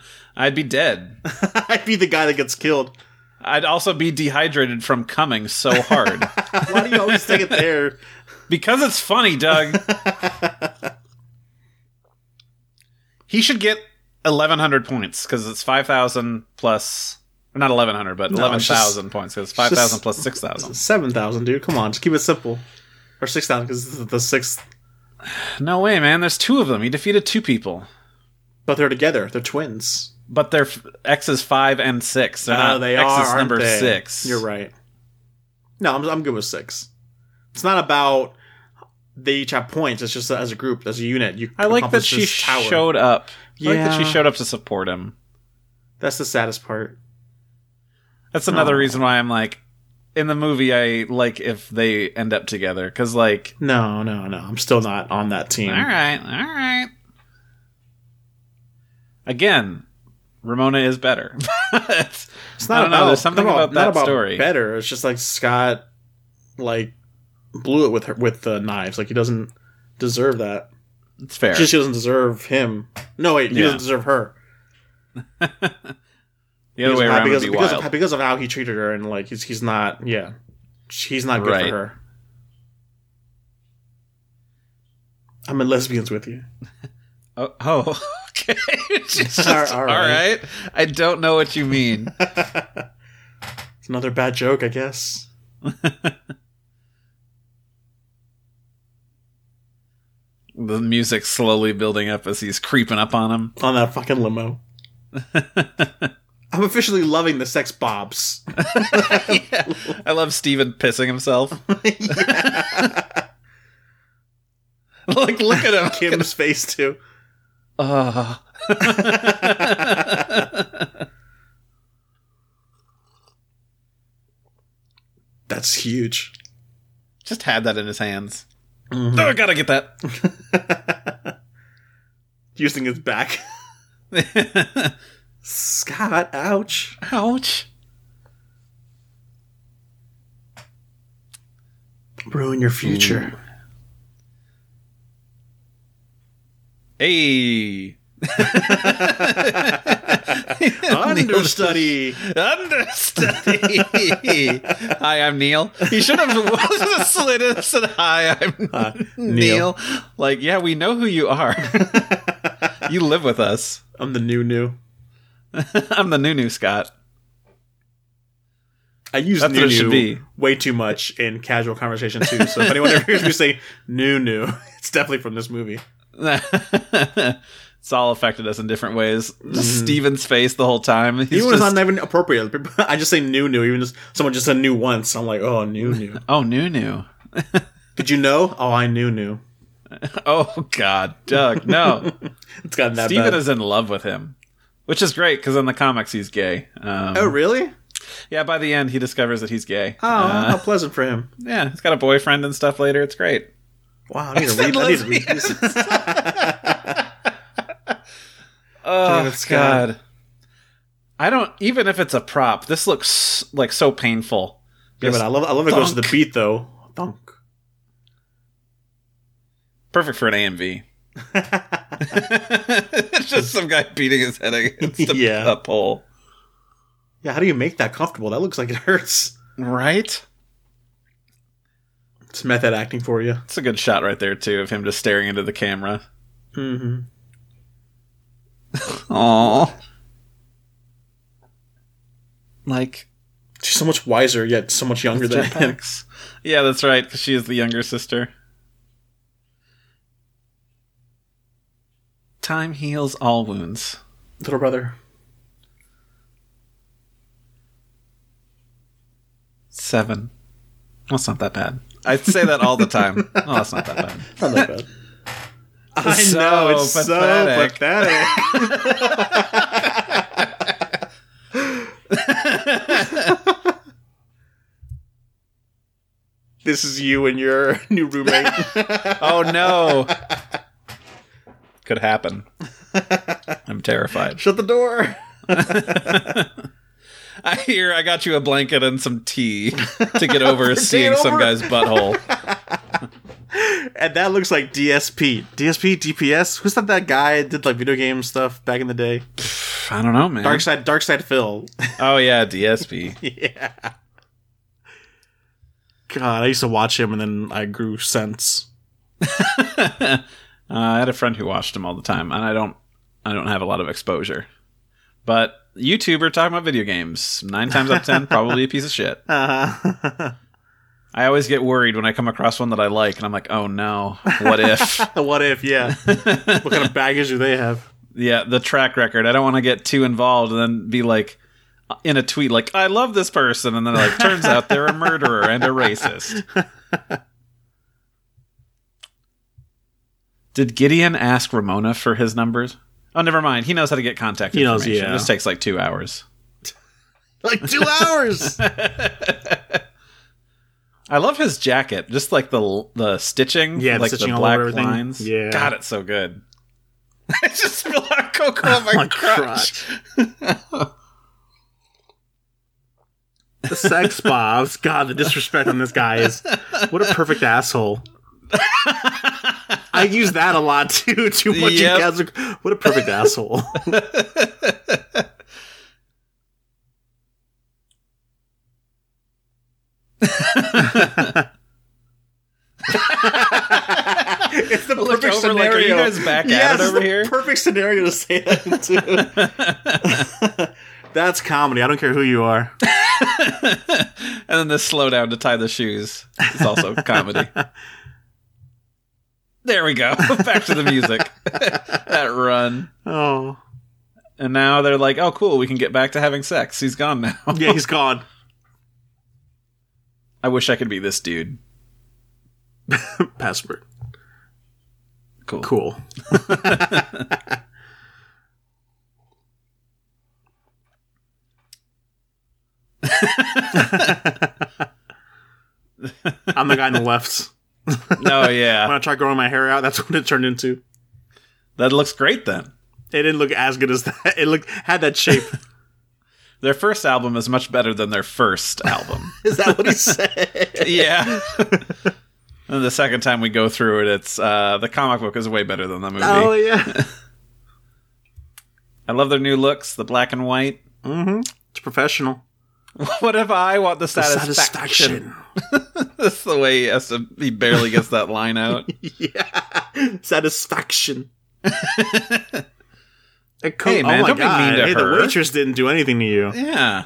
Speaker 2: I'd be dead.
Speaker 3: I'd be the guy that gets killed.
Speaker 2: I'd also be dehydrated from coming so hard
Speaker 3: Why do you always take it there?
Speaker 2: because it's funny, Doug. he should get eleven hundred points because it's five thousand plus. or Not eleven hundred, but eleven
Speaker 3: it's just-
Speaker 2: thousand points because five thousand plus six thousand.
Speaker 3: Seven thousand, dude. Come on, just keep it simple. Or six thousand because this is the sixth
Speaker 2: No way, man. There's two of them. He defeated two people,
Speaker 3: But they're together. They're twins.
Speaker 2: but they're f- X's five and six. They're
Speaker 3: Oh,
Speaker 2: not
Speaker 3: they
Speaker 2: X's
Speaker 3: are aren't
Speaker 2: Uh-huh, number
Speaker 3: they?
Speaker 2: six.
Speaker 3: You're right. No, I'm, I'm good with six. It's not about they each have points. It's just that as a group, as a unit, you.
Speaker 2: I like that
Speaker 3: accomplish
Speaker 2: she
Speaker 3: this tower.
Speaker 2: showed up. I like that she
Speaker 3: Yeah.
Speaker 2: showed up to support him.
Speaker 3: That's the saddest part.
Speaker 2: That's another reason why I'm like, in the movie, I like if they end up together because, like,
Speaker 3: No, no, no. I'm still not on that team.
Speaker 2: all right, all right. Again, Ramona is better. But
Speaker 3: It's
Speaker 2: I
Speaker 3: not
Speaker 2: don't know,
Speaker 3: about
Speaker 2: there's something
Speaker 3: not
Speaker 2: about that
Speaker 3: not about
Speaker 2: story.
Speaker 3: Better. It's just like Scott, like blew it with her with the knives. Like he doesn't deserve that.
Speaker 2: it's fair.
Speaker 3: She, she doesn't deserve him. No, wait, he
Speaker 2: Yeah.
Speaker 3: doesn't deserve her.
Speaker 2: the other
Speaker 3: Because
Speaker 2: way
Speaker 3: of how-
Speaker 2: around would
Speaker 3: because,
Speaker 2: be
Speaker 3: because
Speaker 2: wild.
Speaker 3: Of, because of how he treated her and like he's he's not yeah, he's not good
Speaker 2: Right.
Speaker 3: for her. I'm in lesbians with you.
Speaker 2: Oh, oh okay. Just-
Speaker 3: All right.
Speaker 2: all right. I don't know what you mean.
Speaker 3: It's another bad joke, I guess.
Speaker 2: the music's slowly building up as he's creeping up on him.
Speaker 3: On that fucking limo. I'm officially loving the sex bobs.
Speaker 2: I love Steven pissing himself. like, look at him.
Speaker 3: Kim's face too.
Speaker 2: Ugh.
Speaker 3: That's huge.
Speaker 2: just had that in his hands. Oh, I gotta get that.
Speaker 3: Using his back. Scott, ouch.
Speaker 2: Ouch.
Speaker 3: Ruin your future.
Speaker 2: Hey.
Speaker 3: Understudy.
Speaker 2: Understudy. hi, I'm Neil. He should have slid in and said, Hi, I'm Neil. Like, yeah, we know who you are. you live with us.
Speaker 3: I'm the new new.
Speaker 2: I'm the new new Scott.
Speaker 3: I use
Speaker 2: That's
Speaker 3: new
Speaker 2: what it should
Speaker 3: new
Speaker 2: be.
Speaker 3: way too much in casual conversation too. So if anyone ever hears me say new new, it's definitely from this movie.
Speaker 2: it's all affected us in different ways. Just
Speaker 3: Mm-hmm.
Speaker 2: Steven's face the whole time. He's
Speaker 3: even
Speaker 2: just,
Speaker 3: when it's not even appropriate. People- I just say new new. Even just someone just said new once. I'm like, oh new new.
Speaker 2: oh, new new.
Speaker 3: Did you know? Oh, I knew new.
Speaker 2: Oh, God. Doug, no.
Speaker 3: It's gotten that
Speaker 2: Steven
Speaker 3: bad.
Speaker 2: is in love with him, which is great because in the comics he's gay. Um,
Speaker 3: oh really?
Speaker 2: Yeah, by the end he discovers that he's gay. Uh,
Speaker 3: Oh, how pleasant for him.
Speaker 2: Yeah, he's got a boyfriend and stuff later. It's great.
Speaker 3: Wow, I need to read. I need to read this.
Speaker 2: Oh
Speaker 3: David Scott.
Speaker 2: God, I don't. Even if it's a prop, this looks like so painful.
Speaker 3: Yeah, but I love I love it goes to the
Speaker 2: Thunk.
Speaker 3: beat though. Thunk.
Speaker 2: Perfect for an AMV. it's just some guy beating his head against a,
Speaker 3: Yeah.
Speaker 2: a pole.
Speaker 3: Yeah, how do you make that comfortable? That looks like it hurts.
Speaker 2: Right?
Speaker 3: It's method acting for you.
Speaker 2: It's a good shot right there too of him just staring into the camera.
Speaker 3: Mm-hmm.
Speaker 2: Aww. Like
Speaker 3: She's so much wiser yet so much younger than him.
Speaker 2: jetpacks. yeah, that's right, because she is the younger sister. Time heals all wounds.
Speaker 3: Little brother.
Speaker 2: Seven. That's not that bad. I say that all the time. Oh, that's not that bad.
Speaker 3: Not that bad. I
Speaker 2: So
Speaker 3: know it's
Speaker 2: pathetic.
Speaker 3: so pathetic. this is you and your new roommate.
Speaker 2: Oh no. Could happen. I'm terrified.
Speaker 3: Shut the door.
Speaker 2: I hear I got you a blanket and some tea to get over seeing some
Speaker 3: over.
Speaker 2: guy's butthole.
Speaker 3: And that looks like DSP. DSP, DPS. Who's that? That guy that did like video game stuff back in the day.
Speaker 2: I don't know, man.
Speaker 3: Dark side, dark side. Phil.
Speaker 2: oh yeah, DSP.
Speaker 3: yeah. God, I used to watch him, and then I grew sense.
Speaker 2: Uh, I had a friend who watched him all the time, and I don't, I don't have a lot of exposure. But YouTuber talking about video games, nine times out of ten, probably a piece of shit.
Speaker 3: Uh-huh.
Speaker 2: I always get worried when I come across one that I like, and I'm like, oh no, what if?
Speaker 3: What if? Yeah. what kind of baggage do they have?
Speaker 2: yeah, the track record. I don't want to get too involved and then be like uh, in a tweet like, I love this person, and then like turns out they're a murderer and a racist. Did Gideon ask Ramona for his numbers? Oh, never mind. He knows how to get contact
Speaker 3: He knows,
Speaker 2: information.
Speaker 3: yeah.
Speaker 2: This takes like two hours.
Speaker 3: Like two hours.
Speaker 2: I love his jacket, just like the the stitching,
Speaker 3: Yeah, the
Speaker 2: like
Speaker 3: stitching
Speaker 2: the
Speaker 3: all
Speaker 2: black
Speaker 3: over everything.
Speaker 2: lines.
Speaker 3: Yeah.
Speaker 2: God, it's so good. I just oh, spilled out cocoa on my,
Speaker 3: Oh, My
Speaker 2: crotch.
Speaker 3: crotch. the sex bobs. God, the disrespect on this guy is what a perfect asshole. I use that a lot too. Too much. you
Speaker 2: Yep.
Speaker 3: guys are- what a perfect asshole.
Speaker 4: It's the
Speaker 2: Look
Speaker 4: perfect
Speaker 2: over, like, are
Speaker 4: scenario.
Speaker 2: you guys back at
Speaker 4: yes,
Speaker 2: it
Speaker 4: it's
Speaker 2: over
Speaker 4: the
Speaker 2: here?
Speaker 4: Perfect scenario to say that into.
Speaker 3: That's comedy. I don't care who you are.
Speaker 2: And then the slowdown to tie the shoes is also comedy. There we go. Back to the music. that run.
Speaker 3: Oh,
Speaker 2: And now they're like, oh, cool, we can get back to having sex. He's gone now.
Speaker 3: yeah, he's gone.
Speaker 2: I wish I could be this dude.
Speaker 3: Password.
Speaker 2: Cool.
Speaker 3: Cool. I'm the guy on the left.
Speaker 2: No,
Speaker 3: When
Speaker 2: Oh, yeah.
Speaker 3: I tried growing my hair out, that's what it turned into.
Speaker 2: that looks great then.
Speaker 3: It didn't look as good as that. It looked had that shape.
Speaker 2: Their first album is much better than their first album.
Speaker 4: Is that what he said?
Speaker 2: yeah. and the second time we go through it, it's uh, the comic book is way better than the movie.
Speaker 3: oh yeah,
Speaker 2: I love their new looks, the black and white.
Speaker 3: it's professional.
Speaker 2: What if I want the satisfaction?
Speaker 3: Satisfaction.
Speaker 2: That's the way he has to. He barely gets that line out.
Speaker 3: Satisfaction. It
Speaker 2: Hey, man, don't be mean to
Speaker 3: Oh hey,
Speaker 2: her.
Speaker 3: The waitress didn't do anything to you.
Speaker 2: yeah.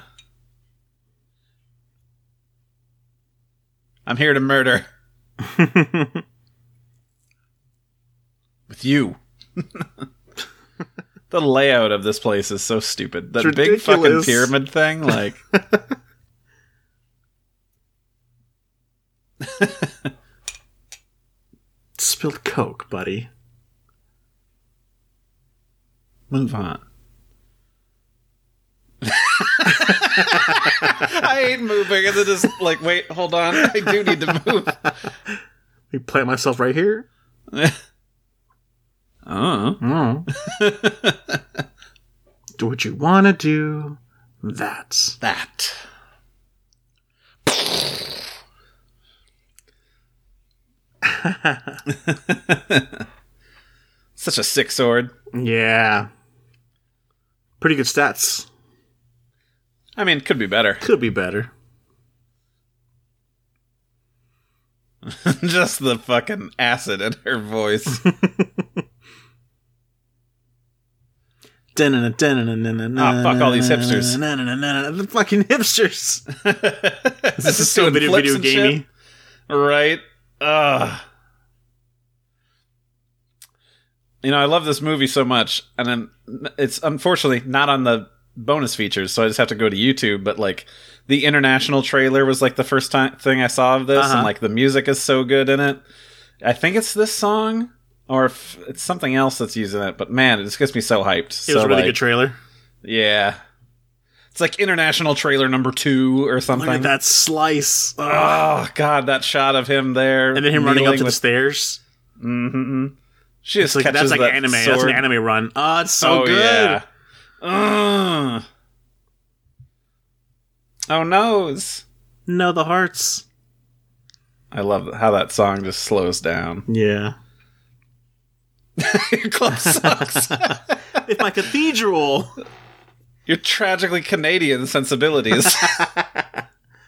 Speaker 2: I'm here to murder. With you. the layout of this place is so stupid. That
Speaker 3: It's
Speaker 2: big fucking
Speaker 3: ridiculous.
Speaker 2: pyramid thing, like.
Speaker 3: Spilled coke, buddy.
Speaker 2: Move on. I hate moving, and then just like, wait, hold on, I do need to move.
Speaker 3: Let me plant myself right here.
Speaker 2: Oh,
Speaker 3: Mm. do what you want to do. That's
Speaker 2: that. Such a sick sword.
Speaker 3: yeah. Pretty good stats.
Speaker 2: I mean, could be better.
Speaker 3: Could be better.
Speaker 2: Just the fucking acid in her voice.
Speaker 3: Ah, fuck
Speaker 2: all these hipsters.
Speaker 3: The fucking hipsters.
Speaker 2: this
Speaker 3: is so video- video gamey.
Speaker 2: right? Ugh. You know, I love this movie so much, and then it's unfortunately not on the bonus features, so I just have to go to YouTube. But like, the international trailer was like the first time thing I saw of this, and
Speaker 3: Uh-huh.
Speaker 2: like the music is so good in it. I think it's this song, or if it's something else that's using it. But man, it just gets me so hyped.
Speaker 3: It
Speaker 2: so,
Speaker 3: was a really
Speaker 2: like,
Speaker 3: good trailer.
Speaker 2: yeah, it's like international trailer number two or something.
Speaker 3: Look at that slice. Ah.
Speaker 2: Oh God, that shot of him there,
Speaker 3: And then him running up to
Speaker 2: kneeling
Speaker 3: the stairs.
Speaker 2: Mhm. She just
Speaker 3: It's like,
Speaker 2: catches
Speaker 3: that's like
Speaker 2: that
Speaker 3: anime.
Speaker 2: Sword.
Speaker 3: That's an anime run. Oh, it's so
Speaker 2: oh,
Speaker 3: good.
Speaker 2: Yeah. Ugh. Oh noes.
Speaker 3: No, the hearts.
Speaker 2: I love how that song just slows down.
Speaker 3: Yeah.
Speaker 2: Your club sucks.
Speaker 3: If my cathedral.
Speaker 2: Your tragically Canadian sensibilities.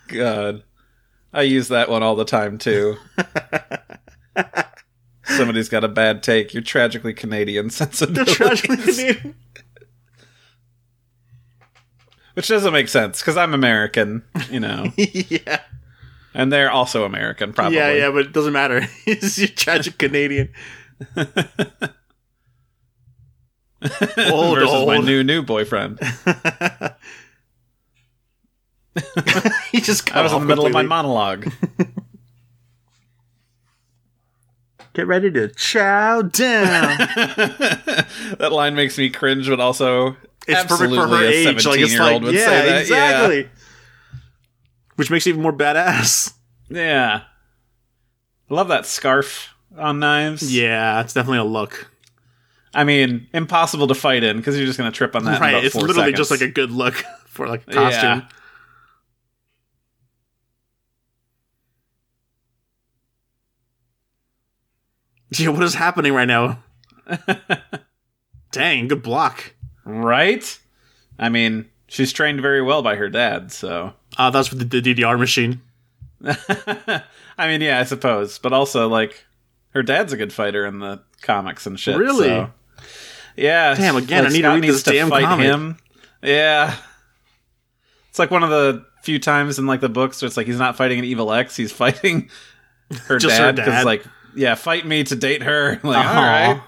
Speaker 2: God, I use that one all the time too. Somebody's got a bad take. Your tragically Canadian sensibilities.
Speaker 3: Tragically-
Speaker 2: Which doesn't make sense because I'm American, you know.
Speaker 4: yeah.
Speaker 2: and they're also American, probably.
Speaker 4: Yeah, yeah, but it doesn't matter. He's a tragic Canadian. old,
Speaker 2: Versus my
Speaker 4: old.
Speaker 2: new new boyfriend.
Speaker 4: he just cut
Speaker 2: I was in
Speaker 4: off
Speaker 2: the middle of my
Speaker 4: completely.
Speaker 2: monologue.
Speaker 4: Get ready to chow down.
Speaker 2: that line makes me cringe, but also
Speaker 4: it's perfect
Speaker 2: absolutely
Speaker 4: for her
Speaker 2: a
Speaker 4: age. Like it's like,
Speaker 2: seventeen-year-old would
Speaker 4: yeah,
Speaker 2: say that.
Speaker 4: exactly.
Speaker 3: which makes it even more badass.
Speaker 2: Yeah, yeah. I love that scarf on knives.
Speaker 3: Yeah, it's definitely a look.
Speaker 2: I mean, impossible to fight in because you're just gonna trip on that. in
Speaker 3: Right,
Speaker 2: about
Speaker 3: it's
Speaker 2: four
Speaker 3: literally
Speaker 2: seconds.
Speaker 3: just like a good look for like a costume.
Speaker 2: Yeah.
Speaker 3: Yeah, what is happening right now? Dang, good block.
Speaker 2: right. I mean, she's trained very well by her dad, so.
Speaker 3: Uh, that's with the, the DDR machine.
Speaker 2: I mean, yeah, I suppose, but also like her dad's a good fighter in the comics and shit.
Speaker 3: Really?
Speaker 2: so- Yeah.
Speaker 3: Damn, again,
Speaker 2: like,
Speaker 3: I need to
Speaker 2: Scott
Speaker 3: read
Speaker 2: needs
Speaker 3: this damn
Speaker 2: fight
Speaker 3: comic.
Speaker 2: Him. Yeah. It's like one of the few times in like the books where it's like he's not fighting an evil ex, he's fighting her
Speaker 3: Just her
Speaker 2: dad because
Speaker 3: dad. Uh-huh.
Speaker 2: like yeah, fight me to date her. like all
Speaker 3: Aw.
Speaker 2: right.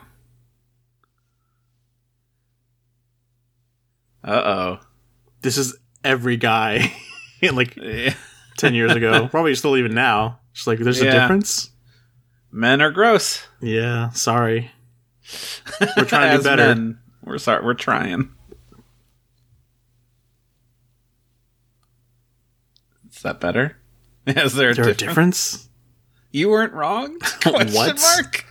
Speaker 2: Uh
Speaker 3: This is every guy in like
Speaker 2: oh. Yeah.
Speaker 3: 10 years ago. Probably still even now. Just like, there's a
Speaker 2: Yeah.
Speaker 3: difference.
Speaker 2: Men are gross.
Speaker 3: Yeah, sorry. We're trying to do
Speaker 2: As
Speaker 3: better.
Speaker 2: men, we're sorry. We're trying. Is that better? Is there a
Speaker 3: Is there a
Speaker 2: difference?
Speaker 3: difference?
Speaker 2: You weren't wrong? Question
Speaker 3: What?
Speaker 2: mark.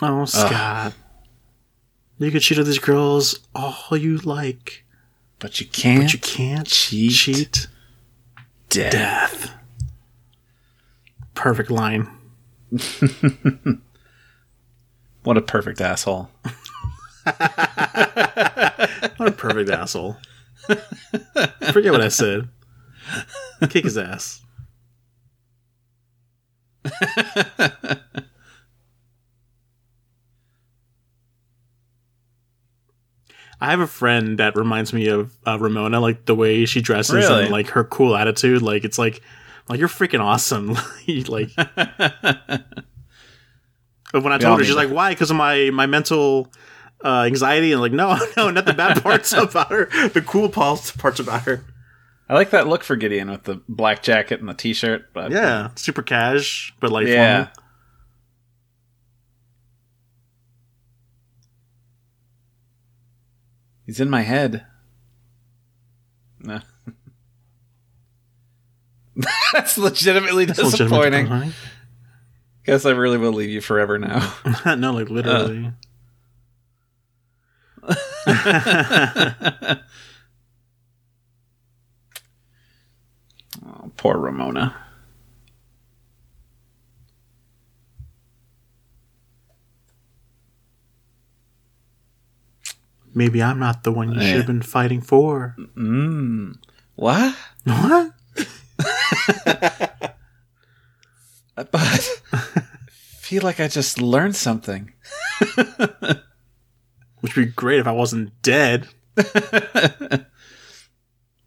Speaker 3: Oh, Scott. You can cheat on these girls all you like.
Speaker 2: But you can't.
Speaker 3: You can't
Speaker 2: Cheat.
Speaker 3: cheat.
Speaker 2: dead.
Speaker 3: death. Perfect line.
Speaker 2: What a perfect asshole.
Speaker 3: What a perfect asshole. Forget what I said. Kick his ass. I have a friend that reminds me of uh, Ramona, like the way she dresses
Speaker 2: Really?
Speaker 3: and like her cool attitude. Like it's like, like you're freaking awesome. like, but when I
Speaker 2: all
Speaker 3: told her,
Speaker 2: need
Speaker 3: she's
Speaker 2: that.
Speaker 3: like, "Why? Because of my my mental uh, anxiety." And like, no, no, not the bad parts about her.
Speaker 4: The cool parts parts about her.
Speaker 2: I like that look for Gideon with the black jacket and the t shirt, but
Speaker 3: Yeah, super cash, but like
Speaker 2: Yeah.
Speaker 3: formal.
Speaker 2: He's in my head. No. That's legitimately
Speaker 3: It's legitimately
Speaker 2: disappointing. Guess I really will leave you forever now.
Speaker 3: disappointing. no, like literally.
Speaker 2: Oh, poor Ramona.
Speaker 3: Maybe I'm not the one you
Speaker 2: Yeah.
Speaker 3: should have been fighting for.
Speaker 2: What?
Speaker 3: What?
Speaker 2: But I feel like I just learned something.
Speaker 3: Which would be great if I wasn't dead.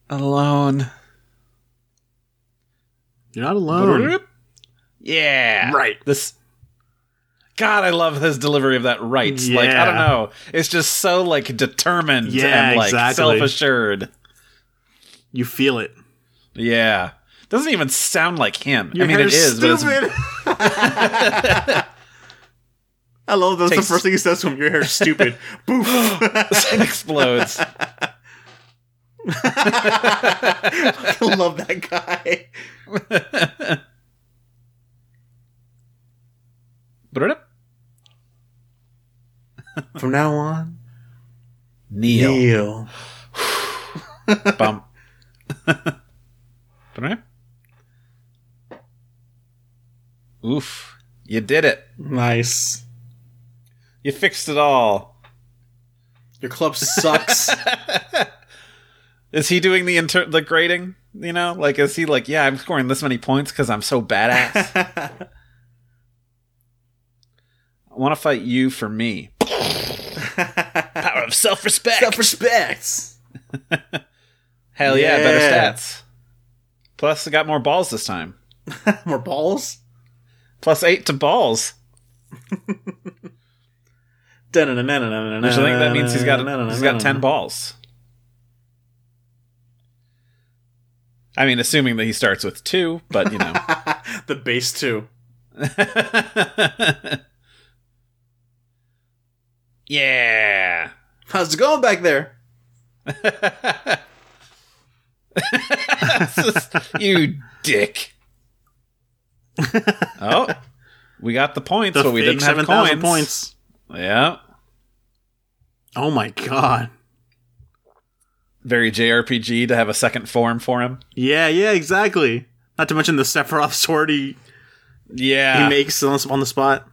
Speaker 2: Alone.
Speaker 3: You're not alone.
Speaker 2: Yeah.
Speaker 3: Right.
Speaker 2: This God, I love his delivery of that right. Like, I don't
Speaker 3: Yeah.
Speaker 2: know. It's just so like determined
Speaker 3: Yeah,
Speaker 2: and like
Speaker 3: exactly.
Speaker 2: self-assured.
Speaker 3: You feel it.
Speaker 2: Yeah. Doesn't even sound like him. I mean
Speaker 4: You're
Speaker 2: it is, but it's
Speaker 4: stupid. I love that's
Speaker 2: Takes-
Speaker 4: the first thing he says to him. Your hair's stupid. Boof.
Speaker 2: it explodes.
Speaker 4: I love that guy. From now on,
Speaker 2: Neil.
Speaker 4: Neil.
Speaker 2: Bump. Oof. You did it.
Speaker 4: Nice.
Speaker 2: You fixed it all.
Speaker 4: Your club sucks.
Speaker 2: Is he doing the inter- the grading? You know, like is he like, yeah, I'm scoring this many points because I'm so badass. I want to fight you for me. Power of self respect.
Speaker 4: Self respect.
Speaker 2: Hell yeah,
Speaker 4: Yeah.
Speaker 2: better stats. Plus, I got more balls this time.
Speaker 4: More balls.
Speaker 2: Plus eight to balls.
Speaker 4: Which I
Speaker 2: Which
Speaker 4: think
Speaker 2: I think that means he's got he's got ten balls. I mean, assuming that he starts with two, but you know.
Speaker 4: The base two.
Speaker 2: yeah.
Speaker 4: How's it going back there?
Speaker 2: you dick. oh, we got the points,
Speaker 3: The
Speaker 2: but we
Speaker 3: fake
Speaker 2: didn't have
Speaker 3: seven
Speaker 2: coins.
Speaker 3: thousand points.
Speaker 2: Yeah.
Speaker 3: Oh my god.
Speaker 2: Very JRPG to have a second form for him.
Speaker 3: Yeah, yeah, exactly. Not to mention the Sephiroth sword he, he
Speaker 2: Yeah.
Speaker 3: makes on the- on the spot.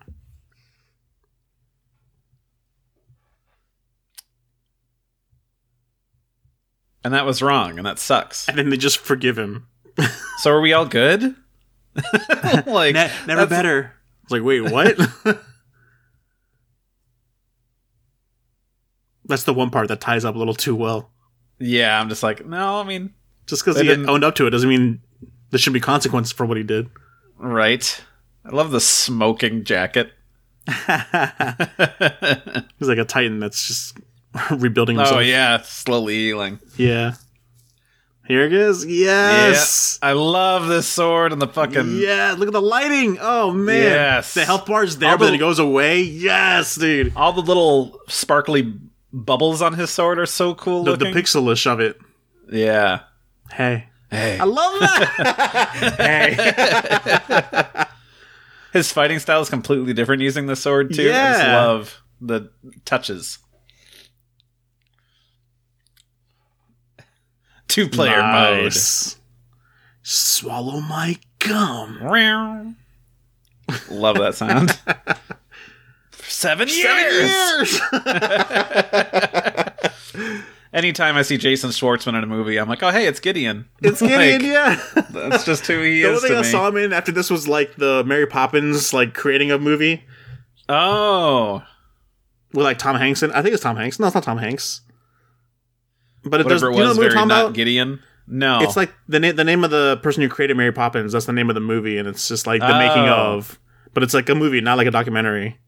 Speaker 2: and that was wrong, and that sucks.
Speaker 3: And then they just forgive him.
Speaker 2: So are we all good? like
Speaker 3: Ne- never
Speaker 2: that's-
Speaker 3: better. It's like, wait, what? That's the one part that ties up a little too well.
Speaker 2: Yeah, I'm just like, no, I mean,
Speaker 3: Just because
Speaker 2: They
Speaker 3: he
Speaker 2: didn't-
Speaker 3: owned up to it doesn't mean there should be consequences for what he did.
Speaker 2: right. I love the smoking jacket.
Speaker 3: He's like a titan that's just rebuilding
Speaker 2: Oh
Speaker 3: himself.
Speaker 2: yeah, slowly healing.
Speaker 3: Yeah. Here it is. Yes.
Speaker 2: Yeah. I love this sword and the fucking
Speaker 3: Yeah. Look at the lighting. Oh man.
Speaker 2: Yes.
Speaker 3: The health bar is there,
Speaker 2: All
Speaker 3: but
Speaker 2: the-
Speaker 3: then it goes away. Yes, dude.
Speaker 2: all the little sparkly bubbles on his sword are so cool
Speaker 3: The, the
Speaker 2: looking.
Speaker 3: pixelish of it.
Speaker 2: yeah.
Speaker 3: Hey.
Speaker 2: Hey.
Speaker 3: I love that.
Speaker 2: His fighting style is completely different using the sword too. I just
Speaker 3: Yeah.
Speaker 2: love the touches. Two player
Speaker 3: Nice. Swallow my gum.
Speaker 2: mode. love that sound. For seven years. Anytime I see Jason Schwartzman in a movie, I'm like, oh hey, it's Gideon.
Speaker 3: It's
Speaker 2: Like,
Speaker 3: Gideon, yeah.
Speaker 2: That's just who he
Speaker 3: The
Speaker 2: is
Speaker 3: only
Speaker 2: to
Speaker 3: thing I
Speaker 2: me.
Speaker 3: saw him in after this was like the Mary Poppins like creating a movie
Speaker 2: Oh,
Speaker 3: with like Tom Hanks in. I think it's Tom Hanks. No, it's not Tom Hanks. But it
Speaker 2: whatever
Speaker 3: does.
Speaker 2: it
Speaker 3: you know
Speaker 2: was,
Speaker 3: the movie
Speaker 2: very
Speaker 3: I'm
Speaker 2: not
Speaker 3: talking about?
Speaker 2: Gideon. No,
Speaker 3: It's like the name the name of the person who created Mary Poppins. That's the name of the movie, and it's just like the making
Speaker 2: Oh.
Speaker 3: of. But it's like a movie, not like a documentary.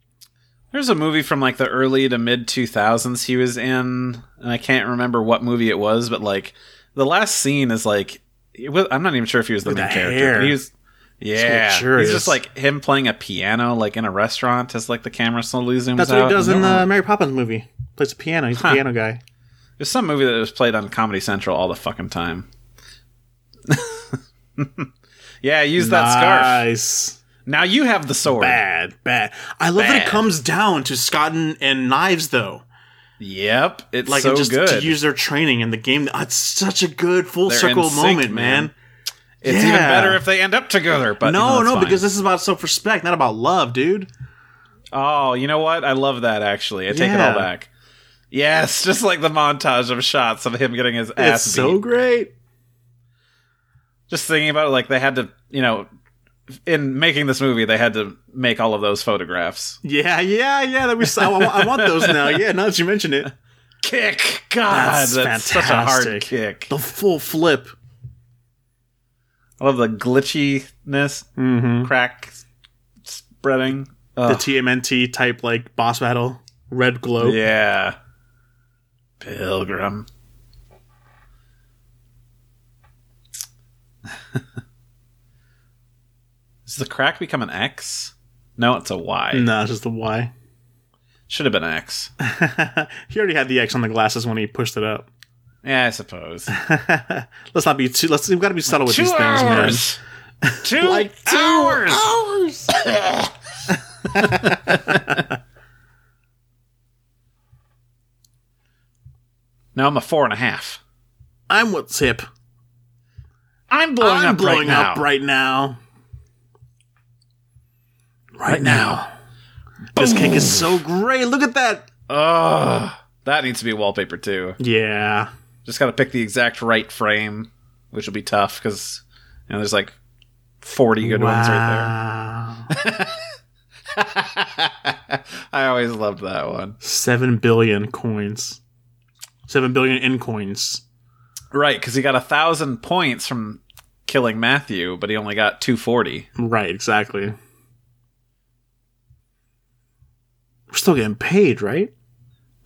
Speaker 2: There's a movie from like the early to mid 2000s he was in, and I can't remember what movie it was, but like the last scene is like it was, I'm not even sure if he was the
Speaker 3: With
Speaker 2: main
Speaker 3: the
Speaker 2: character.
Speaker 3: hair.
Speaker 2: but He was yeah,
Speaker 3: luxurious.
Speaker 2: he's just like him playing a piano like in a restaurant as like the camera slowly zooms
Speaker 3: That's
Speaker 2: out.
Speaker 3: what he does
Speaker 2: and-
Speaker 3: in uh, the Mary Poppins movie. Plays the piano. He's
Speaker 2: Huh.
Speaker 3: a piano guy.
Speaker 2: There's some movie that was played on Comedy Central all the fucking time. yeah, use that scarf.
Speaker 3: Nice.
Speaker 2: Now you have the sword.
Speaker 3: bad, bad. I love that
Speaker 2: Bad.
Speaker 3: it comes down to Scott and, and knives, though.
Speaker 2: Yep, it's
Speaker 3: Like
Speaker 2: so
Speaker 3: just
Speaker 2: good.
Speaker 3: to use their training in the game. Oh, It's such a good full
Speaker 2: They're
Speaker 3: circle
Speaker 2: in sync,
Speaker 3: moment, man.
Speaker 2: man. it's even
Speaker 3: yeah.
Speaker 2: better if they end up together. But you know,
Speaker 3: no,
Speaker 2: that's
Speaker 3: no,
Speaker 2: fine.
Speaker 3: because this is about self respect, not about love, dude.
Speaker 2: Oh, you know what? I love that actually. I take it
Speaker 3: Yeah.
Speaker 2: all back. Yes, just like the montage of shots of him getting his ass
Speaker 3: it's
Speaker 2: beat.
Speaker 3: so great.
Speaker 2: just thinking about it, like they had to, you know, in making this movie, they had to make all of those photographs.
Speaker 3: Yeah, yeah, yeah. That we saw. I, wa- I want those now. Yeah, now that you mention it,
Speaker 2: Kick, God,
Speaker 3: That's
Speaker 2: that's, such a hard
Speaker 3: fantastic.
Speaker 2: kick.
Speaker 3: the full flip.
Speaker 2: I love the glitchiness, crack spreading.
Speaker 3: Hmm.
Speaker 2: Mm-hmm.
Speaker 3: The
Speaker 2: Ugh.
Speaker 3: TMNT type like boss battle, red glow.
Speaker 2: yeah, Pilgrim. Does the crack become an X? No, it's a Y.
Speaker 3: Nah, it's just the Y.
Speaker 2: Should have been an X.
Speaker 3: He already had the X on the glasses when he pushed it up.
Speaker 2: Yeah, I suppose.
Speaker 3: Let's not be too. Let's. We've got to be subtle with these things, man.
Speaker 2: Two
Speaker 4: Like two
Speaker 2: hours.
Speaker 4: hours.
Speaker 2: No, I'm a four and a half.
Speaker 3: I'm what's hip.
Speaker 2: I'm blowing
Speaker 3: I'm
Speaker 2: up
Speaker 3: blowing
Speaker 2: right
Speaker 3: up
Speaker 2: now.
Speaker 3: right now. Right now. This cake is so great. Look at that.
Speaker 2: Ugh. that needs to be wallpaper too.
Speaker 3: Yeah.
Speaker 2: Just got to pick the exact right frame, which will be tough because you know there's like 40 good ones right there. I always loved that one.
Speaker 3: Seven billion coins. Seven billion in coins.
Speaker 2: Right, because he got a thousand points from killing Matthew, but he only got two forty.
Speaker 3: Right, exactly. We're still getting paid, right?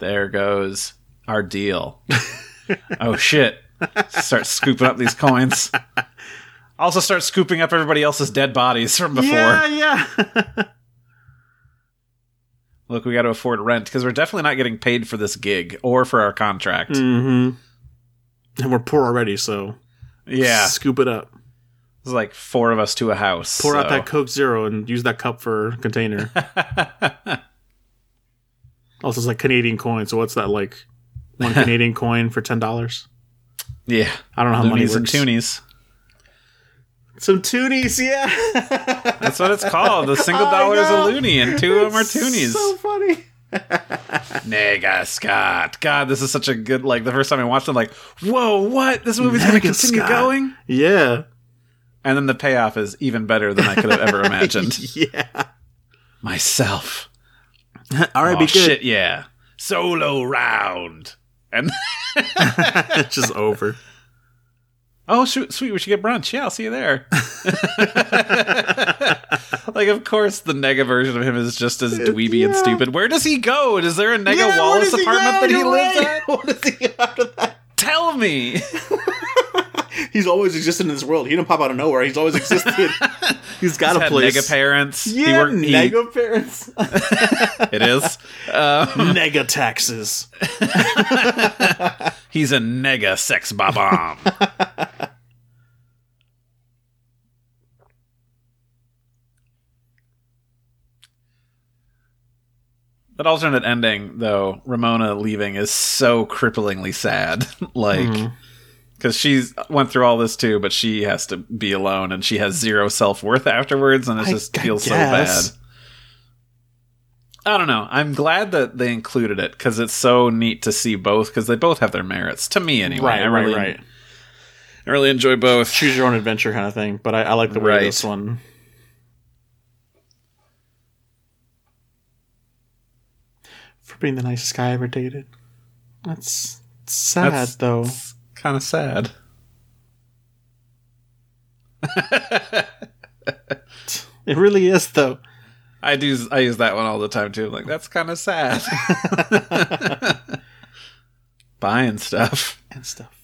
Speaker 2: There goes our deal. oh shit! Start scooping up these coins. Also, start scooping up everybody else's dead bodies from before.
Speaker 3: yeah.
Speaker 2: Look, we got to afford rent because we're definitely not getting paid for this gig or for our contract.
Speaker 3: mm-hmm. And we're poor already, so
Speaker 2: Yeah,
Speaker 3: scoop it up.
Speaker 2: it's like four of us to a house.
Speaker 3: Pour out
Speaker 2: so-
Speaker 3: that Coke Zero and use that cup for a container. also, it's like Canadian coin, so what's that like? One Canadian coin for ten dollars?
Speaker 2: Yeah,
Speaker 3: I don't know how
Speaker 2: loonies
Speaker 3: Ah,
Speaker 2: and
Speaker 3: money works.
Speaker 2: toonies.
Speaker 4: Some toonies, yeah.
Speaker 2: That's what it's called. The single dollar is a
Speaker 4: know.
Speaker 2: loony, and two of them are toonies.
Speaker 4: so funny.
Speaker 2: Nega Scott. God, this is such a good like the first time I watched it, I'm like, whoa, what? This movie's gonna
Speaker 3: Nega
Speaker 2: continue
Speaker 3: Scott.
Speaker 2: going?
Speaker 3: Yeah.
Speaker 2: And then the payoff is even better than I could have ever imagined.
Speaker 3: Yeah.
Speaker 2: Myself.
Speaker 3: All right,
Speaker 2: Oh
Speaker 3: be good.
Speaker 2: shit, yeah. Solo round. And
Speaker 3: it's just over.
Speaker 2: Oh shoot, sweet, we should get brunch. Yeah, I'll see you there. like of course the nega version of him is just as dweeby and stupid. Where does he go? Is there a nega
Speaker 4: Yeah, where
Speaker 2: Wallace
Speaker 4: does he
Speaker 2: apartment
Speaker 4: go?
Speaker 2: that he
Speaker 4: You're
Speaker 2: lives
Speaker 4: right.
Speaker 2: at?
Speaker 4: What does he get out of that?
Speaker 2: Tell me.
Speaker 4: He's always existed in this world. He didn't pop out of nowhere. He's always existed.
Speaker 3: He's got a
Speaker 2: Had
Speaker 3: place.
Speaker 2: nega parents. He
Speaker 4: yeah,
Speaker 2: worked- he-
Speaker 4: nega parents.
Speaker 2: It is.
Speaker 3: Nega taxes.
Speaker 2: He's a nega sex bomb. that alternate ending, though, Ramona leaving is so cripplingly sad. like,
Speaker 3: Mm-hmm.
Speaker 2: because she's went through all this too, but she has to be alone, and she has zero self worth afterwards, and it
Speaker 3: I-
Speaker 2: just
Speaker 3: I
Speaker 2: feels
Speaker 3: guess.
Speaker 2: so bad. I don't know. I'm glad that they included it because it's so neat to see both because they both have their merits to me anyway.
Speaker 3: Right,
Speaker 2: I
Speaker 3: right,
Speaker 2: really,
Speaker 3: right.
Speaker 2: I really enjoy both.
Speaker 3: Choose your own adventure kind of thing, but I, I like the way
Speaker 2: Right.
Speaker 3: this one. For being the nicest guy I ever dated. That's sad,
Speaker 2: That's-
Speaker 3: though.
Speaker 2: Kind of sad.
Speaker 3: It really is, though.
Speaker 2: I do. I use that one all the time too. I'm like that's kind of sad. Buying stuff.
Speaker 3: And stuff.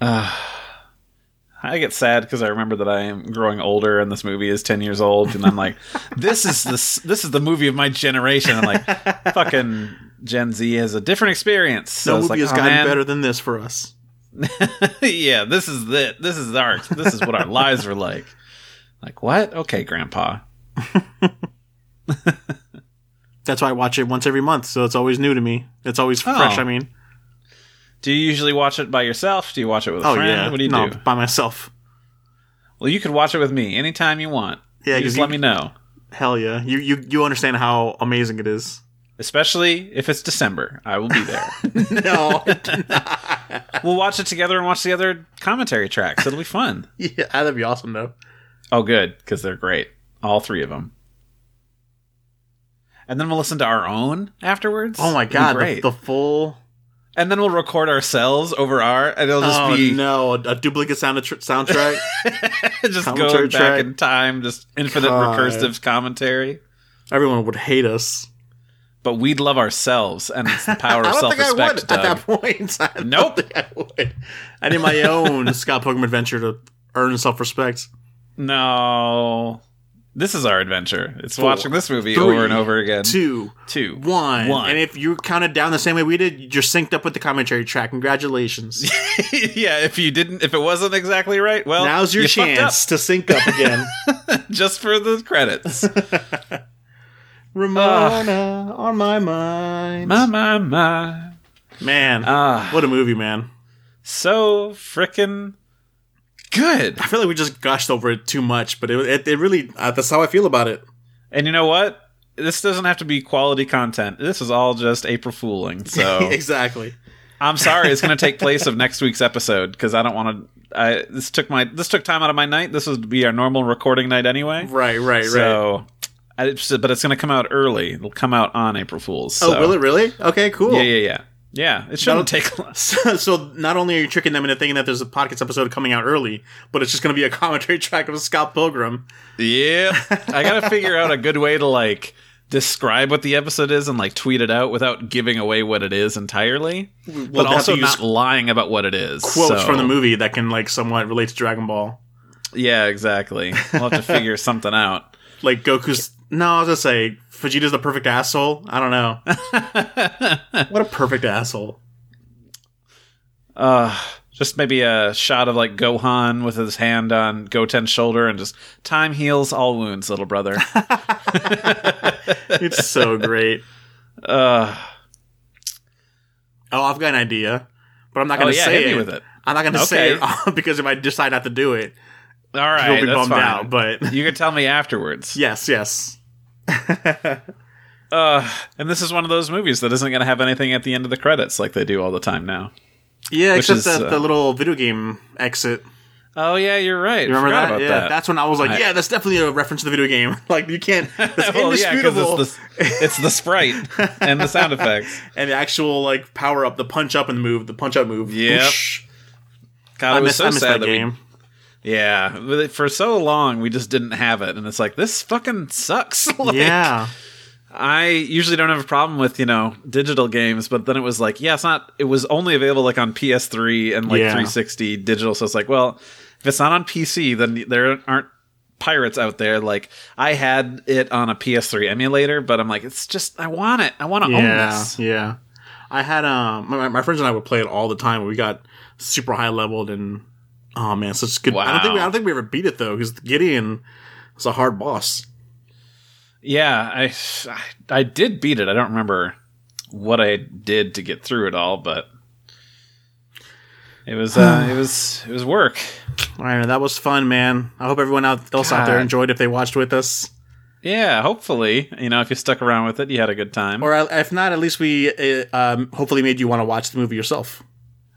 Speaker 2: I get sad because I remember that I am growing older, and this movie is ten years old, and I'm like, this is this this is the movie of my generation. I'm like, fucking Gen Z has a different experience. So
Speaker 3: No
Speaker 2: it's like,
Speaker 3: movie has
Speaker 2: "Oh,
Speaker 3: gotten
Speaker 2: man."
Speaker 3: better than this for us.
Speaker 2: yeah, this is it. This is our. This is what our lives were like. Like what? Okay, Grandpa.
Speaker 3: That's why I watch it once every month, so it's always new to me. It's always fresh,
Speaker 2: Oh.
Speaker 3: I mean.
Speaker 2: Do you usually watch it by yourself? Do you watch it with a
Speaker 3: Oh,
Speaker 2: friend?
Speaker 3: yeah.
Speaker 2: What do you
Speaker 3: no,
Speaker 2: do?
Speaker 3: by myself.
Speaker 2: Well, you could watch it with me anytime you want.
Speaker 3: Yeah,
Speaker 2: You
Speaker 3: 'cause
Speaker 2: just
Speaker 3: you-
Speaker 2: let me know.
Speaker 3: Hell yeah. You, you, you understand how amazing it is.
Speaker 2: Especially if it's December, I will be there.
Speaker 4: no.
Speaker 2: we'll watch it together and watch the other commentary tracks. It'll be fun.
Speaker 4: Yeah, that'd be awesome though.
Speaker 2: Oh, good, because they're great. All three of them. And then we'll listen to our own afterwards.
Speaker 3: Oh my
Speaker 2: It'll be
Speaker 3: god, the,
Speaker 2: great.
Speaker 3: the full.
Speaker 2: and then we'll record ourselves over our, and it'll just
Speaker 3: Oh
Speaker 2: be
Speaker 3: no, a, a duplicate sound soundtrack.
Speaker 2: just
Speaker 3: Commentary
Speaker 2: going back
Speaker 3: track.
Speaker 2: in time, just infinite
Speaker 3: God.
Speaker 2: recursive commentary.
Speaker 3: Everyone would hate us.
Speaker 2: But we'd love ourselves, and it's the power
Speaker 4: I don't
Speaker 2: of self
Speaker 4: think I would
Speaker 2: respect,
Speaker 4: at that
Speaker 2: Doug.
Speaker 4: point. I don't
Speaker 2: Nope.
Speaker 4: think I would.
Speaker 3: I need my own Scott Pilgrim adventure to earn self respect.
Speaker 2: No. This is our adventure. It's watching this movie
Speaker 3: three,
Speaker 2: over and over again.
Speaker 3: Two,
Speaker 2: Two.
Speaker 3: one.
Speaker 2: One.
Speaker 3: And if you counted down the same way we did, you're synced up with the commentary track. Congratulations.
Speaker 2: yeah, if you didn't, if it wasn't exactly right, well,
Speaker 3: Now's your
Speaker 2: you fucked
Speaker 3: chance to sync up again.
Speaker 2: up just for the credits.
Speaker 3: Ramona on my mind.
Speaker 2: Ah. my, my, my.
Speaker 3: Man,
Speaker 2: Ah.
Speaker 3: what a movie, man.
Speaker 2: So frickin' good.
Speaker 3: I feel like we just gushed over it too much, but it, it, it really, uh, that's how I feel about it.
Speaker 2: And you know what? This doesn't have to be quality content. This is all just April fooling. So
Speaker 3: exactly.
Speaker 2: I'm sorry. It's going to take place of next week's episode because I don't want to. I this took my this took time out of my night. This would be our normal recording night anyway.
Speaker 3: Right, right, right.
Speaker 2: So, I, it's- but it's going to come out early. It'll come out on April Fools.
Speaker 4: Oh,
Speaker 2: so-
Speaker 4: will it really? Okay, cool.
Speaker 2: Yeah, yeah, yeah, yeah. It shouldn't take long.
Speaker 3: So, so not only are you tricking them into thinking that there's a podcast episode coming out early, but it's just going to be a commentary track of Scott Pilgrim.
Speaker 2: Yep. I gotta figure out a good way to like describe what the episode is and like tweet it out without giving away what it is entirely, but
Speaker 3: have to
Speaker 2: also
Speaker 3: use
Speaker 2: not lying about what it is. So-
Speaker 3: Quotes from the movie that can like somewhat relate to Dragon Ball,
Speaker 2: Yeah, exactly. We'll have to figure something out.
Speaker 3: like Goku's. No, I was gonna say Vegeta's the perfect asshole. I don't know. what a perfect asshole.
Speaker 2: Uh, just maybe a shot of like Gohan with his hand on Goten's shoulder and just time heals all wounds, little brother.
Speaker 3: It's so great.
Speaker 2: Uh,
Speaker 3: Oh, I've got an idea, but I'm not
Speaker 2: oh
Speaker 3: gonna
Speaker 2: yeah,
Speaker 3: say
Speaker 2: hit
Speaker 3: it.
Speaker 2: me with it.
Speaker 3: I'm not gonna say
Speaker 2: Okay.
Speaker 3: it because if I decide not to do it,
Speaker 2: All right,
Speaker 3: you'll be
Speaker 2: that's
Speaker 3: bummed
Speaker 2: fine.
Speaker 3: out. But
Speaker 2: you can tell me afterwards.
Speaker 3: yes, yes.
Speaker 2: Uh, and this is one of those movies that isn't going to have anything at the end of the credits like they do all the time now.
Speaker 3: Yeah,
Speaker 2: Which
Speaker 3: except
Speaker 2: is,
Speaker 3: that
Speaker 2: uh,
Speaker 3: the little video game exit.
Speaker 2: Oh yeah, you're right.
Speaker 3: You remember
Speaker 2: Forgot
Speaker 3: that?
Speaker 2: about
Speaker 3: yeah,
Speaker 2: that.
Speaker 3: that's when I was like, yeah, that's definitely a reference to the video game. like you can't, that's
Speaker 2: well, yeah, because
Speaker 3: indisputable.
Speaker 2: it's the it's the sprite and the sound effects.
Speaker 3: and the actual like power up, the punch up and move, the punch up move.
Speaker 2: Yep.
Speaker 3: Whoosh.
Speaker 2: God,
Speaker 3: I
Speaker 2: it was
Speaker 3: miss,
Speaker 2: so
Speaker 3: I miss
Speaker 2: sad
Speaker 3: that
Speaker 2: that we-
Speaker 3: game.
Speaker 2: yeah, but for so long we just didn't have it, and it's like this fucking sucks. Like,
Speaker 3: yeah,
Speaker 2: I usually don't have a problem with you know digital games, but then it was like, yeah, it's not. It was only available like on PS3 and like
Speaker 3: Yeah.
Speaker 2: 360 digital. So it's like, well, if it's not on PC, then there aren't pirates out there. Like I had it on a PS3 emulator, but I'm like, it's just I want it. I want to own
Speaker 3: yeah,
Speaker 2: this.
Speaker 3: yeah. I had um, my, my friends and I would play it all the time. We got super high leveled and oh man, such good. I don't think we, I
Speaker 2: Wow.
Speaker 3: don't think we ever beat it though because Gideon was a hard boss.
Speaker 2: Yeah, I, I I did beat it. I don't remember what I did to get through it all, but it was uh, it was it was work.
Speaker 3: All right, that was fun, man. I hope everyone out, else out there
Speaker 2: God.
Speaker 3: enjoyed if they watched with us.
Speaker 2: Yeah, hopefully, you know, if you stuck around with it, you had a good time.
Speaker 3: Or uh, if not, at least we uh, um, hopefully made you want to watch the movie yourself,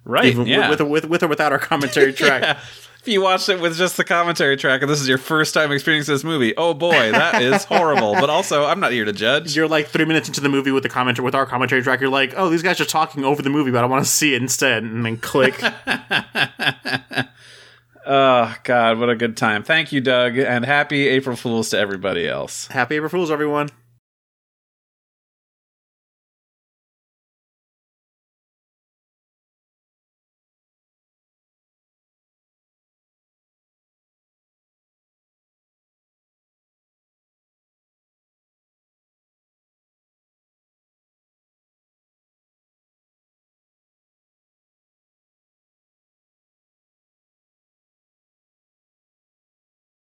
Speaker 2: right?
Speaker 3: Even
Speaker 2: yeah.
Speaker 3: with, with with or without our commentary track.
Speaker 2: Yeah. If you watched it with just the commentary track, and this is your first time experiencing this movie, oh boy, that is horrible. But also, I'm not here to judge.
Speaker 3: You're like three minutes into the movie with the commentary with our commentary track. You're like, oh, these guys are talking over the movie, but I want to see it instead, and then click.
Speaker 2: Oh God, what a good time! Thank you, Doug, and happy April Fools to everybody else.
Speaker 3: Happy April Fools, everyone.